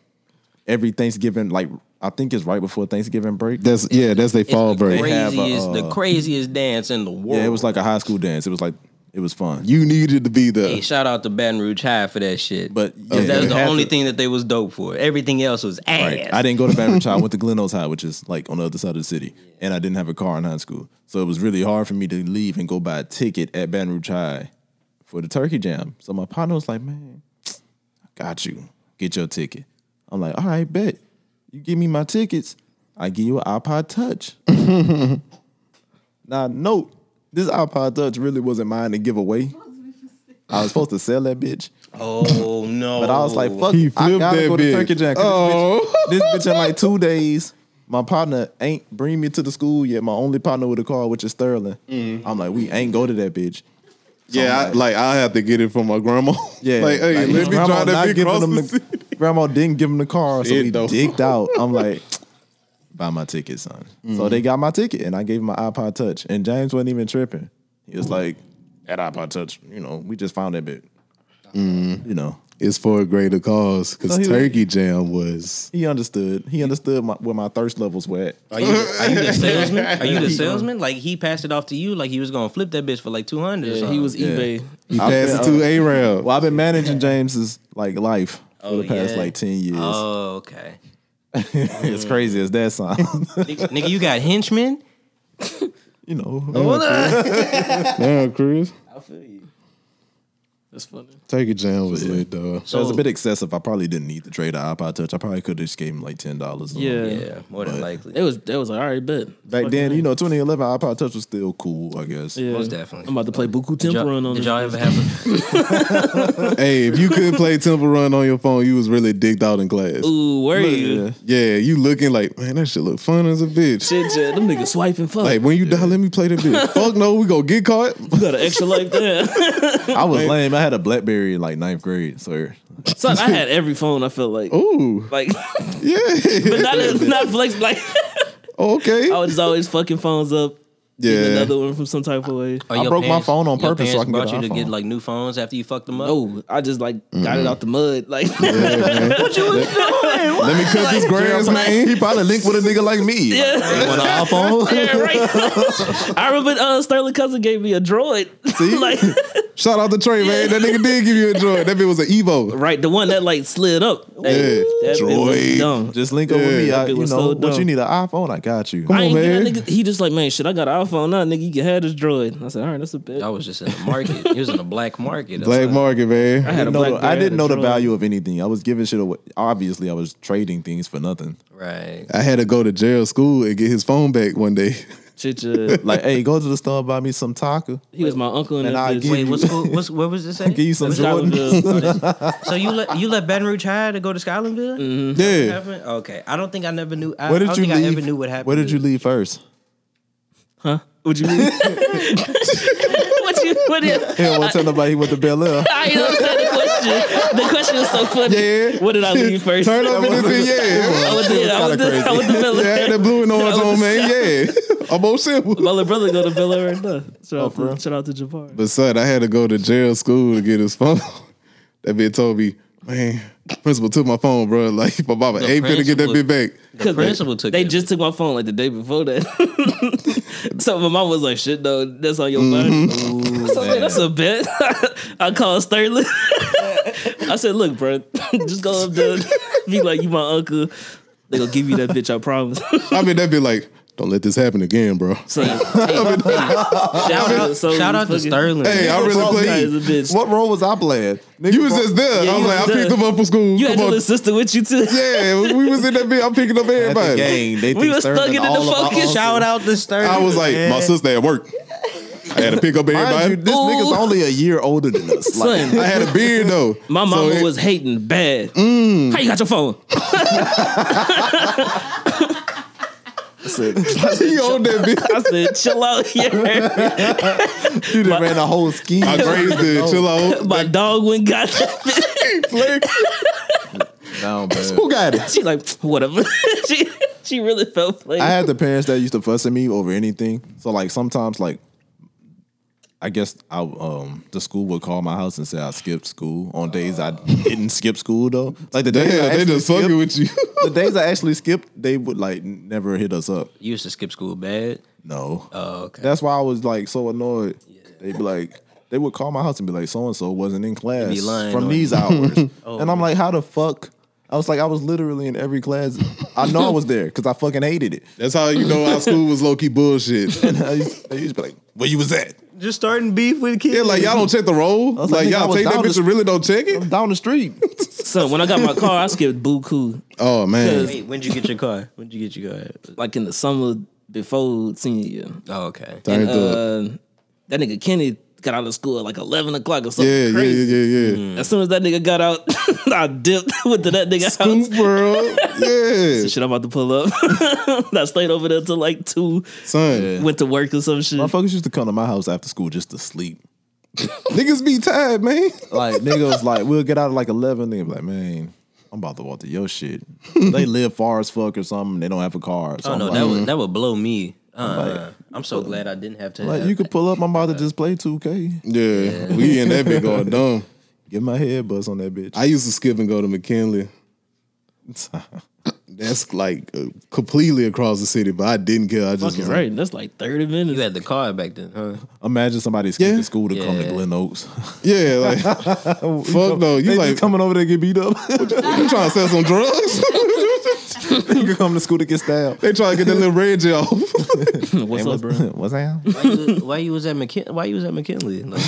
B: every Thanksgiving, like I think it's right before Thanksgiving break.
C: That's, yeah, that's they fall
A: It's the
C: break.
B: have a,
A: craziest, the
B: uh,
A: craziest dance in the world.
B: Yeah, it was like a high school dance. It was like it was fun.
C: You needed to be there.
A: Hey, shout out to Baton Rouge High for that shit.
B: But
A: Because Oh, that
B: you
A: was the
B: had
A: only
B: to-
A: thing that they was dope for. Everything else was ass.
B: Right. I didn't go to Baton Rouge High. I went to Glen Oaks High, which is like on the other side of the city. And I didn't have a car in high school. So it was really hard for me to leave and go buy a ticket at Baton Rouge High for the turkey jam. So my partner was like, man, I got you. Get your ticket. I'm like, all right, bet. You give me my tickets, I give you an iPod Touch. now, note, this iPod Touch really wasn't mine to give away. I was supposed to sell that bitch.
A: Oh no!
B: But I was like, fuck,
C: He
B: I
C: flipped
B: gotta
C: that
B: go to
C: bitch. Oh.
B: Turkey Jack. 'cause This, bitch, this bitch in like two days. My partner ain't bring me to the school yet. My only partner with a car, which is Sterling.
C: Mm.
B: I'm like, we ain't go to that bitch.
C: Yeah, I, like I have to get it from my grandma.
B: Yeah,
C: like hey,
B: his
C: let me
B: grandma
C: drive
B: not
C: that big
B: giving
C: cross
B: him
C: the
B: the- Grandma didn't give him the car, so
C: Shit,
B: we
C: though.
B: digged out. I'm like, buy my ticket, son. So
C: Mm-hmm.
B: they got my ticket, and I gave him my iPod Touch, and James wasn't even tripping. He was like, "That iPod Touch, you know, we just found that bit,
C: Mm-hmm.
B: you know."
C: It's for a greater cause because
B: So he was-
C: Turkey Jam was.
B: He understood. He understood my, where my thirst levels were at.
A: Are you, are you the salesman? Are you the salesman? Like he passed it off to you, like he was gonna flip that bitch for like two hundred.
F: Yeah, he was eBay.
C: He passed it to A Rab.
B: uh, Well, I've been managing James's like life
A: Oh,
B: for the past
A: yeah.
B: like ten years.
A: Oh, okay.
B: It's crazy as that sounds.
A: Nigga, you got henchmen?
B: you know,
C: Damn, Chris.
F: I feel you. That's funny.
C: Turkey Jam was lit though.
B: that was a bit excessive. I probably didn't need to trade an iPod Touch. I probably could have just gave him like ten dollars.
F: Yeah.
A: Yeah, more than likely.
F: It was that was like, all right, bet.
B: Back
F: Fuck
B: then,
F: it.
B: you know, 2011 iPod Touch was still cool, I guess.
F: yeah.
A: Most definitely.
F: I'm about to play Buku
A: Did y'all-
F: Temperun on
A: Did
F: this.
A: y'all ever have a
C: hey, if you could play Temple Run on your phone, you was really dicked out in class.
F: Ooh, where are you?
B: Yeah.
C: Yeah, you looking like man, that shit look fun as a bitch.
F: Shit, yeah, them niggas swiping. Fuck,
C: Like when you die, let me play that bitch. Fuck no, we gonna get caught.
F: you got an extra life there.
B: I was lame. I had a BlackBerry in like ninth grade, so
F: Son, I had every phone. I felt like,
C: Ooh,
F: like,
C: yeah.
F: but not not flex. Like,
C: Oh, okay.
F: I was just always fucking phones up. Yeah.
C: yeah.
F: Another one from some type of way.
A: Are
B: I
A: your
B: broke my
A: parents-
B: phone on
A: your
B: purpose so I
A: parents
B: can get
A: brought
B: an
A: you to get
B: iPhone.
A: like new phones after you fucked them up?
F: Oh, I just like got it out the mud. Like,
C: Let me cut this grand's name. He probably linked with a nigga like me.
F: yeah,
B: on an iPhone.
F: yeah, right. I remember uh, Sterling cousin gave me a droid. like,
C: Shout out to Trey, man. That nigga did give you a e- joint. That bitch was an Evo.
F: right, the one that like slid up.
C: Yeah.
F: that bit was
C: Droid.
F: dumb.
B: Just link up with me.
F: Yeah.
B: I,
F: It
B: you know,
F: was so
B: what you
F: dumb.
B: need an iPhone, I got you.
F: I ain't
C: on,
F: get that
C: man.
F: nigga. He just like, man, shit, I got an iPhone now, nigga. You can have this droid. I said, all right, that's a bet.
A: I was just in the market. He was in the black market.
C: Black market, man.
F: I had a
B: didn't know the-
F: black.
B: I didn't know the value of anything. I was giving shit away. Obviously, I was trading things for nothing.
A: Right.
C: I had to go to jail school and get his phone back one day.
F: Shit, yeah.
B: Like, hey, go to the store and buy me some taco.
F: He was my uncle in
B: And
F: that
B: I
F: bitch.
B: give
A: Wait, what's cool? What's what was this? at?
B: Give you some
A: What was
B: Jordan.
A: Skylandville? Oh, this- so you let you let Baton Rouge high to go to Skylandville?
F: Mm-hmm.
A: What
C: Yeah.
A: happened? Okay, I don't think I never knew. I,
B: Where
A: I
B: did
A: don't
B: you
A: think
B: leave?
A: I ever knew what happened.
B: Where did you leave first?
F: Would you? what you? What is?
B: He don't want to tell nobody he went to Bel Air.
F: I ain't understand the question. The question is so funny.
C: Yeah.
F: What did I leave first?
C: Turn up in this thing, yeah.
F: I was the I
B: kinda
F: was the I was the
C: Yeah, I had that
F: Bel
C: blue and orange
F: That was
C: on, man. Yeah. I'm on shit.
F: My little brother go to Bel Air right now. Shout, out
B: for real?
F: to, shout out to Jabbar.
C: But son, I had to go to jail school to get his phone. That bitch told me, man, principal took my phone, bro. Like my mama ain't finna get that
A: principal-
C: bitch back.
A: The principal took.
F: They
A: that.
F: just took my phone like the day before that. so my mom was like, "Shit, though, that's on your phone." So I was like, "That's a bet." I called Sterling. I said, "Look, bro, just go up there, be like, you my uncle. They gonna give you that bitch. I promise."
C: I mean, that bitch like, don't let this happen again, bro.
F: So, hey, shout out, so
A: shout out to
F: fucking-
A: Sterling.
C: Hey, I really
F: Broke guy
C: played.
F: is a bitch.
B: What role was I playing? Nigga,
C: You was
B: bro-
C: just there.
F: Yeah,
C: I
F: you
C: was like,
F: was
C: I picked
F: there.
C: him up from school.
F: You
C: Come
F: had your
C: on.
F: little sister with you too.
C: Yeah, we was in that bitch. I'm picking up
B: at the
C: everybody.
B: game. They
F: We
B: think
F: was
B: Sterling
F: thugging in the
B: all of our
F: focus.
A: Shout out to Sterling.
C: I was like, my sister at work. I had to pick up
B: Mind
C: everybody.
B: you, this
F: Ooh.
B: nigga's only a year older than us. Like,
F: Son,
C: I had a beard though.
F: my
C: So
F: mama
C: it-
F: was hating bad. How you got your phone?
C: He owned that bitch.
F: I said, chill out here.
B: you done ran a whole scheme.
C: I grazed it. Chill
B: Oh.
C: out.
F: My dog went got
B: Down bad.
C: Who got it?
F: She like, whatever. she she really felt played.
B: I had the parents that used to fuss at me over anything. So like sometimes like I guess I um the school would call my house and say I skipped school on days I didn't skip school though. Like the days I
C: Yeah, they
B: actually
C: just
B: skipped,
C: fucking with you.
B: the days I actually skipped, they would like never hit us up.
A: you used to skip school bad.
B: No.
A: Oh, okay.
B: That's why I was like so annoyed. They'd be like, they would call my house and be like, so and so wasn't in class
A: be lying
B: from
A: on Oh,
B: these hours. and I'm like, how the fuck? I was like, I was literally in every class. I know I was there because I fucking hated it.
C: That's how you know our school was low key bullshit.
B: And I used, they used to be like, where you was at?
A: just starting beef with kids.
C: Yeah, like y'all don't check the roll.
B: was
C: Like,
B: like, nigga, I
C: y'all
B: was
C: take that
B: down
C: bitch
B: the-
C: and really don't check it.
B: Down the street.
F: so when I got my car, I skipped Buku.
C: Oh man,
A: Wait, when'd you get your car? When'd you get your car?
F: Like in the summer before senior year.
A: Oh, okay.
C: Turned
F: And,
C: up.
F: uh, that nigga Kenny got out of school at like eleven o'clock or something.
C: Yeah, yeah,
F: crazy.
C: yeah, yeah, yeah.
F: As soon as that nigga got out, I dipped with that nigga house.
C: Scoop world, yeah,
F: Shit, I'm about to pull up. I stayed over there till like two.
C: son.
F: Went to work or some shit.
B: Motherfuckers used to come to my house after school just to sleep.
C: Niggas be tired, man.
B: Like, nigga was like, we'll get out at like 11. Nigga be like, man, I'm about to walk to your shit. they live far as fuck or something. They don't have a car. So
A: Oh
B: I'm
A: no,
B: like,
A: that would that would blow me. Uh, I'm so glad I didn't have to.
B: like,
A: have-
B: you could pull up. I'm about to just play 2K.
C: Yeah, we in that bit going dumb.
B: Get my head buzz on that bitch.
C: I used to skip and go to McKinley. That's like uh, completely across the city, but I didn't care. I just
F: Fucking
C: was like,
F: right. That's like 30 minutes.
A: you had the car back then, huh?
B: Imagine somebody skipping
C: Yeah.
B: school to come to
A: Yeah.
B: Glen Oaks.
C: yeah, like fuck no. You
B: they
C: like
B: just coming over there to get beat up.
C: you trying to sell some drugs?
B: you could come to school to get stabbed.
C: they trying to get that little red gel.
F: What's up, bro?
B: What's that?
A: Why you, why you was at McKin- Why you was at McKinley? Like,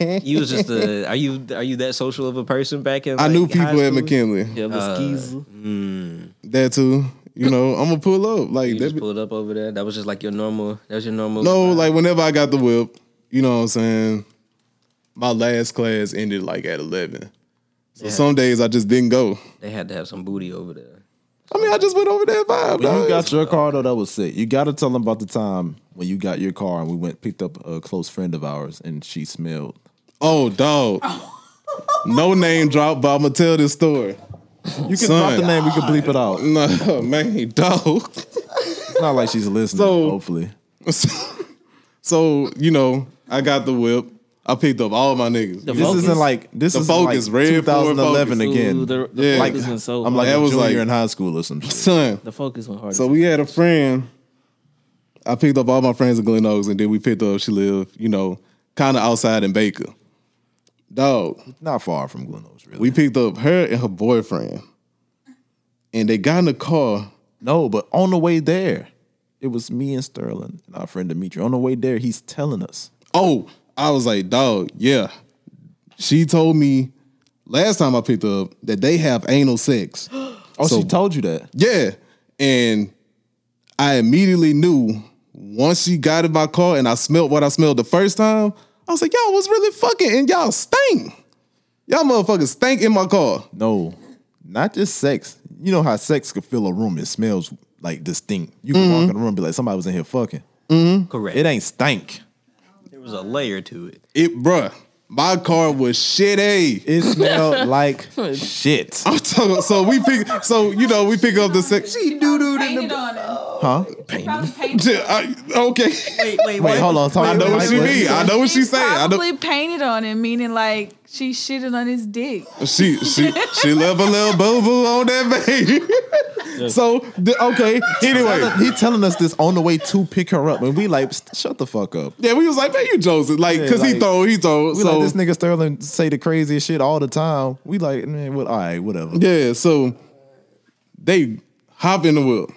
A: you, you was just a. Are you are you that social of a person back in?
C: I knew
A: like, high
C: people at
A: school?
C: McKinley.
F: Yeah, but
A: Uh,
F: skeezy.
C: That too. You know, I'm gonna pull up. Like
A: You
C: that
A: just
C: be-
A: pulled up over there. That was just like your normal. That was your normal.
C: no,
A: vibe.
C: like whenever I got the whip, you know what I'm saying? My last class ended like at eleven. So some days I just didn't go.
A: they had to have some booty over there.
C: I mean, I just went over there and vibe.
B: When
C: dog.
B: you got your car though, that was sick. You got to tell them about the time when you got your car and we went picked up a close friend of ours and she smelled.
C: Oh, dog. No name drop, but I'm gonna tell this story.
B: You can
C: Son.
B: drop the name, we can bleep it out.
C: No, man, dog.
B: It's not like she's listening.
C: So-
B: hopefully,
C: so, you know, I got the whip. I picked up all my niggas.
F: The
B: this
F: Focus?
B: isn't like this
C: The
B: is
C: Focus,
B: like
C: red Ford
B: 2011
C: Focus.
B: again.
F: Ooh, the, the
C: Yeah.
F: focus went so
B: I'm like
C: That
B: a
C: was
B: junior
C: like-
B: in high school or some shit.
C: Son.
F: the focus went hard.
C: So we had a friend. I picked up all my friends in Glen Oaks, and then we picked up. She lived, you know, kind of outside in Baker. Dog,
B: Not far from Glen Oaks, really.
C: we picked up her and her boyfriend, and they got in the car.
B: no, but on the way there, it was me and Sterling and our friend Dimitri. On the way there, he's telling us
C: Oh, I was like, dog, yeah. She told me last time I picked up that they have anal sex.
B: Oh,
C: So-
B: she told you that.
C: Yeah. And I immediately knew once she got in my car and I smelled what I smelled the first time, I was like, y'all was really fucking and y'all stink. Y'all motherfuckers stink in my car.
B: No, not just sex. You know how sex could fill a room. It smells like distinct. You can walk in the room and be like, somebody was in here fucking. Mm-hmm.
A: Correct.
B: It ain't stank.
A: there was a layer to it.
C: It, bruh, my car was shitty.
B: It smelled like shit.
C: I'm talking, so we pick, so you know, we pick up the sex. She do do
E: Painted on it.
B: Huh?
E: Probably painted.
C: Okay.
B: Wait, hold on. Talk
C: I know what
B: like
C: she mean. I know what she
E: She's
C: saying. I know
E: Probably painted on it, meaning like she shitted on his dick.
C: she she she left a little boo boo on that baby. so uh, th- okay. Anyway,
B: He telling us this on the way to pick her up, and we like, "St- shut the fuck up.
C: Yeah, we was like, man, you Joseph. Like,
B: Yeah,
C: cause he
B: like-
C: throw, he throw.
B: We
C: so
B: like this nigga Sterling say the craziest shit all the time. We like, man, what? All right, whatever.
C: yeah, so they hop in the whip.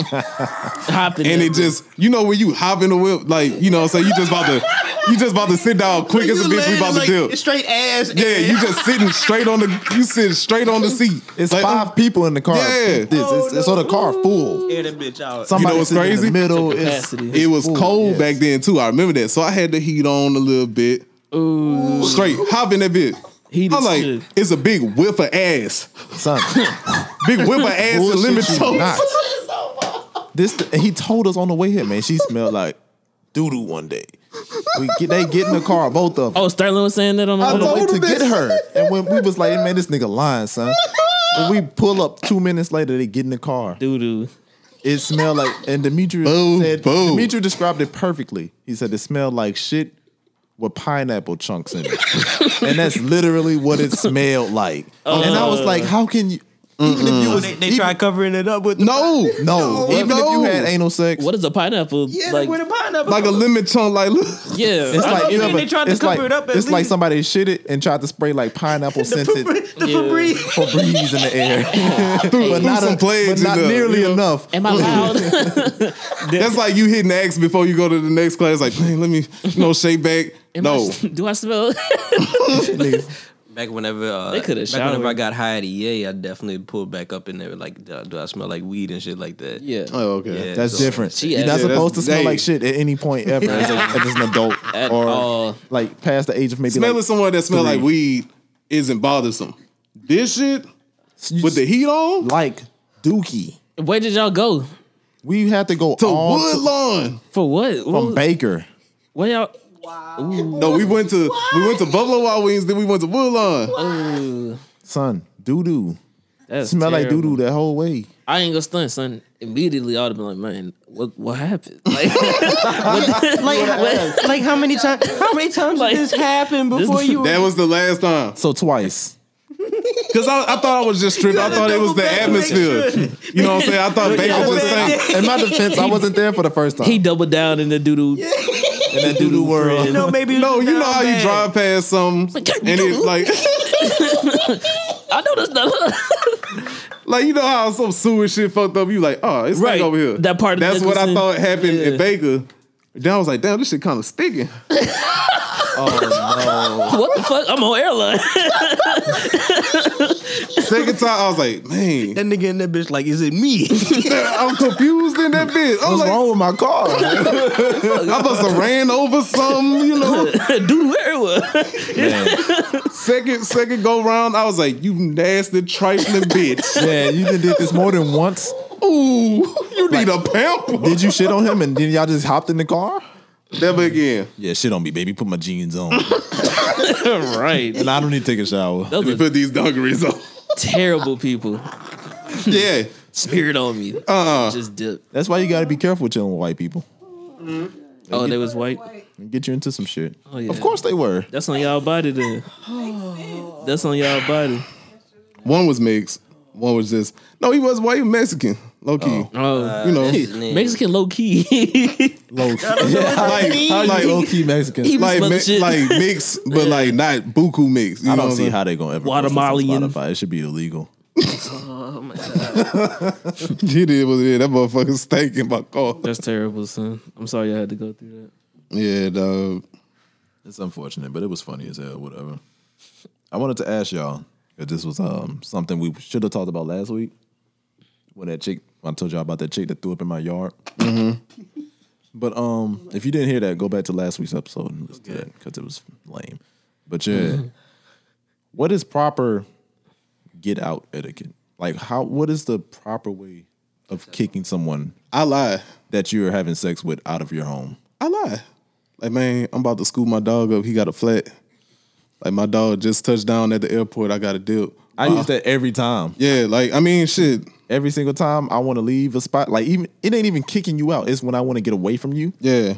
F: hopping
C: And it
F: in.
C: just, you know, when you hop in the whip, like, you know what I'm saying? You just about to you just about to sit down quick as a bitch, we about to dip.
D: Straight ass.
C: Yeah, you just sitting straight on the you sitting straight on the seat.
B: It's
C: Like,
B: five people in the car.
C: Yeah.
B: This. it's, it's on the car full.
A: Air that bitch out.
B: Somebody
C: what's
B: sitting
C: crazy?
B: In the middle. It's,
F: Capacity.
C: It was
B: full,
C: cold
B: yes.
C: back then too. I remember that. So I had the heat on a little bit. Straight hop in that bitch.
F: He
C: I'm
F: just
C: like,
F: shit.
C: it's a big whiff of ass.
B: son.
C: Big whiff of ass and lemon
B: Bullshit, you
C: toast.
B: not. This and he told us on the way here, man. She smelled like doo doo one day. We get, they get in the car, both of them,
F: Oh, Sterling was saying that on the
B: on
F: on
B: the
F: the
B: way
C: told
B: to
C: him
B: get
C: this.
B: her. And when we was like, man, this nigga lying, son. When we pull up two minutes later, they get in the car.
F: doo doo.
B: It smelled like, and Demetrius
C: Boo,
B: said,
C: boo.
B: Demetrius described it perfectly. He said it smelled like shit with pineapple chunks in it, and that's literally what it smelled like. and I was like, how can you? Even if you was,
A: They, they tried covering it up with the,
C: No,
B: no, even if you
C: no.
B: had anal sex,
F: What is a pineapple? like,
A: with a pineapple.
C: like a lemon chunk. Like, look.
F: yeah,
B: It's like
A: you
B: know,
A: mean they tried to
B: it's
A: cover
B: like-
A: it up at
B: It's like
A: least.
B: somebody shit it and tried to spray like pineapple scented
A: the Febreze.
B: Febreze in the air,
C: threw
B: but not,
C: some
B: a,
C: plagues
B: but not
C: in there,
B: nearly
C: you know?
B: enough.
F: Am I loud?
C: That's like you hitting X before you go to the next class. Like, man, let me you know shake back.
F: Am
C: no, Oh,
F: I, do I smell?
A: Back whenever uh,
F: They coulda
A: back whenever
F: showered.
A: I got high at EA, I definitely pulled back up in there. Like, do I, do I smell like weed and shit like that?
F: yeah.
C: oh, okay.
A: Yeah,
B: That's
A: so-
B: different.
F: She
B: You're not
F: asked-
C: Yeah,
B: supposed to
C: that's-
B: smell
C: hey.
B: like shit at any point ever as, a, as an adult
F: At
B: or
F: all.
B: like past the age of maybe
C: Smelling
B: like
C: someone that smell
B: three.
C: like weed isn't bothersome. This shit
B: you
C: with the heat on
B: like Dookie.
F: Where did y'all go?
B: We had to go
C: to
B: all
C: Woodlawn.
F: For what?
B: to, from
F: What-
B: Baker.
F: Where y'all?
C: No, we went to we went to Buffalo Wild Wings. Then we went to Woodlawn.
B: Son, doo doo.
F: That's
B: Smell like doo
F: terrible.
B: doo that whole way.
F: I ain't gonna stunt, son. Immediately, I'd have been like, man, what what happened? Like,
J: Like, how- like how many times? How many times
F: Like-
J: did this happen before you? Were,
C: That was the last time.
B: So twice.
C: Cause I, I thought I was just tripping. I thought it was the atmosphere. You know what I'm saying? I thought Baker was saying
B: In my defense, I wasn't there for the first time.
F: he doubled down in the doodoo.
B: in that doo doo world.
J: no, maybe
C: No, you know how you drive past something and it like
F: I know that's not
C: like you know how some sewer shit fucked up. You like, oh, it's right
F: Right.
C: over here.
F: That part of
C: That's what I
F: Nicholson.
C: thought happened
F: Yeah.
C: in Baker. Then I was like, damn, this shit kind of sticking.
F: what the fuck. I'm on airline.
C: Second time, I was like, man,
A: That nigga in that bitch like, is it me?
C: I'm confused in that bitch. I was
B: What's
C: like,
B: wrong with my car?
C: I must have ran over something, you know.
F: doodoo everywhere.
C: Second, second go round, I was like, you nasty trifling bitch.
B: yeah, you done did this more than once.
C: Ooh, you need a pamper.
B: Did you shit on him and then y'all just hopped in the car?
C: Never again.
B: Yeah, shit on me, baby. Put my jeans on.
F: right.
B: and I don't need to take a shower.
F: Those
C: Let me
F: are
C: put these dungarees on.
F: terrible people.
C: Yeah. uh-uh.
F: Spirit on me.
C: Uh.
F: Just dip.
B: That's why you gotta be careful with chilling with white people.
F: Oh, they was white.
B: They Get you into some shit.
F: Oh, yeah.
B: Of course they were.
F: That's on y'all body then. That's on y'all body.
C: One was mixed. One was just no. He was white he was Mexican, low key.
F: Oh,
C: you know,
F: Mexican low key.
B: Low key. like, like low key Mexican.
F: He was
C: like
F: smelling
C: mi-
F: shit.
C: like mixed, but like not buku mixed. You
B: I
C: know
B: don't
C: what I'm
B: see
C: saying?
B: how they're gonna ever
F: Guatemalan.
B: post this on Spotify. It should be illegal.
C: He did what it is. That motherfucker stank in my car.
F: That's terrible, son. I'm sorry y'all had to go through
C: Yeah, dog.
B: It's unfortunate, but it was funny as hell. Whatever. I wanted to ask y'all if this was um something we should have talked about last week when that chick when I told y'all about that chick that threw up in my yard. but um, if you didn't hear that, go back to last week's episode and listen to that because it was lame. But yeah, what is proper get out etiquette? Like how? What is the proper way of kicking someone
C: I lie.
B: that you're having sex with out of your home?
C: I lie. Like man, I'm about to scoop my dog up. He got a flat. Like my dog just touched down at the airport. I got a dip.
B: I use that every time.
C: Yeah, like I mean, shit.
B: every single time I want to leave a spot. Like even it ain't even kicking you out. It's when I want to get away from you.
C: Yeah,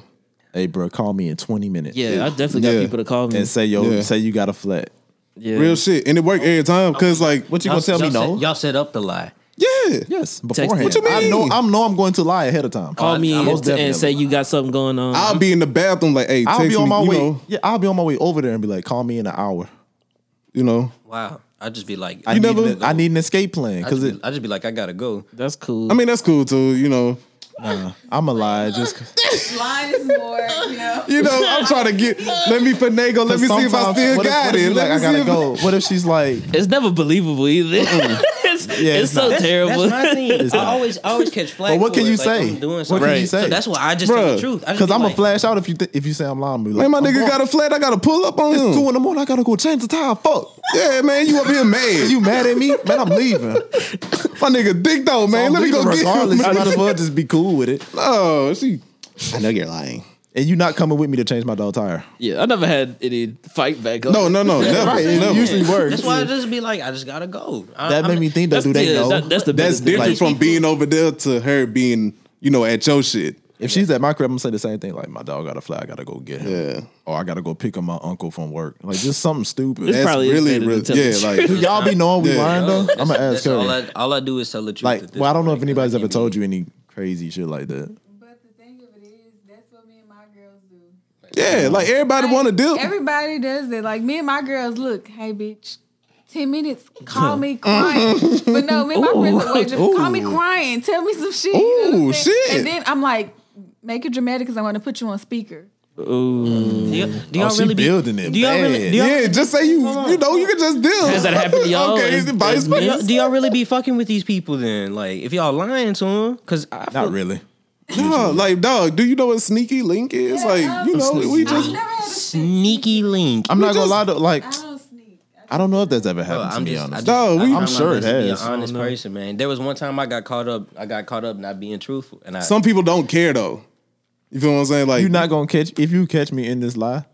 B: Hey, bro, call me in twenty minutes.
F: Yeah, Mm. I definitely got
C: Yeah.
F: people to call me.
B: and say yo,
C: Yeah.
B: say you got a flat.
F: yeah.
C: real shit, and it worked every time. Cause like,
B: What you gonna tell me no?
A: Set, y'all set up the lie.
C: yeah,
B: yes, beforehand.
F: What you
B: I
C: mean?
B: know I'm know I'm going to lie ahead of time.
F: call me
B: most
F: and, and
B: definitely.
F: say you got something going on.
C: I'll be in the bathroom. Like, hey, text
B: I'll be on
C: me,
B: my
C: you
B: way.
C: know,
B: Yeah, I'll be on my way over there and be like, call me in an hour.
C: you know.
A: Wow. I'd just be like,
B: I
A: I,
B: need
C: never-
B: an, I need an escape plan
A: would
B: because
A: just, be- I'd just be like, I gotta go.
F: That's cool.
C: I mean, that's cool too. You know,
B: I'm a lie. Just 'cause-
E: Line is more, you know.
C: you know, I'm trying to get. Let me finagle. Let me see if I
B: sometimes-
C: still
B: what if-
C: got
B: what if you
C: it.
B: Like
C: Let me
B: I
C: see
B: gotta
C: if-
B: go. What if she's like,
F: It's never believable either. it's it's
B: it's
F: so
B: not. That's-
F: terrible.
J: That's my thing. I
B: not.
J: always, I always catch flack.
B: But what
J: for
B: can
J: it,
B: you
J: like,
B: say?
J: I'm doing
B: What
J: something.
B: can you say?
J: So that's why I just
C: Bruh,
J: tell the truth. I just
B: because
J: be
B: I'm
J: like,
B: gonna flash out if you th- if you say I'm lying. I'm gonna be
C: Man,
B: like,
C: my
B: I'm
C: nigga
B: wrong.
C: got a flat. I got to pull up on
B: It's two
C: him.
B: in the morning. I gotta go change the tire. Fuck.
C: Yeah, man, you up here mad?
B: You mad at me? Man, I'm leaving.
C: my nigga dick though, man. let me go get
B: regardless.
C: him.
B: You might as well just be cool with it.
C: Oh, she. I know you're lying.
B: And you not coming with me to change my dog tire.
F: yeah, I never had any fight back. on
C: No,
F: it.
C: no, no, never,
B: It
C: never.
B: usually works.
A: That's why I just be like, I just gotta go. I,
B: that
A: I
B: made
A: mean,
B: me think though,
F: that's,
B: do they
F: yeah,
B: know?
F: that- that's the
C: That's
F: biggest thing.
C: different
B: like-
C: from being over there to her being, you know, at your shit.
B: if she's at my crib, I'm gonna say the same thing. Like, my dog got a fly, I gotta go get him.
C: Yeah.
B: Or I gotta go pick up my uncle from work. Like just something stupid.
F: It's
C: That's
F: probably is
C: really,
F: better
C: really,
F: to tell
C: yeah.
F: the
C: Like,
B: Do y'all be knowing we
C: Yeah.
B: lying though? I'm gonna ask
A: that's all
B: her.
A: I, all I do is tell the truth.
B: Like,
A: at this
B: well, I don't know if
A: point, 'cause
B: anybody's
A: I
B: ever
A: can't
B: told
A: be-
B: you any crazy shit like that.
E: But the thing of it is, that's what me and my girls do.
C: yeah, like everybody want to deal.
E: Everybody does that. Like me and my girls, look, hey bitch, ten minutes, call me crying. but no, me and my friends are just call me crying. Tell me some shit. you know what
C: Ooh,
E: I'm saying?
C: shit.
E: And then I'm like, make it dramatic because I want to put you on speaker.
A: Do y'all, do y'all
B: Oh, she
A: really be
B: building it
A: Do y'all really?
B: bad.
A: Do y'all,
C: Yeah, just say you, you know, you can just deal.
F: Has that happened to y'all?
C: Okay,
F: Is-
C: it's vice
F: is-
A: do y'all, do y'all really be fucking with these people then? Like, if y'all lying to them, because I feel,
B: Not really.
C: No, like dog, do you know what sneaky link is? like, you know, we
E: I've
C: just
E: never had a sneak.
A: sneaky link.
B: I'm not gonna lie to like
E: I don't sneak.
B: I don't know if that's ever happened to
A: I'm
B: me
A: just, I just,
B: honestly.
C: Dog, we-
A: I,
C: I'm
A: I'm
B: sure
A: to
B: it
A: be an
B: has. I
A: honest person, man. There was one time I got caught up. I got caught up not being truthful, and I
C: some people don't care though. You feel what I'm saying? Like,
B: you not gonna catch if you catch me in this lie,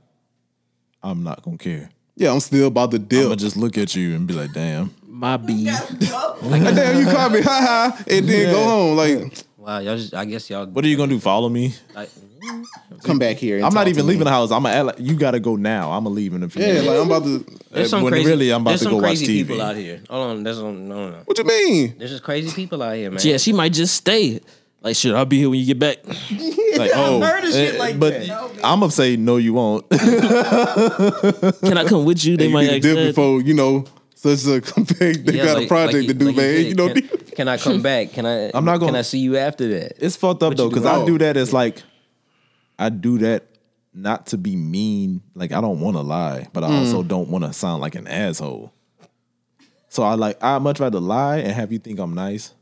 B: I'm not gonna care.
C: yeah, I'm still about to
B: I'm
C: deal.
B: gonna just look at you and be like, damn.
F: my B.
C: Damn, you caught me. Ha ha. And then go home. Like,
A: Wow, y'all. Just, I guess y'all.
B: What are you gonna do? Follow me?
A: Like,
C: come back here. and
B: I'm not
C: talk
B: even
C: to me.
B: leaving the house. I'm gonna like, you gotta go now. I'm gonna leave in a few.
C: Yeah,
B: minutes.
C: like I'm about to.
A: there's some
B: eh, when
A: crazy.
B: really I'm about
A: there's
B: to
A: some
B: go watch
A: crazy
B: TV.
A: people out here. Hold on. There's some. No, no. no.
C: What you mean?
A: There's just crazy people out here, man.
F: Yeah, she might just stay. Like, shit, I'll be here when you get back.
B: Like, oh,
K: heard of shit
B: eh,
K: like
B: but I'm gonna say no, you won't.
F: Can I come with you? They
C: You
F: might
C: need to
F: ask
C: dip
F: that.
C: before you know such a company. They
A: Yeah,
C: got
A: like-
C: a project
A: like you-
C: to do,
A: like
C: man.
A: said,
C: You know,
A: can, can I come back? Can I?
B: I'm not gonna-
A: Can I see you after that?
B: It's fucked up though,
A: you
B: because
A: do Oh.
B: I
C: wrong.
B: do that as like I do that not to be mean. Like I don't want to lie, but I
A: Mm.
B: also don't want to sound like an asshole. So I like I much rather lie and have you think I'm nice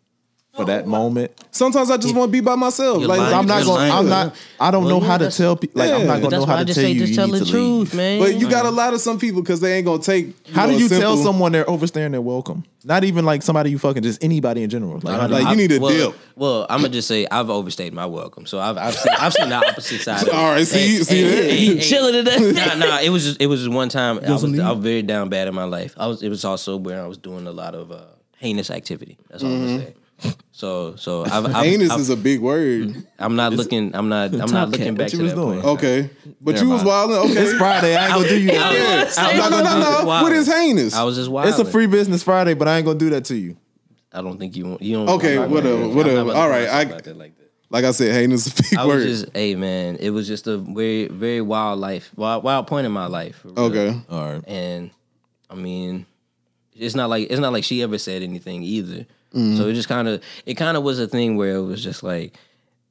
B: for that moment.
C: sometimes I just want to be by myself.
A: You're
C: Like
A: lying.
B: I'm not
A: You're
B: gonna.
A: lying.
B: I'm not. I don't
A: Well,
B: know
A: yeah,
B: how to
A: that's-
B: tell people. Like I'm not gonna know how to tell you. you need to leave.
A: man.
C: But you got to lie to some people because they ain't gonna take.
B: How do
C: know,
B: you tell
C: simple-
B: someone they're overstaying their welcome? Not even like somebody you fucking, just anybody in general. Like, how do
C: Like
B: you-
C: you need a
A: well,
C: dip.
A: well, I'm gonna just say I've overstayed my welcome, so I've I've seen, I've seen the opposite side. Of it.
C: All right, see,
A: Hey,
C: see,
A: hey,
C: that?
A: hey,
F: You
A: hey.
F: chilling today?
A: nah, nah, it was just it was just one time I was, I was very down bad in my life. I was it was also where I was doing a lot of uh, heinous activity. That's all I'm gonna say. So so I've, I've,
C: anus
A: I've,
C: Mm-hmm. is a big word.
A: I'm not looking I'm not I'm not
F: okay.
A: looking back
B: What you
A: to
B: was
A: that
B: doing?
A: point.
C: Okay, but you was
B: mind.
C: wilding. Okay,
B: it's Friday. I ain't gonna do you.
A: I was-
B: that.
A: I was- I
C: no,
A: was
C: no, no,
A: just
C: no.
A: wilding.
C: What is heinous?
A: I was just wild.
B: It's a free business Friday, but I ain't gonna do that to you.
A: I don't think you want you don't.
C: Okay,
A: I'm not
C: whatever,
A: gonna- I'm not
C: whatever.
A: gonna
C: All
A: put
C: right,
A: myself
C: I-
A: out there like that.
C: like I said, heinous is a big
A: I
C: word.
A: was just, hey man, it was just a very, very wild life, wild, wild point in my life. for real.
C: okay,
B: All right.
A: and I mean, it's not like it's not like she ever said anything either. So
C: Mm-hmm.
A: it just kind of, it kind of was a thing where it was just like,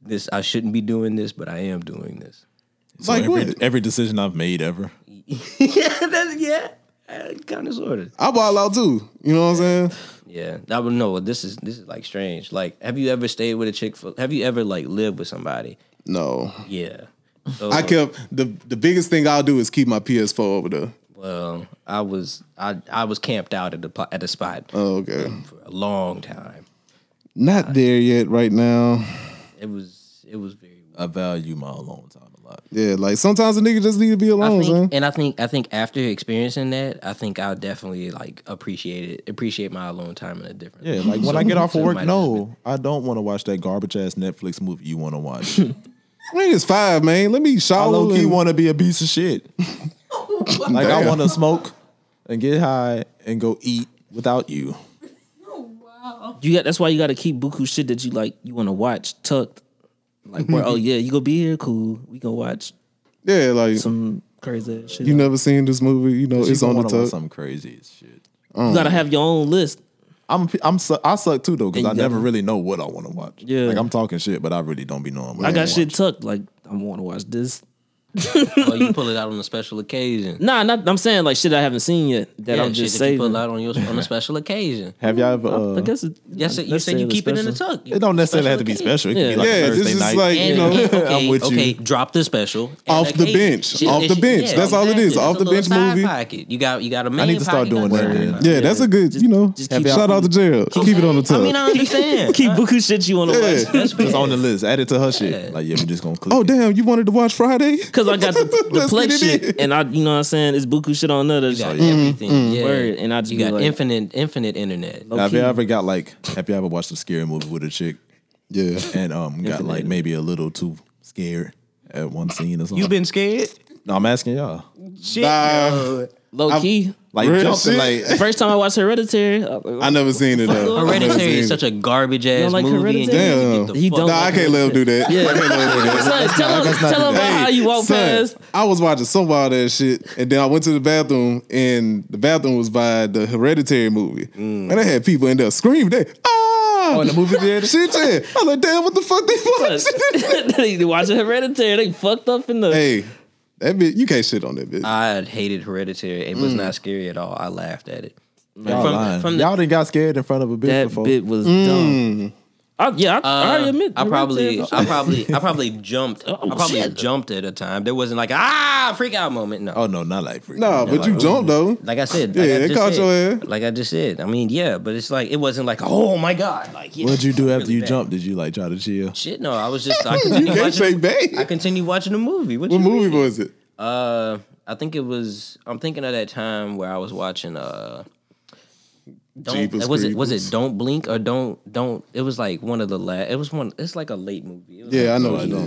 A: this I shouldn't be doing this, but I am doing this.
C: It's like
B: every,
C: what?
B: every decision I've made ever.
A: yeah, that's yeah, uh, kind of sort of.
C: I ball out too. You know what I'm saying?
A: Yeah, I would know. This is this is like strange. Like, have you ever stayed with a chick for? Have you ever like lived with somebody?
C: No,
A: Yeah. So,
C: I kept the the biggest thing I'll do is keep my PS4 over there.
A: Well, I was I I was camped out at the pl- at the spot
C: Oh, okay,
A: for a long time.
C: not there yet right now.
A: It was it was very.
B: I value my alone time a lot.
C: Yeah, like sometimes a nigga just need to be
A: I
C: alone,
A: think,
C: son.
A: and I think I think after experiencing that, I think I'll definitely like appreciate it, appreciate my alone time in a different.
B: Yeah, like when I get off
A: so
B: of
A: it
B: work,
A: might
B: no, I don't want to watch that garbage ass Netflix movie you want to watch.
C: Man, it's five, man. Let me
B: I
C: shower.
B: low key
C: and-
B: want to be a piece of shit. like I
C: Damn.
B: want to smoke and get high and go eat without you.
F: You got. That's why you got to keep buku shit that you like. You want to watch tucked. Like, where, oh yeah, you gonna be here? Cool. We gonna watch
C: Yeah, like
F: some crazy ass shit.
C: you never seen this movie. You know, it's
B: You
C: on
B: gonna
C: the
B: wanna watch
C: top.
B: Something crazy as shit.
F: You gotta have your own list.
B: I'm I'm su- I suck too though because
F: And
B: I
F: you
B: never
F: gotta-
B: really know what I want to watch.
F: Yeah.
B: like I'm talking shit, but I really don't be knowing. What
F: I got
B: wanna
F: shit
B: watch.
F: tucked. Like, I want to watch this.
A: Or "Oh, you pull it out on a special occasion.
F: Nah, not, I'm saying like shit I haven't seen yet that
A: yeah,
F: I'm just
A: shit that you
F: saving.
A: pull out on your on a special occasion.
B: Have y'all ever?
F: I
B: Uh,
F: guess it,
A: Yes, sir, you said you keep it in the
F: tuck.
A: tuck.
B: it don't necessarily have to be
A: occasion.
B: special. It could
F: Yeah.
B: be like
C: Yeah,
B: a
C: this
B: Thursday
C: is
B: night.
C: like you
A: And,
C: know.
A: and, okay,
B: I'm with you.
A: okay, drop the special and
C: Off the
A: occasion.
C: bench, off the bench. That's all it is, off
A: a
C: the
A: little
C: bench
A: side
C: movie.
A: Pocket. You got you got a man.
B: need to
A: pocket,
B: start
A: you
B: doing
A: got a
B: that
A: side
B: then.
A: pocket.
C: Yeah, that's a good. you know,
F: just keep
C: shout out to jail. Keep it on the top.
A: I mean, I understand.
F: Keep buku shit you want to watch.
C: yeah.
A: That's
B: It's
A: fair.
B: on the list. Add it to her shit. Like yeah, we just gonna click.
C: Oh
B: it.
C: damn, you wanted to watch Friday?
F: Cause I got the, the
C: Let's
F: Plex
C: get it
F: shit, and I, you know what I'm saying, it's buku shit on another.
A: You
F: Just
A: got
F: like,
A: everything.
C: Mm-hmm.
A: yeah.
F: Word, and I just
A: you
F: be
A: got
F: like-
A: infinite, infinite internet.
B: Have you ever got like? Have you ever watched a scary movie with a chick
C: Yeah.
B: and um got like maybe a little too scared at one scene or something?
A: You been scared?
B: No, I'm asking y'all.
A: Shit.
C: Nah.
F: low key.
B: Like
C: Real
B: jumping,
C: shit.
B: like
F: First time I watched Hereditary, I, was like,
C: I never seen it though. I never
A: Hereditary
C: seen
A: is
C: it.
A: such a garbage ass
F: like
A: movie. and you
F: Hereditary?
A: need to
C: Damn.
A: get the
F: You
A: fuck
F: don't-
C: Nah, I
A: out.
C: can't let him do that.
F: Yeah.
C: I can't let him do that.
F: Son, tell him,
B: not
F: tell him about how you walk
C: Son,
F: past.
C: I was watching some wild ass shit, and then I went to the bathroom, and the bathroom was by the Hereditary movie, and I had people in there screaming, "They ah!"
B: in the movie theater?
C: shit, yeah. I like, damn, what the fuck they watching?
F: they watching Hereditary, they fucked up in the.
C: hey, that bitch, you can't shit on that bitch.
A: I hated Hereditary. It was not scary at all. I laughed at it.
B: y'all,
A: From-
B: lying.
A: from the-
B: y'all done got scared in front of a bitch
F: that
B: before.
F: bit was
C: Mm.
F: dumb. I, yeah, I, I already admit.
A: uh, I probably,
F: Hereditary's-
A: I probably, I probably jumped. I probably
F: Oh, shit.
A: jumped at a time. There wasn't like ah freak out moment. No,
B: Oh no, not like freak.
C: nah, but you jumped though.
A: like I said,
C: Yeah,
A: like I
C: they
A: just
C: caught
A: said,
C: your ass.
A: Like I just said, I mean, yeah, but it's like it wasn't like oh my god, like yeah,
B: What'd you do after
A: really
B: you
A: bad.
B: jumped? Did you like try to chill?
A: Shit, no, I was just I
C: You
A: continued
C: can't
A: watching.
C: say
A: the- I
C: bad.
A: continued watching the movie. What,
C: What
A: you
C: movie
A: mean?
C: was it?
A: Uh, I think it was. I'm thinking of that time where I was watching. Uh, Don't
H: Jeepers
A: was it was it don't blink or don't don't it was like one of the last it was one it's like a late movie. It was
H: Yeah, I
A: like
H: know what you're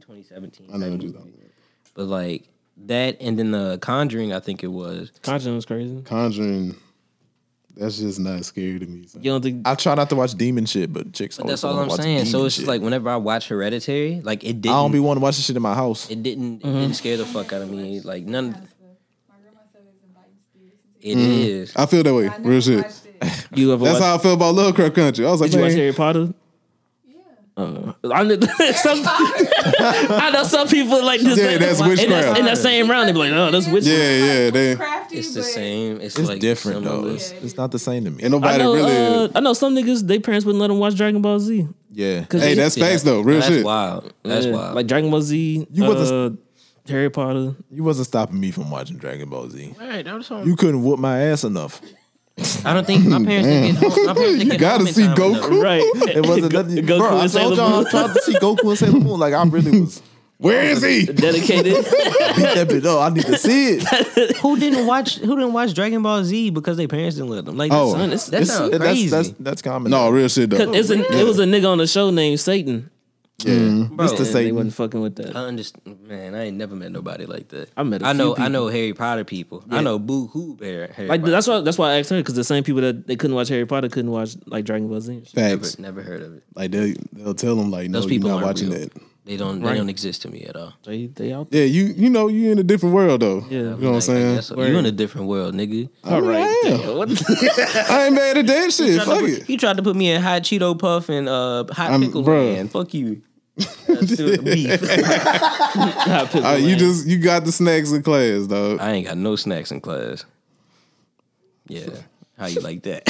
A: 20,
H: talking about. I know what you're
A: 2018, 2017. I know what you're talking about. But like that and then the Conjuring, I think it was.
F: Conjuring was crazy. You
H: Conjuring. That's just not scary to me. son.
F: don't think
B: I try not to watch demon shit, but chicks.
A: But that's all I'm saying. So it's like whenever I watch Hereditary, like it
B: I don't
A: didn't
B: be wanting to watch this shit in my house.
A: it didn't it didn't scare the fuck out of me. Like none
E: My grandma said it's inviting spirits. into
A: it is.
H: Mm-hmm. I feel that way.
E: your- I
H: Real
E: never
H: shit.
E: watched it.
F: you ever
H: That's
F: watched,
H: how I feel about Lovecraft Country. I was like,
F: did you watch
H: man,
F: Harry Potter?
E: Yeah.
F: Uh, I, know, some, I know some people like this.
H: Yeah, that's
F: in that,
H: witchcraft.
F: in that same round. They be like, "Oh, that's witchcraft."
H: yeah, yeah. They,
E: Crafty,
A: It's the
E: but
A: same. It's,
B: It's
A: like
B: different though.
A: similar.
B: It's, it's not the same to me.
H: and
F: I
H: nobody
F: know.
H: really.
F: uh, I know some niggas. Their parents wouldn't let them watch Dragon Ball Z.
B: yeah,
H: hey, that's
A: Yeah,
H: facts though. Real
A: that's
H: shit.
A: wild. That's
F: Yeah,
A: wild.
F: Like Dragon Ball Z.
B: You was a-
F: uh, Harry Potter.
B: you wasn't stopping me from watching Dragon Ball Z. You couldn't whoop my ass enough.
A: I don't think my parents didn't get home. My parents didn't get
H: gotta
A: home in
H: see
A: time
H: Goku.
A: enough.
F: Right.
B: It wasn't
F: Go-
B: nothing.
F: Goku
B: bro, I
F: and
B: told
F: Sailor
B: y'all I
F: Moon.
B: tried to see Goku and Sailor Moon. Like I really was
H: Where is he?
F: Dedicated.
B: beat that bit up. I need to see it.
A: Who didn't watch Who didn't watch Dragon Ball Z because their parents didn't let them? Like,
H: Oh,
A: oh, that sounds, that sounds crazy.
B: That's, that's that's common.
H: No, real shit though.
F: It's a, it was a nigga on the show named Satan.
A: Bro,
B: Mr.
F: They
B: Satan.
F: wasn't fucking with that.
A: I understand, man. I ain't never met nobody like that.
F: I met a
A: I
F: few
A: know. I
F: people.
A: know Harry Potter people. I know Boo Hoo Bear. Harry
F: Like
A: Potter.
F: that's why that's why I asked her because the same people that they couldn't watch Harry Potter couldn't watch like Dragon Ball Z.
A: never,
H: Facts.
A: never heard of it.
H: Like they they'll tell them like no,
A: Those
H: you're
A: people
H: not
A: aren't
H: watching
A: real.
H: that.
A: They don't. They don't exist to me at all.
F: They they out there.
H: Yeah, you you know you in a different world though.
F: Yeah.
H: you know what I'm
A: Like, I
H: saying.
A: guess so. You in a different world, nigga.
H: All right, I, am.
F: What the-
H: I ain't mad at that shit. Fuck
A: You
H: it.
A: He tried to put me in hot Cheeto puff and uh hot
H: I'm-
A: pickle
H: bruh.
A: man. Fuck you. That's still beef.
F: Nah,
H: All
F: pick
H: right,
F: the
H: Uh, you
F: lane.
H: just you got the snacks in class, dog.
A: I ain't got no snacks in class. Yeah. How you like that?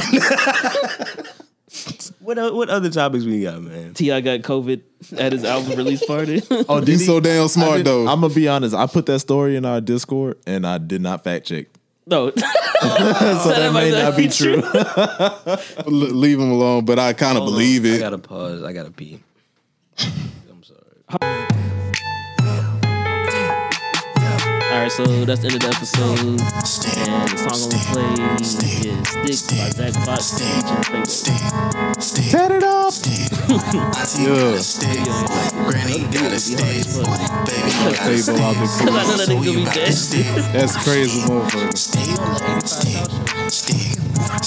A: what o- what other topics we got, man?
F: Ti got COVID at his album release party.
B: Oh,
H: you so damn smart though.
B: I'm gonna be honest. I put that story in our Discord, and I did not fact check.
F: no,
B: So that may not be true.
H: L- leave him alone, but I kind of believe
A: I
H: it.
A: gotta pause. I gotta pee. I'm sorry.
F: All right, so that's the end of the episode. And the song I'm gonna play is "Stick" by Zach Fox. featuring Fable.
B: Tat it up.
H: Fable out the
F: I know that nigga be dead.
H: That's crazy, motherfucker.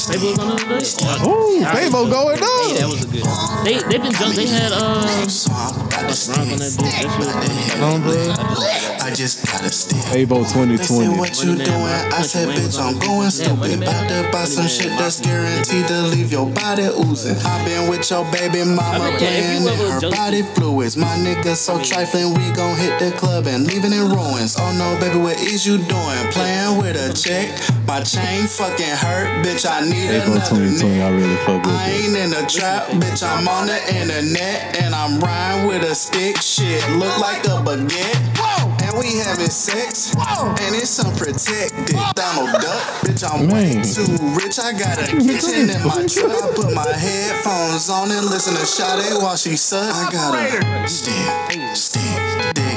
F: Fable was on the other day.
H: Ooh, Fable going up.
F: That was a good. They they've been jump. They had uh, what's wrong on that bitch? That shit was
L: I just gotta stick.
H: Fable
L: Say
H: 2020.
L: what you doing? I said, bitch, I'm going stupid. About to buy some shit that's guaranteed to leave your body oozing. i been with your baby mama
F: mean, yeah, if
L: playing
F: you
L: in
F: ever
L: her
F: joke-
L: body fluids. My nigga so trifling, we gon' hit the club and leave it in ruins. Oh no, baby, what is you doing? Playing with a chick? My chain fucking hurt, bitch. I need
H: Fable
L: another.
H: 2020. I really fuck with
L: I
H: it.
L: ain't in a trap, bitch. I'm on the internet and I'm rhyme with a stick. Shit, look like a baguette. And we having sex, and it's unprotected. Donald Duck, bitch. I'm way
H: Man.
L: too rich. I got a kitchen in my truck. I put my headphones on and listen to Sade while she suck. I got a stick, stick, dick.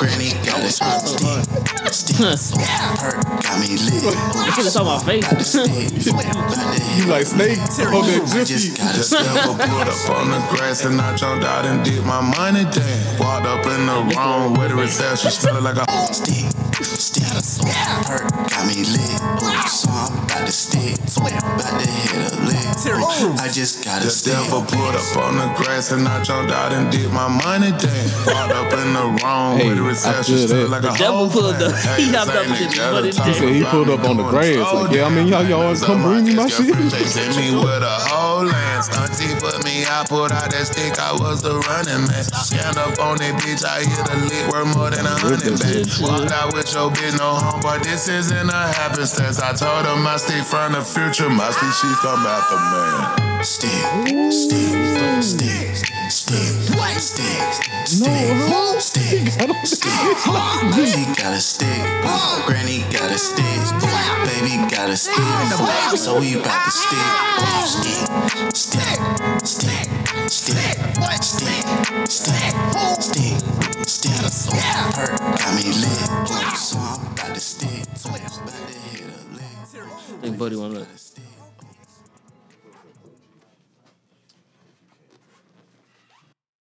L: Granny got a stick, stick. Her got me lit.
F: good. This shit is on my face.
H: You like snake? Okay,
L: I just gotta step up.
M: Put up on the grass and I jumped out and did my money dance. Walked up in the wrong way to reception, smelling like a
L: Stick, stick, hurt, got me lit. So I'm about to stick, about to hit a lick. I just gotta
M: Just
L: stick.
M: never put up on the grass and I jumped out and did my money dance. Walked up in the wrong
H: Hey,
M: way to
H: I
M: reception,
H: feel
M: smelling
H: that.
M: like a
F: devil
M: whole
F: pulled up.
M: plan.
F: He
M: Haters
F: hopped up
M: ain't
F: and did his
M: together
F: money
M: talking
F: dance. He
H: said he
M: about
H: pulled
M: me
H: up on the
M: doing
H: grass.
M: so
H: Like, yeah, I mean, y'all- y'all
M: damn
H: come
M: good.
H: bring me my
M: Ex-girlfriend,
H: shit.
M: They sent me with a whole lens. Auntie put me, I pulled out that stick. I was the running man. Stand up on that bitch, I hit a lick worth more than a hundred bags. Walked out with your bitch, no homeboy. This isn't a happenstance. I told her my stick from the future. My species come after man.
L: Stick, stick, stick, stick, stick, stick, stick, stick. She got a stick, granny got a stick, baby got a stick. So we about to stick, stick, stick, stick, stick, stick, stick, stick, stick, stick. Hurt got me lit, so I'm about to stick, about to hit a lick.
F: Big buddy one up.
L: Stick.